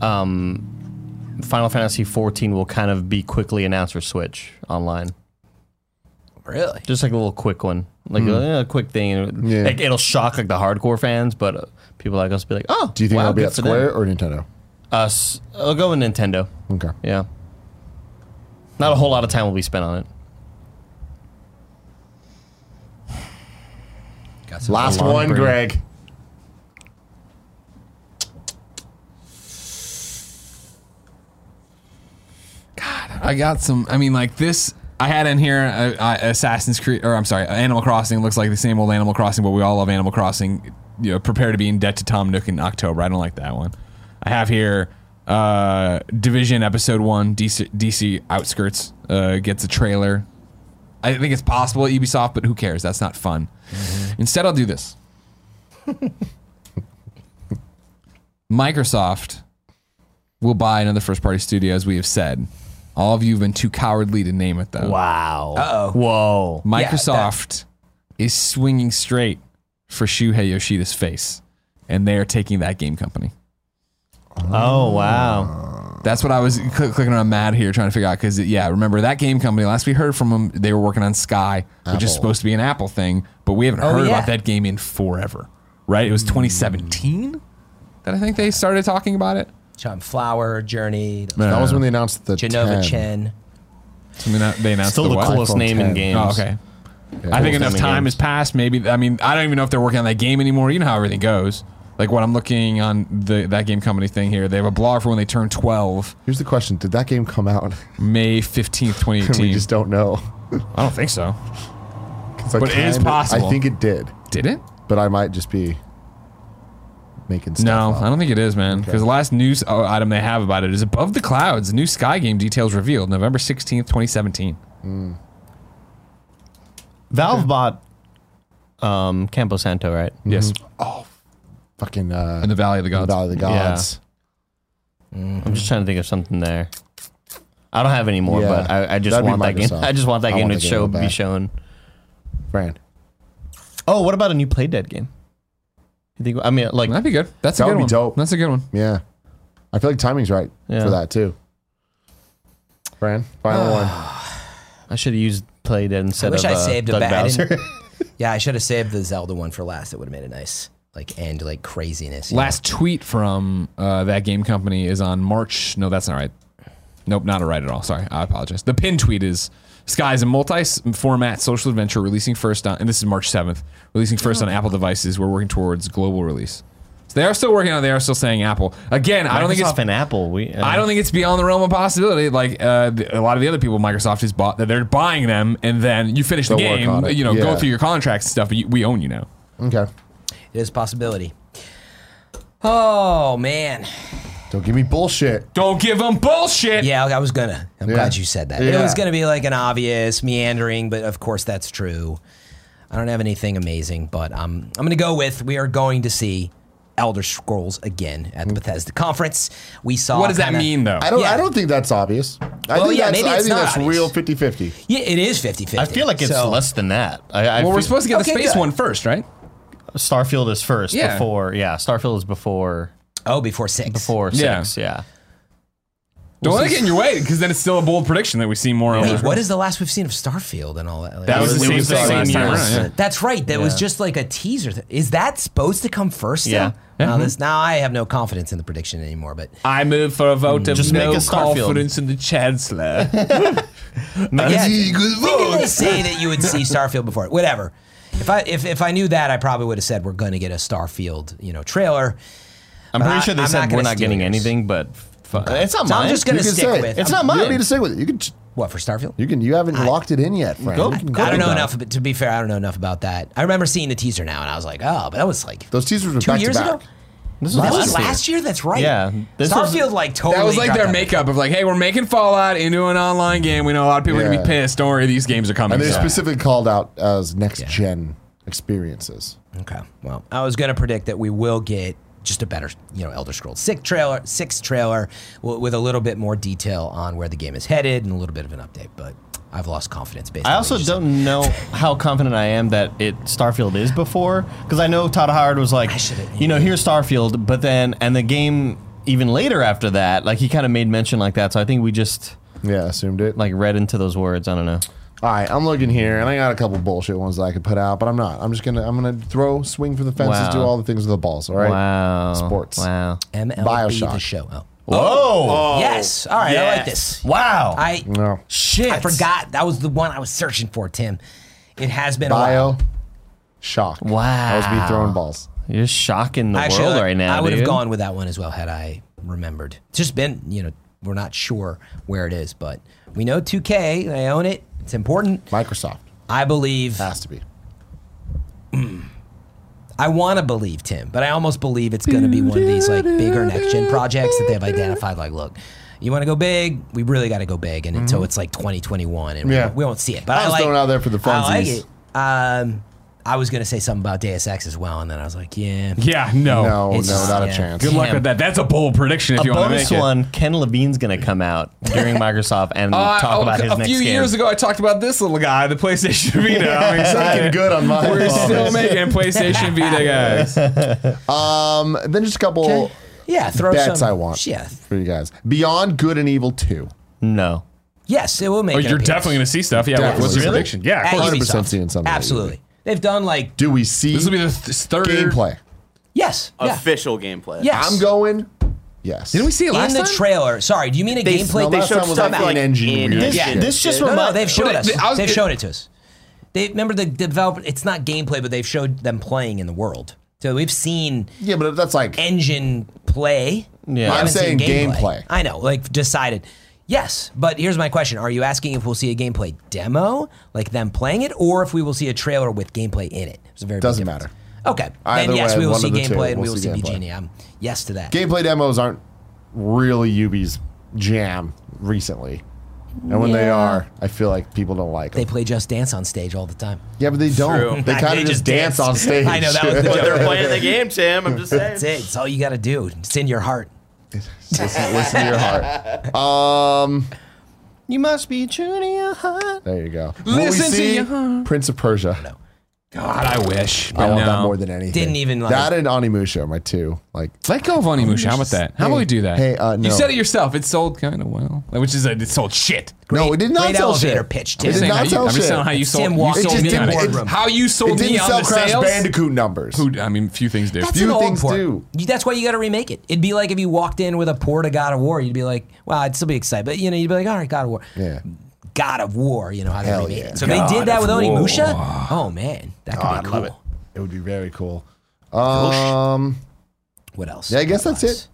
Speaker 4: um, Final Fantasy 14 will kind of be quickly announced for Switch online.
Speaker 3: Really?
Speaker 4: Just like a little quick one, like a, a quick thing.
Speaker 1: Hmm. Yeah.
Speaker 4: Like, it'll shock like the hardcore fans, but uh, people like us be like, "Oh,
Speaker 1: Do you think
Speaker 4: wow,
Speaker 1: that'll be
Speaker 4: good
Speaker 1: at
Speaker 4: for them."
Speaker 1: Square or Nintendo?
Speaker 4: Uh, s- I'll go with Nintendo.
Speaker 1: Okay.
Speaker 4: Yeah, not a whole lot of time will be spent on it.
Speaker 3: Got some
Speaker 1: Last
Speaker 4: long
Speaker 1: one,
Speaker 4: brain.
Speaker 1: Greg.
Speaker 2: I got some. I mean, like this. I had in here uh, uh, Assassin's Creed, or I'm sorry, uh, Animal Crossing looks like the same old Animal Crossing, but we all love Animal Crossing. You know, prepare to be in debt to Tom Nook in October. I don't like that one. I have here uh, Division Episode One, DC, DC Outskirts uh, gets a trailer. I think it's possible at Ubisoft, but who cares? That's not fun. Instead, I'll do this. Microsoft will buy another first-party studio, as we have said. All of you have been too cowardly to name it, though.
Speaker 4: Wow. Uh oh. Whoa.
Speaker 2: Microsoft is swinging straight for Shuhei Yoshida's face, and they are taking that game company.
Speaker 1: Ah.
Speaker 4: Oh wow.
Speaker 2: That's what I was cl- clicking on Mad here, trying to figure out. Because yeah, remember that game company? Last we heard from them, they were working on Sky, which is supposed to be an Apple thing, but we haven't heard
Speaker 3: yeah.
Speaker 2: about that game in forever. Right? It
Speaker 4: Hmm.
Speaker 2: was 2017 that I think they started talking about it.
Speaker 3: John Flower, Journey,
Speaker 1: That was when they announced the
Speaker 3: Uh, Genova
Speaker 1: 10.
Speaker 3: Chen.
Speaker 2: So they, they announced
Speaker 4: Still
Speaker 2: the
Speaker 4: the
Speaker 2: what?
Speaker 4: coolest
Speaker 1: iPhone
Speaker 4: name
Speaker 1: 10.
Speaker 4: in games.
Speaker 2: Oh, okay. I think enough
Speaker 4: Cool.
Speaker 2: time has passed. Maybe I mean I don't even know if they're working on that game anymore. You know how everything goes. Like when I'm looking on the that game company thing here, they have a blog for when they turn 12,
Speaker 1: Here's the question: Did that game come out?
Speaker 2: May 15th,
Speaker 1: we
Speaker 2: 2018.
Speaker 1: just don't know.
Speaker 2: I don't think so.
Speaker 1: 'Cause I
Speaker 2: But it is
Speaker 1: kinda-
Speaker 2: possible.
Speaker 1: I think it did,
Speaker 2: Did it?
Speaker 1: but I might just be making stuff
Speaker 2: No,
Speaker 1: up.
Speaker 2: I don't think it is, man. Because the last news uh, item they have about it is above the clouds. New Sky game details revealed November 16th, 2017.
Speaker 4: Valve bought um, Campo Santo, right?
Speaker 2: Yes,
Speaker 1: Fucking uh,
Speaker 2: Mm-hmm. in the Valley of the
Speaker 1: the
Speaker 2: Gods.
Speaker 1: Valley of the Gods.
Speaker 4: I'm just trying to think of something there. I don't have any more,
Speaker 1: Mm-hmm. Yeah.
Speaker 4: but I, I just
Speaker 1: That'd be
Speaker 4: want that game.
Speaker 1: Microsoft.
Speaker 4: I just want that
Speaker 1: I
Speaker 4: game
Speaker 1: want
Speaker 4: to
Speaker 1: the game
Speaker 4: show be
Speaker 1: back.
Speaker 4: shown.
Speaker 1: Fran,
Speaker 4: Oh, what about a new Play Dead game? You think? I mean, like
Speaker 2: That'd be good. That's
Speaker 1: That
Speaker 2: a good
Speaker 1: would be
Speaker 2: one.
Speaker 1: dope.
Speaker 2: That's a good one.
Speaker 1: yeah, I feel like timing's right
Speaker 4: Yeah.
Speaker 1: for that too. Fran, final one.
Speaker 4: I should have used Play Dead instead
Speaker 3: wish
Speaker 4: of
Speaker 3: I
Speaker 4: uh,
Speaker 3: saved a
Speaker 4: Doug
Speaker 3: bad- I
Speaker 4: Bowser.
Speaker 3: didn't- Yeah, I should have saved the Zelda one for last. That would have made it nice. like end like craziness. you
Speaker 2: Last tweet from uh, that game company is on March. No, that's not right. Nope, not right at all. Sorry, I apologize. The pin tweet is Sky's a multi-format social adventure releasing first on, and this is March 7th, releasing first on Apple devices. We're working towards global release. So they are still working on. it. They are still saying Apple. Again, I don't think it's
Speaker 4: an Apple. We uh,
Speaker 2: I don't think it's beyond the realm of possibility. Like uh, th- a lot of the other people, Microsoft has bought that they're buying them, and then you finish the
Speaker 1: They'll work
Speaker 2: game.
Speaker 1: on it.
Speaker 2: You know, go
Speaker 1: Yeah.
Speaker 2: through your contracts and stuff. But you, we own you now.
Speaker 1: Okay.
Speaker 3: know? it is a possibility. Oh man,
Speaker 1: Don't give me bullshit.
Speaker 2: Don't give them bullshit.
Speaker 3: yeah, I was gonna. I'm
Speaker 1: Yeah.
Speaker 3: glad you said that. It
Speaker 1: Yeah.
Speaker 3: was gonna be like an obvious meandering, but of course that's true. I don't have anything amazing, but um, I'm gonna go with we are going to see Elder Scrolls again at the
Speaker 4: Mm.
Speaker 3: Bethesda conference. We saw.
Speaker 2: What does that
Speaker 3: kinda-
Speaker 2: mean though?
Speaker 1: I don't.
Speaker 3: Yeah.
Speaker 1: I don't think that's obvious. I
Speaker 3: Well,
Speaker 1: think
Speaker 3: yeah,
Speaker 1: that's,
Speaker 3: maybe
Speaker 1: I
Speaker 3: it's
Speaker 1: think
Speaker 3: not
Speaker 1: that's
Speaker 3: obvious.
Speaker 1: real 50-50.
Speaker 3: Yeah, it is 50-50.
Speaker 4: I feel like it's
Speaker 3: So-
Speaker 4: less than that. I, I
Speaker 2: well, we're
Speaker 4: feel-
Speaker 2: supposed to get
Speaker 3: Okay,
Speaker 2: the space
Speaker 3: good.
Speaker 2: one first, right?
Speaker 4: Starfield is first.
Speaker 2: Yeah.
Speaker 4: Before yeah, Starfield is before
Speaker 3: Oh, before six.
Speaker 4: before
Speaker 2: Yeah.
Speaker 4: six. Yeah.
Speaker 2: Don't let it get in your way because then it's still a bold prediction that we see more.
Speaker 3: Wait,
Speaker 2: of.
Speaker 3: what is the last we've seen of Starfield and all that? Like,
Speaker 2: That was the
Speaker 4: It
Speaker 2: same
Speaker 4: was the
Speaker 2: thing
Speaker 4: same
Speaker 2: last time
Speaker 4: year.
Speaker 2: around. yeah.
Speaker 3: That's right. That was just like a teaser. Th- Is that supposed to come first?
Speaker 4: Yeah.
Speaker 3: Now, this, now I have no confidence in the prediction anymore. But
Speaker 2: I move for a vote of
Speaker 4: Just make
Speaker 2: no
Speaker 4: a Starfield.
Speaker 2: confidence in the chancellor.
Speaker 3: yeah,
Speaker 4: Easy, good
Speaker 3: when did they say that you would see Starfield before? it? Whatever. If I if, if I knew that, I probably would have said we're going to get a Starfield you know trailer.
Speaker 4: I'm
Speaker 3: But
Speaker 4: pretty
Speaker 3: I-
Speaker 4: sure they
Speaker 3: I'm not
Speaker 4: said
Speaker 3: gonna
Speaker 4: we're not
Speaker 3: steal
Speaker 4: getting
Speaker 3: yours.
Speaker 4: anything, but fuck. it's not
Speaker 3: So
Speaker 4: mine.
Speaker 3: I'm just going to
Speaker 1: You can
Speaker 3: stick
Speaker 1: say it.
Speaker 3: with
Speaker 4: It's
Speaker 1: You
Speaker 4: not
Speaker 1: don't
Speaker 4: mine.
Speaker 1: need to say with it. You can.
Speaker 3: what for Starfield.
Speaker 1: You can. You haven't locked it in yet, Frank.
Speaker 4: Go-
Speaker 1: You can
Speaker 4: go
Speaker 3: I don't know
Speaker 4: about it.
Speaker 3: enough. But to be fair, I don't know enough about that. I remember seeing the teaser now, and I was like, oh, but that was like
Speaker 1: Those teasers were
Speaker 3: two
Speaker 1: back
Speaker 3: years
Speaker 1: to back.
Speaker 3: ago.
Speaker 4: This
Speaker 3: That
Speaker 4: was
Speaker 3: was last year. That's right.
Speaker 4: Yeah, this was-
Speaker 3: Starfield like totally.
Speaker 2: That was like
Speaker 3: dropped
Speaker 2: their
Speaker 3: out.
Speaker 2: makeup of like, hey, we're making Fallout into an online game. We know a lot of people are gonna be
Speaker 1: Yeah.
Speaker 2: pissed. Don't worry, these games are coming.
Speaker 1: And they're
Speaker 2: So-
Speaker 1: specifically called out as next gen experiences.
Speaker 3: Okay. Well, I was going to predict that we will get just a better, you know, Elder Scrolls six trailer, six trailer w- with a little bit more detail on where the game is headed and a little bit of an update. But I've lost confidence. Based.
Speaker 4: I
Speaker 3: on
Speaker 4: also
Speaker 3: what you said.
Speaker 4: don't know how confident I am that it Starfield is before because I know Todd Howard was like,
Speaker 3: I should've-
Speaker 4: you know, here's Starfield, but then and the game even later after that, like he kind of made mention like that. So I think we just
Speaker 1: Yeah, assumed it.
Speaker 4: like read into those words. I don't know.
Speaker 1: All right, I'm looking here, and I got a couple bullshit ones that I could put out, but I'm not. I'm just gonna. I'm gonna throw, swing for the fences,
Speaker 4: Wow.
Speaker 1: do all the things with the balls. All right.
Speaker 4: Wow.
Speaker 1: Sports.
Speaker 4: Wow.
Speaker 3: MLB the
Speaker 1: Bioshock.
Speaker 3: show. Oh.
Speaker 4: Whoa.
Speaker 3: Yes. All right. I like
Speaker 4: Yes.
Speaker 3: this.
Speaker 4: Wow.
Speaker 3: I
Speaker 1: No.
Speaker 4: Shit.
Speaker 3: I forgot that was the one I was searching for, Tim. It has been a while.
Speaker 1: Bio. Shock.
Speaker 4: Wow.
Speaker 1: That was me throwing balls.
Speaker 4: You're shocking the
Speaker 3: Actually,
Speaker 4: world
Speaker 3: I-
Speaker 4: right now.
Speaker 3: I would have
Speaker 4: dude.
Speaker 3: gone with that one as well had I remembered. It's just been, you know, we're not sure where it is, but we know 2K. They own it. It's important.
Speaker 1: Microsoft
Speaker 3: I believe.
Speaker 1: has to be.
Speaker 3: I want to believe Tim, but I almost believe it's going to be one of these like bigger next gen projects that they've identified. Like, look, you want to go big? We really got to go big, and until it's like 2021, and we-
Speaker 1: Mm-hmm. Yeah.
Speaker 3: we won't see it. But
Speaker 1: I
Speaker 3: I
Speaker 1: was
Speaker 3: like
Speaker 1: throwing out there for the
Speaker 3: I like
Speaker 1: funsies.
Speaker 3: it. Um, I was going to say something about Deus Ex as well, and then I was like, yeah,
Speaker 2: yeah, no.
Speaker 1: No,
Speaker 3: It's
Speaker 1: no,
Speaker 3: just-
Speaker 1: not
Speaker 3: yeah.
Speaker 1: a chance.
Speaker 2: Oh, Good luck with that. That's a bold prediction if
Speaker 4: A
Speaker 2: you want to make
Speaker 4: bonus
Speaker 2: it.
Speaker 4: one, Ken Levine's gonna come out during Microsoft and
Speaker 2: Uh,
Speaker 4: talk
Speaker 2: oh,
Speaker 4: about his
Speaker 2: a
Speaker 4: next
Speaker 2: few
Speaker 4: game.
Speaker 2: years ago, I talked about this little guy, the PlayStation Vita. I'm
Speaker 1: Looking
Speaker 2: excited.
Speaker 1: good on my
Speaker 2: We're
Speaker 1: balls.
Speaker 2: still making PlayStation Vita, guys.
Speaker 1: Um, then just a couple
Speaker 3: yeah. Throw
Speaker 1: bets
Speaker 3: some,
Speaker 1: I want
Speaker 3: Yeah,
Speaker 1: for you guys. Beyond Good and Evil 2.
Speaker 4: No.
Speaker 3: yes, it will make.
Speaker 2: Oh,
Speaker 3: an
Speaker 2: you're
Speaker 3: appearance.
Speaker 2: definitely gonna see stuff. Yeah, what- what's your
Speaker 1: Definitely.
Speaker 2: prediction? Yeah, of
Speaker 3: At
Speaker 2: course.
Speaker 1: 100%
Speaker 3: Ubisoft.
Speaker 1: seeing something.
Speaker 3: Absolutely, they've done like
Speaker 1: Do we see
Speaker 2: This will be the th- third
Speaker 1: gameplay?
Speaker 3: yes, yeah,
Speaker 6: Official gameplay.
Speaker 3: yes.
Speaker 1: I'm going. Yes.
Speaker 2: Didn't we see it
Speaker 3: in
Speaker 2: last
Speaker 3: the
Speaker 2: time?
Speaker 3: trailer. Sorry, do you mean a
Speaker 6: They,
Speaker 3: gameplay?
Speaker 1: no,
Speaker 6: they
Speaker 1: last
Speaker 6: showed
Speaker 1: time was
Speaker 6: stuff
Speaker 1: like
Speaker 6: like
Speaker 1: an engine
Speaker 6: in
Speaker 1: weird
Speaker 6: this,
Speaker 1: shit.
Speaker 4: Yeah, this just
Speaker 6: shit.
Speaker 3: No, no,
Speaker 4: Remind-
Speaker 3: they've showed
Speaker 2: But it-
Speaker 3: us.
Speaker 2: I was-
Speaker 3: they've
Speaker 2: it-
Speaker 3: shown it to us. They remember the developer. It's not gameplay, but they've showed them playing in the world. So we've seen
Speaker 1: Yeah, but that's like
Speaker 3: engine play. We
Speaker 4: I'm
Speaker 3: haven't
Speaker 1: saying
Speaker 3: seen
Speaker 1: gameplay.
Speaker 3: I know, like decided. Yes, but here's my question: Are you asking if we'll see a gameplay demo, like them playing it, or if we will see a trailer with gameplay in it? It's a very big
Speaker 1: Doesn't
Speaker 3: difference.
Speaker 1: matter.
Speaker 3: Okay,
Speaker 1: Either
Speaker 3: then yes,
Speaker 1: way,
Speaker 3: we will
Speaker 1: one
Speaker 3: see
Speaker 1: of the two,
Speaker 3: gameplay and we
Speaker 1: we'll
Speaker 3: will see
Speaker 1: see gameplay.
Speaker 3: Virginia. E. I'm yes to that.
Speaker 1: gameplay demos aren't really Ubi's jam recently. And when they
Speaker 3: Yeah.
Speaker 1: are, I feel like people don't like
Speaker 3: they
Speaker 1: them.
Speaker 3: play Just Dance on stage all the time.
Speaker 1: yeah, but they don't.
Speaker 6: True.
Speaker 1: They kind of just dance, on stage.
Speaker 3: I know that was the
Speaker 6: But
Speaker 3: joke.
Speaker 6: they're playing the game, Tim. I'm just saying.
Speaker 3: That's it. It's all you got to do. It's in your heart.
Speaker 1: listen, listen to your heart. Um,
Speaker 4: You must be tuning your heart.
Speaker 1: there you go.
Speaker 2: Listen to your
Speaker 1: Prince of Persia.
Speaker 2: God, I wish.
Speaker 1: I
Speaker 2: but
Speaker 1: want that
Speaker 2: no.
Speaker 1: more than anything.
Speaker 3: Didn't even, like-
Speaker 1: that and Onimusha are my two. Like
Speaker 2: Let go of Onimusha. How about that? How about we do that?
Speaker 1: hey, uh, no.
Speaker 2: You said it yourself. It sold kind of well, which is it sold shit.
Speaker 1: no, it did not
Speaker 3: great
Speaker 1: sell
Speaker 3: elevator
Speaker 1: shit.
Speaker 3: pitch,
Speaker 1: It
Speaker 3: Tim.
Speaker 1: did
Speaker 2: Saying how
Speaker 1: not
Speaker 2: you-
Speaker 1: sell
Speaker 2: I'm just
Speaker 1: shit.
Speaker 2: saying how you sold.
Speaker 3: Tim
Speaker 2: You
Speaker 3: walked
Speaker 2: sold
Speaker 1: into
Speaker 2: me
Speaker 1: the
Speaker 2: on it.
Speaker 1: boardroom.
Speaker 2: How you
Speaker 1: It
Speaker 2: sold me
Speaker 1: didn't
Speaker 2: on
Speaker 1: sell
Speaker 2: the
Speaker 1: Crash
Speaker 2: sales.
Speaker 1: Bandicoot numbers.
Speaker 2: Who? I mean, few things do.
Speaker 3: That's
Speaker 1: Few
Speaker 3: an old
Speaker 1: things
Speaker 3: port.
Speaker 1: do.
Speaker 3: You- That's why you got to remake it. It'd be like if you walked in with a port of God of War, you'd be like, "Wow, I'd still be excited," but you know, you'd be like, "All right, God of War,
Speaker 1: Yeah.
Speaker 3: God of War." You know how they
Speaker 1: Hell
Speaker 3: remade
Speaker 1: yeah.
Speaker 3: it. So they did that with Onimusha. Oh man, that could be cool.
Speaker 1: love it. It would be very cool. Um,
Speaker 3: What else?
Speaker 1: yeah, I guess that's it.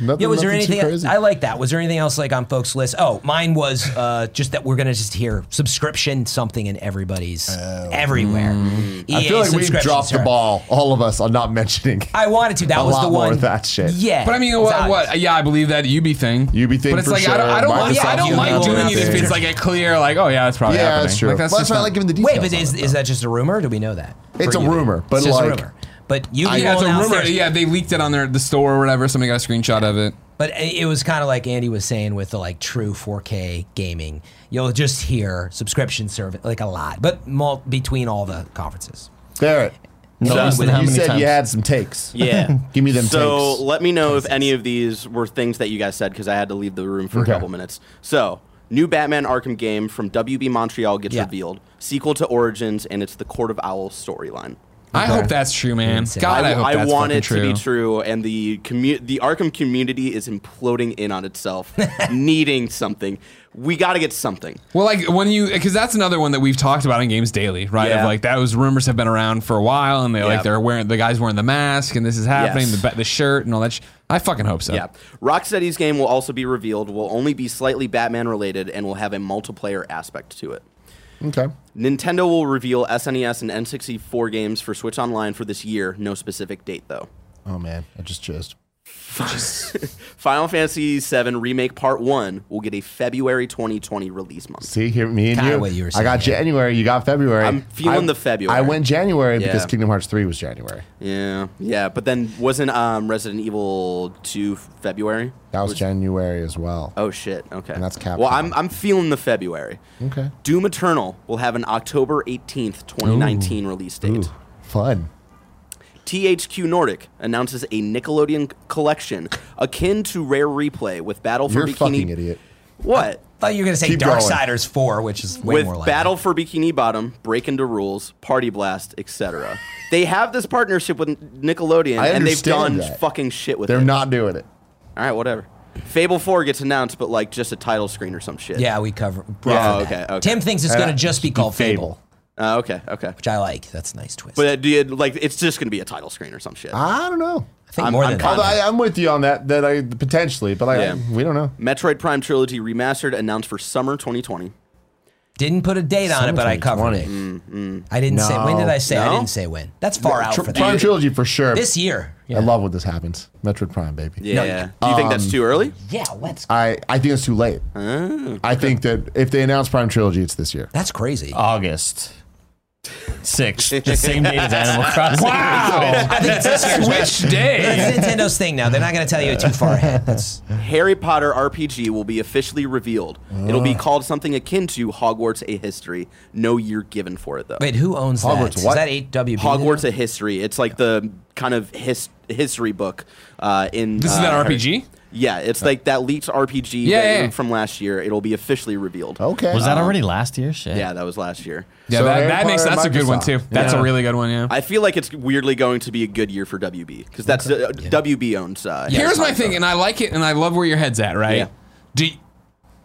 Speaker 1: Nothing,
Speaker 3: Yeah, was there
Speaker 1: nothing too
Speaker 3: anything
Speaker 1: crazy.
Speaker 3: I like that? Was there anything else like on folks' list? Oh, mine was uh, just that we're gonna just hear subscription something in everybody's everywhere.
Speaker 1: Oh.
Speaker 2: Mm-hmm.
Speaker 3: E
Speaker 1: I feel like we've dropped the ball, all of us, on not mentioning.
Speaker 3: I wanted to. That
Speaker 1: A
Speaker 3: was
Speaker 1: lot
Speaker 3: the
Speaker 1: more
Speaker 3: one.
Speaker 1: of that shit.
Speaker 3: Yeah,
Speaker 2: But I mean,
Speaker 3: it's
Speaker 2: what,
Speaker 3: obvious.
Speaker 2: what? Yeah, I believe that UB thing.
Speaker 1: UB thing
Speaker 2: But it's
Speaker 1: for
Speaker 2: like
Speaker 1: sure.
Speaker 2: I don't, I don't, yeah,
Speaker 1: Microsoft
Speaker 2: I don't like
Speaker 3: UB
Speaker 2: doing
Speaker 3: thing.
Speaker 2: it if it's like a clear, like, oh yeah, that's probably
Speaker 1: yeah,
Speaker 2: happening.
Speaker 1: that's true.
Speaker 2: Like,
Speaker 1: Well, that's
Speaker 2: just
Speaker 1: why I
Speaker 2: not-
Speaker 1: like giving the details.
Speaker 3: Wait, but
Speaker 1: on
Speaker 3: is,
Speaker 1: it,
Speaker 3: is that just a rumor? Do we know that?
Speaker 1: It's
Speaker 3: For
Speaker 1: a
Speaker 3: you?
Speaker 1: rumor, but
Speaker 3: It's just a
Speaker 1: like-
Speaker 3: rumor. But you
Speaker 2: Yeah, it's a
Speaker 3: announced
Speaker 2: rumor.
Speaker 3: their-
Speaker 2: Yeah, they leaked it on their the store or whatever. Somebody got a screenshot of it.
Speaker 3: But i- it was kind of like Andy was saying with the like true 4K gaming. You'll just hear subscription service like a lot, but mul- between all the conferences.
Speaker 1: though. Barrett,
Speaker 4: No less than how
Speaker 1: you
Speaker 4: many
Speaker 1: said
Speaker 4: times?
Speaker 1: you had some takes.
Speaker 6: Yeah.
Speaker 1: Give me them
Speaker 6: So
Speaker 1: takes.
Speaker 6: let me know if any of these were things that you guys said because I had to leave the room for
Speaker 1: Okay.
Speaker 6: a couple minutes. So, new Batman Arkham game from WB Montreal gets
Speaker 3: Yeah.
Speaker 6: revealed, sequel to Origins, and it's the Court of Owls storyline.
Speaker 2: I hope that's true, man.
Speaker 3: Insane.
Speaker 2: God, I, hope
Speaker 6: I
Speaker 2: that's
Speaker 6: want
Speaker 2: fucking
Speaker 6: it
Speaker 2: true.
Speaker 6: to be true, and the commu- the Arkham community is imploding in on itself, needing something. We got to get something.
Speaker 2: Well, like when you, because that's another one that we've talked about in Games Daily, right?
Speaker 6: Yeah.
Speaker 2: Of like those rumors have been around for a while, and they like
Speaker 6: Yeah.
Speaker 2: they're wearing the guys wearing the mask, and this is happening,
Speaker 6: Yes.
Speaker 2: the the the shirt and all that. Sh- I fucking hope so.
Speaker 6: Yeah. Rocksteady's game will also be revealed, will only be slightly Batman related, and will have a multiplayer aspect to it.
Speaker 1: okay.
Speaker 6: Nintendo will reveal SNES and N64 games for Switch Online for this year. No specific date, though.
Speaker 1: Oh man, I just chased.
Speaker 6: Final Fantasy VII Remake Part 1 will get a February 2020 release month.
Speaker 1: See here, me and
Speaker 3: Kinda
Speaker 1: you.
Speaker 3: what you were
Speaker 1: I got
Speaker 3: saying.
Speaker 1: January. You got February.
Speaker 6: I'm feeling
Speaker 1: I-
Speaker 6: the February.
Speaker 1: I went January because
Speaker 6: Yeah.
Speaker 1: Kingdom Hearts three was January.
Speaker 6: Yeah, yeah. But then wasn't um, Resident Evil 2 February?
Speaker 1: That was January as well.
Speaker 6: Oh, shit. Okay.
Speaker 1: And that's Capcom. Hmm.
Speaker 6: Well, I'm, I'm feeling the February.
Speaker 1: Okay.
Speaker 6: Doom Eternal will have an October 18th, 2019 release date.
Speaker 1: Ooh, fun.
Speaker 6: THQ Nordic announces a Nickelodeon collection akin to Rare Replay with Battle for
Speaker 1: You're a
Speaker 6: Bikini.
Speaker 1: fucking idiot.
Speaker 6: What?
Speaker 3: Thought you were gonna say
Speaker 1: Keep going.
Speaker 3: Darksiders 4, which is way
Speaker 6: with
Speaker 3: more like
Speaker 6: Battle for Bikini Bottom, Break Into Rules, Party Blast, etc. they have this partnership with Nickelodeon,
Speaker 1: I
Speaker 6: and they've done
Speaker 1: understand that.
Speaker 6: fucking shit with
Speaker 1: They're
Speaker 6: it.
Speaker 1: not doing it.
Speaker 6: All right, whatever. Fable Four gets announced, but like just a title screen or some shit.
Speaker 3: Yeah, we cover.
Speaker 6: Yeah,
Speaker 3: covered that.
Speaker 6: Oh, okay, okay.
Speaker 3: Tim thinks it's
Speaker 1: Uh,
Speaker 3: gonna just be called Fable,
Speaker 6: Uh, okay. Okay.
Speaker 3: which I like. That's a nice twist.
Speaker 6: But uh, do you, like, it's just gonna be a title screen or some shit.
Speaker 1: I don't know.
Speaker 3: I think
Speaker 6: I'm-
Speaker 3: more
Speaker 6: I'm
Speaker 3: than
Speaker 1: Although
Speaker 3: that.
Speaker 1: I, I'm with you on that. That I potentially, but I
Speaker 6: Yeah.
Speaker 1: we don't know.
Speaker 6: Metroid Prime Trilogy remastered announced for summer 2020.
Speaker 3: Didn't put a date on it, but I covered it. I didn't say when did I say? I
Speaker 6: No.
Speaker 3: didn't say when. That's far out
Speaker 1: Tr-
Speaker 3: for
Speaker 1: Prime
Speaker 3: that.
Speaker 1: trilogy for sure.
Speaker 3: This year.
Speaker 1: I
Speaker 3: Yeah.
Speaker 1: love when this happens. Metroid Prime, baby.
Speaker 6: Yeah. do you think
Speaker 1: Um,
Speaker 6: that's too early?
Speaker 3: Yeah, let's.
Speaker 1: I, I think it's too late. I think that if they announce Prime Trilogy, it's this year.
Speaker 3: That's crazy.
Speaker 4: uh, August 6th, the same date as Animal Crossing. Wow.
Speaker 3: I think it's this year's
Speaker 2: Which day?
Speaker 3: That's Nintendo's thing now. They're not going to tell you too far ahead. That's
Speaker 6: Harry Potter RPG will be officially revealed. It'll
Speaker 2: Ah.
Speaker 6: be called something akin to Hogwarts: A History. No year given for it though.
Speaker 3: wait, who owns
Speaker 1: Hogwarts
Speaker 3: that? Is
Speaker 1: what?
Speaker 3: that eight WB?
Speaker 6: Hogwarts: A History. It's like the kind of his- history book uh, in.
Speaker 2: This is
Speaker 6: uh,
Speaker 2: that
Speaker 6: Harry-
Speaker 2: RPG?
Speaker 6: Yeah, it's like that leaked RPG
Speaker 2: Yeah,
Speaker 6: that-
Speaker 2: yeah, yeah.
Speaker 6: from last year. It'll be officially revealed.
Speaker 1: Okay.
Speaker 4: Was that already last year? Shit.
Speaker 6: Yeah, that was last year.
Speaker 2: Yeah,
Speaker 1: So
Speaker 2: that,
Speaker 1: Harry
Speaker 2: that makes
Speaker 1: Potter and
Speaker 2: that's a good one too.
Speaker 1: Microsoft.
Speaker 2: That's
Speaker 4: Yeah.
Speaker 2: a really good one. Yeah.
Speaker 6: I feel like it's weirdly going to be a good year for WB because that's uh, WB owns. Uh, Harry
Speaker 2: Here's my
Speaker 6: Potter.
Speaker 2: thing, and I like it, and I love where your head's at, right?
Speaker 6: Yeah.
Speaker 2: Do y-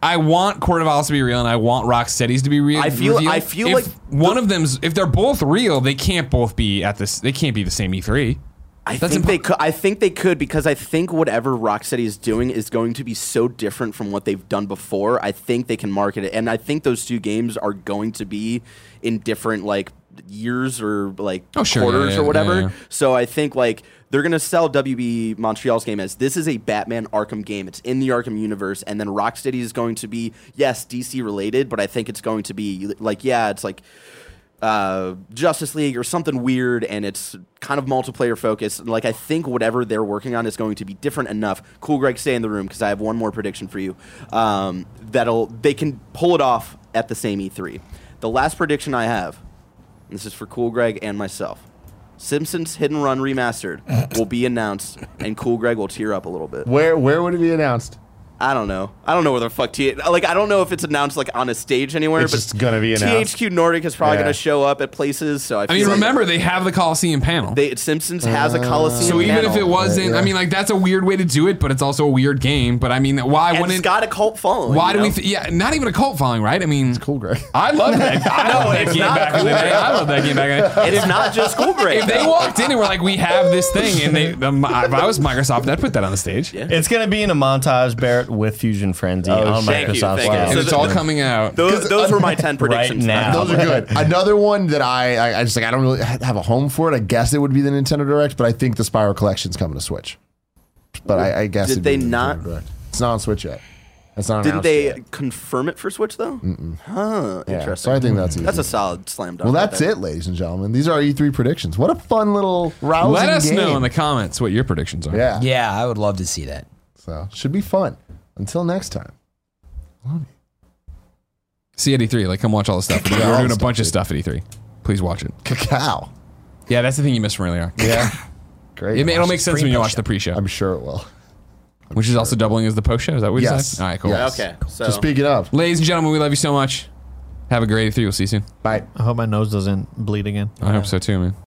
Speaker 2: I want Court of Owls to be real, and I want Rocksteady's to be real.
Speaker 6: I feel-
Speaker 2: revealed.
Speaker 6: I feel
Speaker 2: If
Speaker 6: like
Speaker 2: one of them's. If they're both real, they can't both be at this. They can't be the same E3.
Speaker 6: I
Speaker 2: That's
Speaker 6: think
Speaker 2: impo-
Speaker 6: they could. I think they could because I think whatever Rocksteady is doing is going to be so different from what they've done before. I think they can market it, and I think those two games are going to be in different like years or like
Speaker 2: Oh, sure, yeah,
Speaker 6: quarters
Speaker 2: yeah,
Speaker 6: or whatever.
Speaker 2: yeah, yeah.
Speaker 6: So I think like they're gonna sell WB Montreal's game as this is a Batman Arkham game. It's in the Arkham universe, and then Rocksteady is going to be yes DC related, but I think it's going to be like yeah, it's like uh, Justice League or something weird, and it's kind of multiplayer focused. Like I think whatever they're working on is going to be different enough. Cool, Greg, stay in the room because I have one more prediction for you. Um, E that'll they can pull it off at the same E3. The last prediction I have, This is for Cool Greg and myself. Simpsons Hidden Run Remastered will be announced, and Cool Greg will tear up a little bit.
Speaker 1: Where where would it be announced?
Speaker 6: I don't know. I don't know where the fuck T. Like I don't know if it's announced like on a stage anywhere.
Speaker 1: It's
Speaker 6: but
Speaker 1: just gonna be announced.
Speaker 6: THQ Nordic is probably
Speaker 1: Yeah.
Speaker 6: gonna show up at places. So I,
Speaker 2: I
Speaker 6: feel
Speaker 2: mean,
Speaker 6: like
Speaker 2: remember they have the Coliseum panel.
Speaker 6: they, Simpsons has a Coliseum.
Speaker 2: so even if
Speaker 6: panel.
Speaker 2: it wasn't, I mean, like that's a weird way to do it, but it's also a weird game. But I mean, why
Speaker 6: and it's
Speaker 2: wouldn't?
Speaker 6: got a cult following.
Speaker 2: why
Speaker 6: you
Speaker 2: do we?
Speaker 6: know?
Speaker 2: Th- yeah, not even a cult following, right? I mean,
Speaker 1: Cool, Greg.
Speaker 2: I love that. I love that game back in the day. I love that game back in the day.
Speaker 6: it's not just Cool Greg.
Speaker 2: If they walked in and were like, "We have this thing," and they, um, if I was Microsoft, I'd put that on the stage. Yeah.
Speaker 4: It's gonna be in a montage, Barrett, with Fusion Frenzy on
Speaker 6: thank you,
Speaker 4: Microsoft.
Speaker 6: thank you.
Speaker 4: Live.
Speaker 2: And
Speaker 6: So
Speaker 2: it's
Speaker 6: the-
Speaker 2: all coming out.
Speaker 6: those, those were my ten predictions.
Speaker 4: now.
Speaker 1: Those are good. Another one that I, I I just like I don't really ha- have a home for it. I guess it would be the Nintendo Direct, but I think the Spiral Collection's coming to Switch. But I, I guess
Speaker 6: Did
Speaker 1: it'd be
Speaker 6: they
Speaker 1: the Nintendo
Speaker 6: not-
Speaker 1: Direct. It's not on Switch yet. It's not.
Speaker 6: Didn't
Speaker 1: announced
Speaker 6: they
Speaker 1: yet.
Speaker 6: confirm it for Switch though? Huh.
Speaker 1: Yeah.
Speaker 6: Interesting.
Speaker 1: So I think that's easy.
Speaker 6: that's a solid slam dunk.
Speaker 1: well,
Speaker 6: right
Speaker 1: that's
Speaker 6: there.
Speaker 1: it, ladies and gentlemen. These are our E3 predictions. What a fun little rousing
Speaker 2: Let us
Speaker 1: game.
Speaker 2: know in the comments what your predictions are.
Speaker 1: yeah.
Speaker 3: Yeah, I would love to see that.
Speaker 1: So should be fun. Until next time.
Speaker 2: See E3. Like, come watch all the stuff. We're
Speaker 1: all
Speaker 2: doing
Speaker 1: the
Speaker 2: a bunch of
Speaker 1: stuff,
Speaker 2: stuff at E3. Please watch it.
Speaker 1: Cacao.
Speaker 2: Yeah, that's the thing you missed from earlier.
Speaker 1: Yeah. Great.
Speaker 2: It, ma- it'll make sense when you watch
Speaker 3: pre-post
Speaker 2: the pre-show,
Speaker 1: I'm sure it will.
Speaker 2: which is also doubling as the post-show. Is that what you
Speaker 1: Yes.
Speaker 2: said? All right, cool.
Speaker 1: Yes.
Speaker 6: Okay. So
Speaker 1: So speaking of,
Speaker 2: Ladies and gentlemen, we love you so much. Have a great E3. We'll see you soon.
Speaker 1: bye.
Speaker 5: I hope my nose doesn't bleed again.
Speaker 2: I hope so too, man.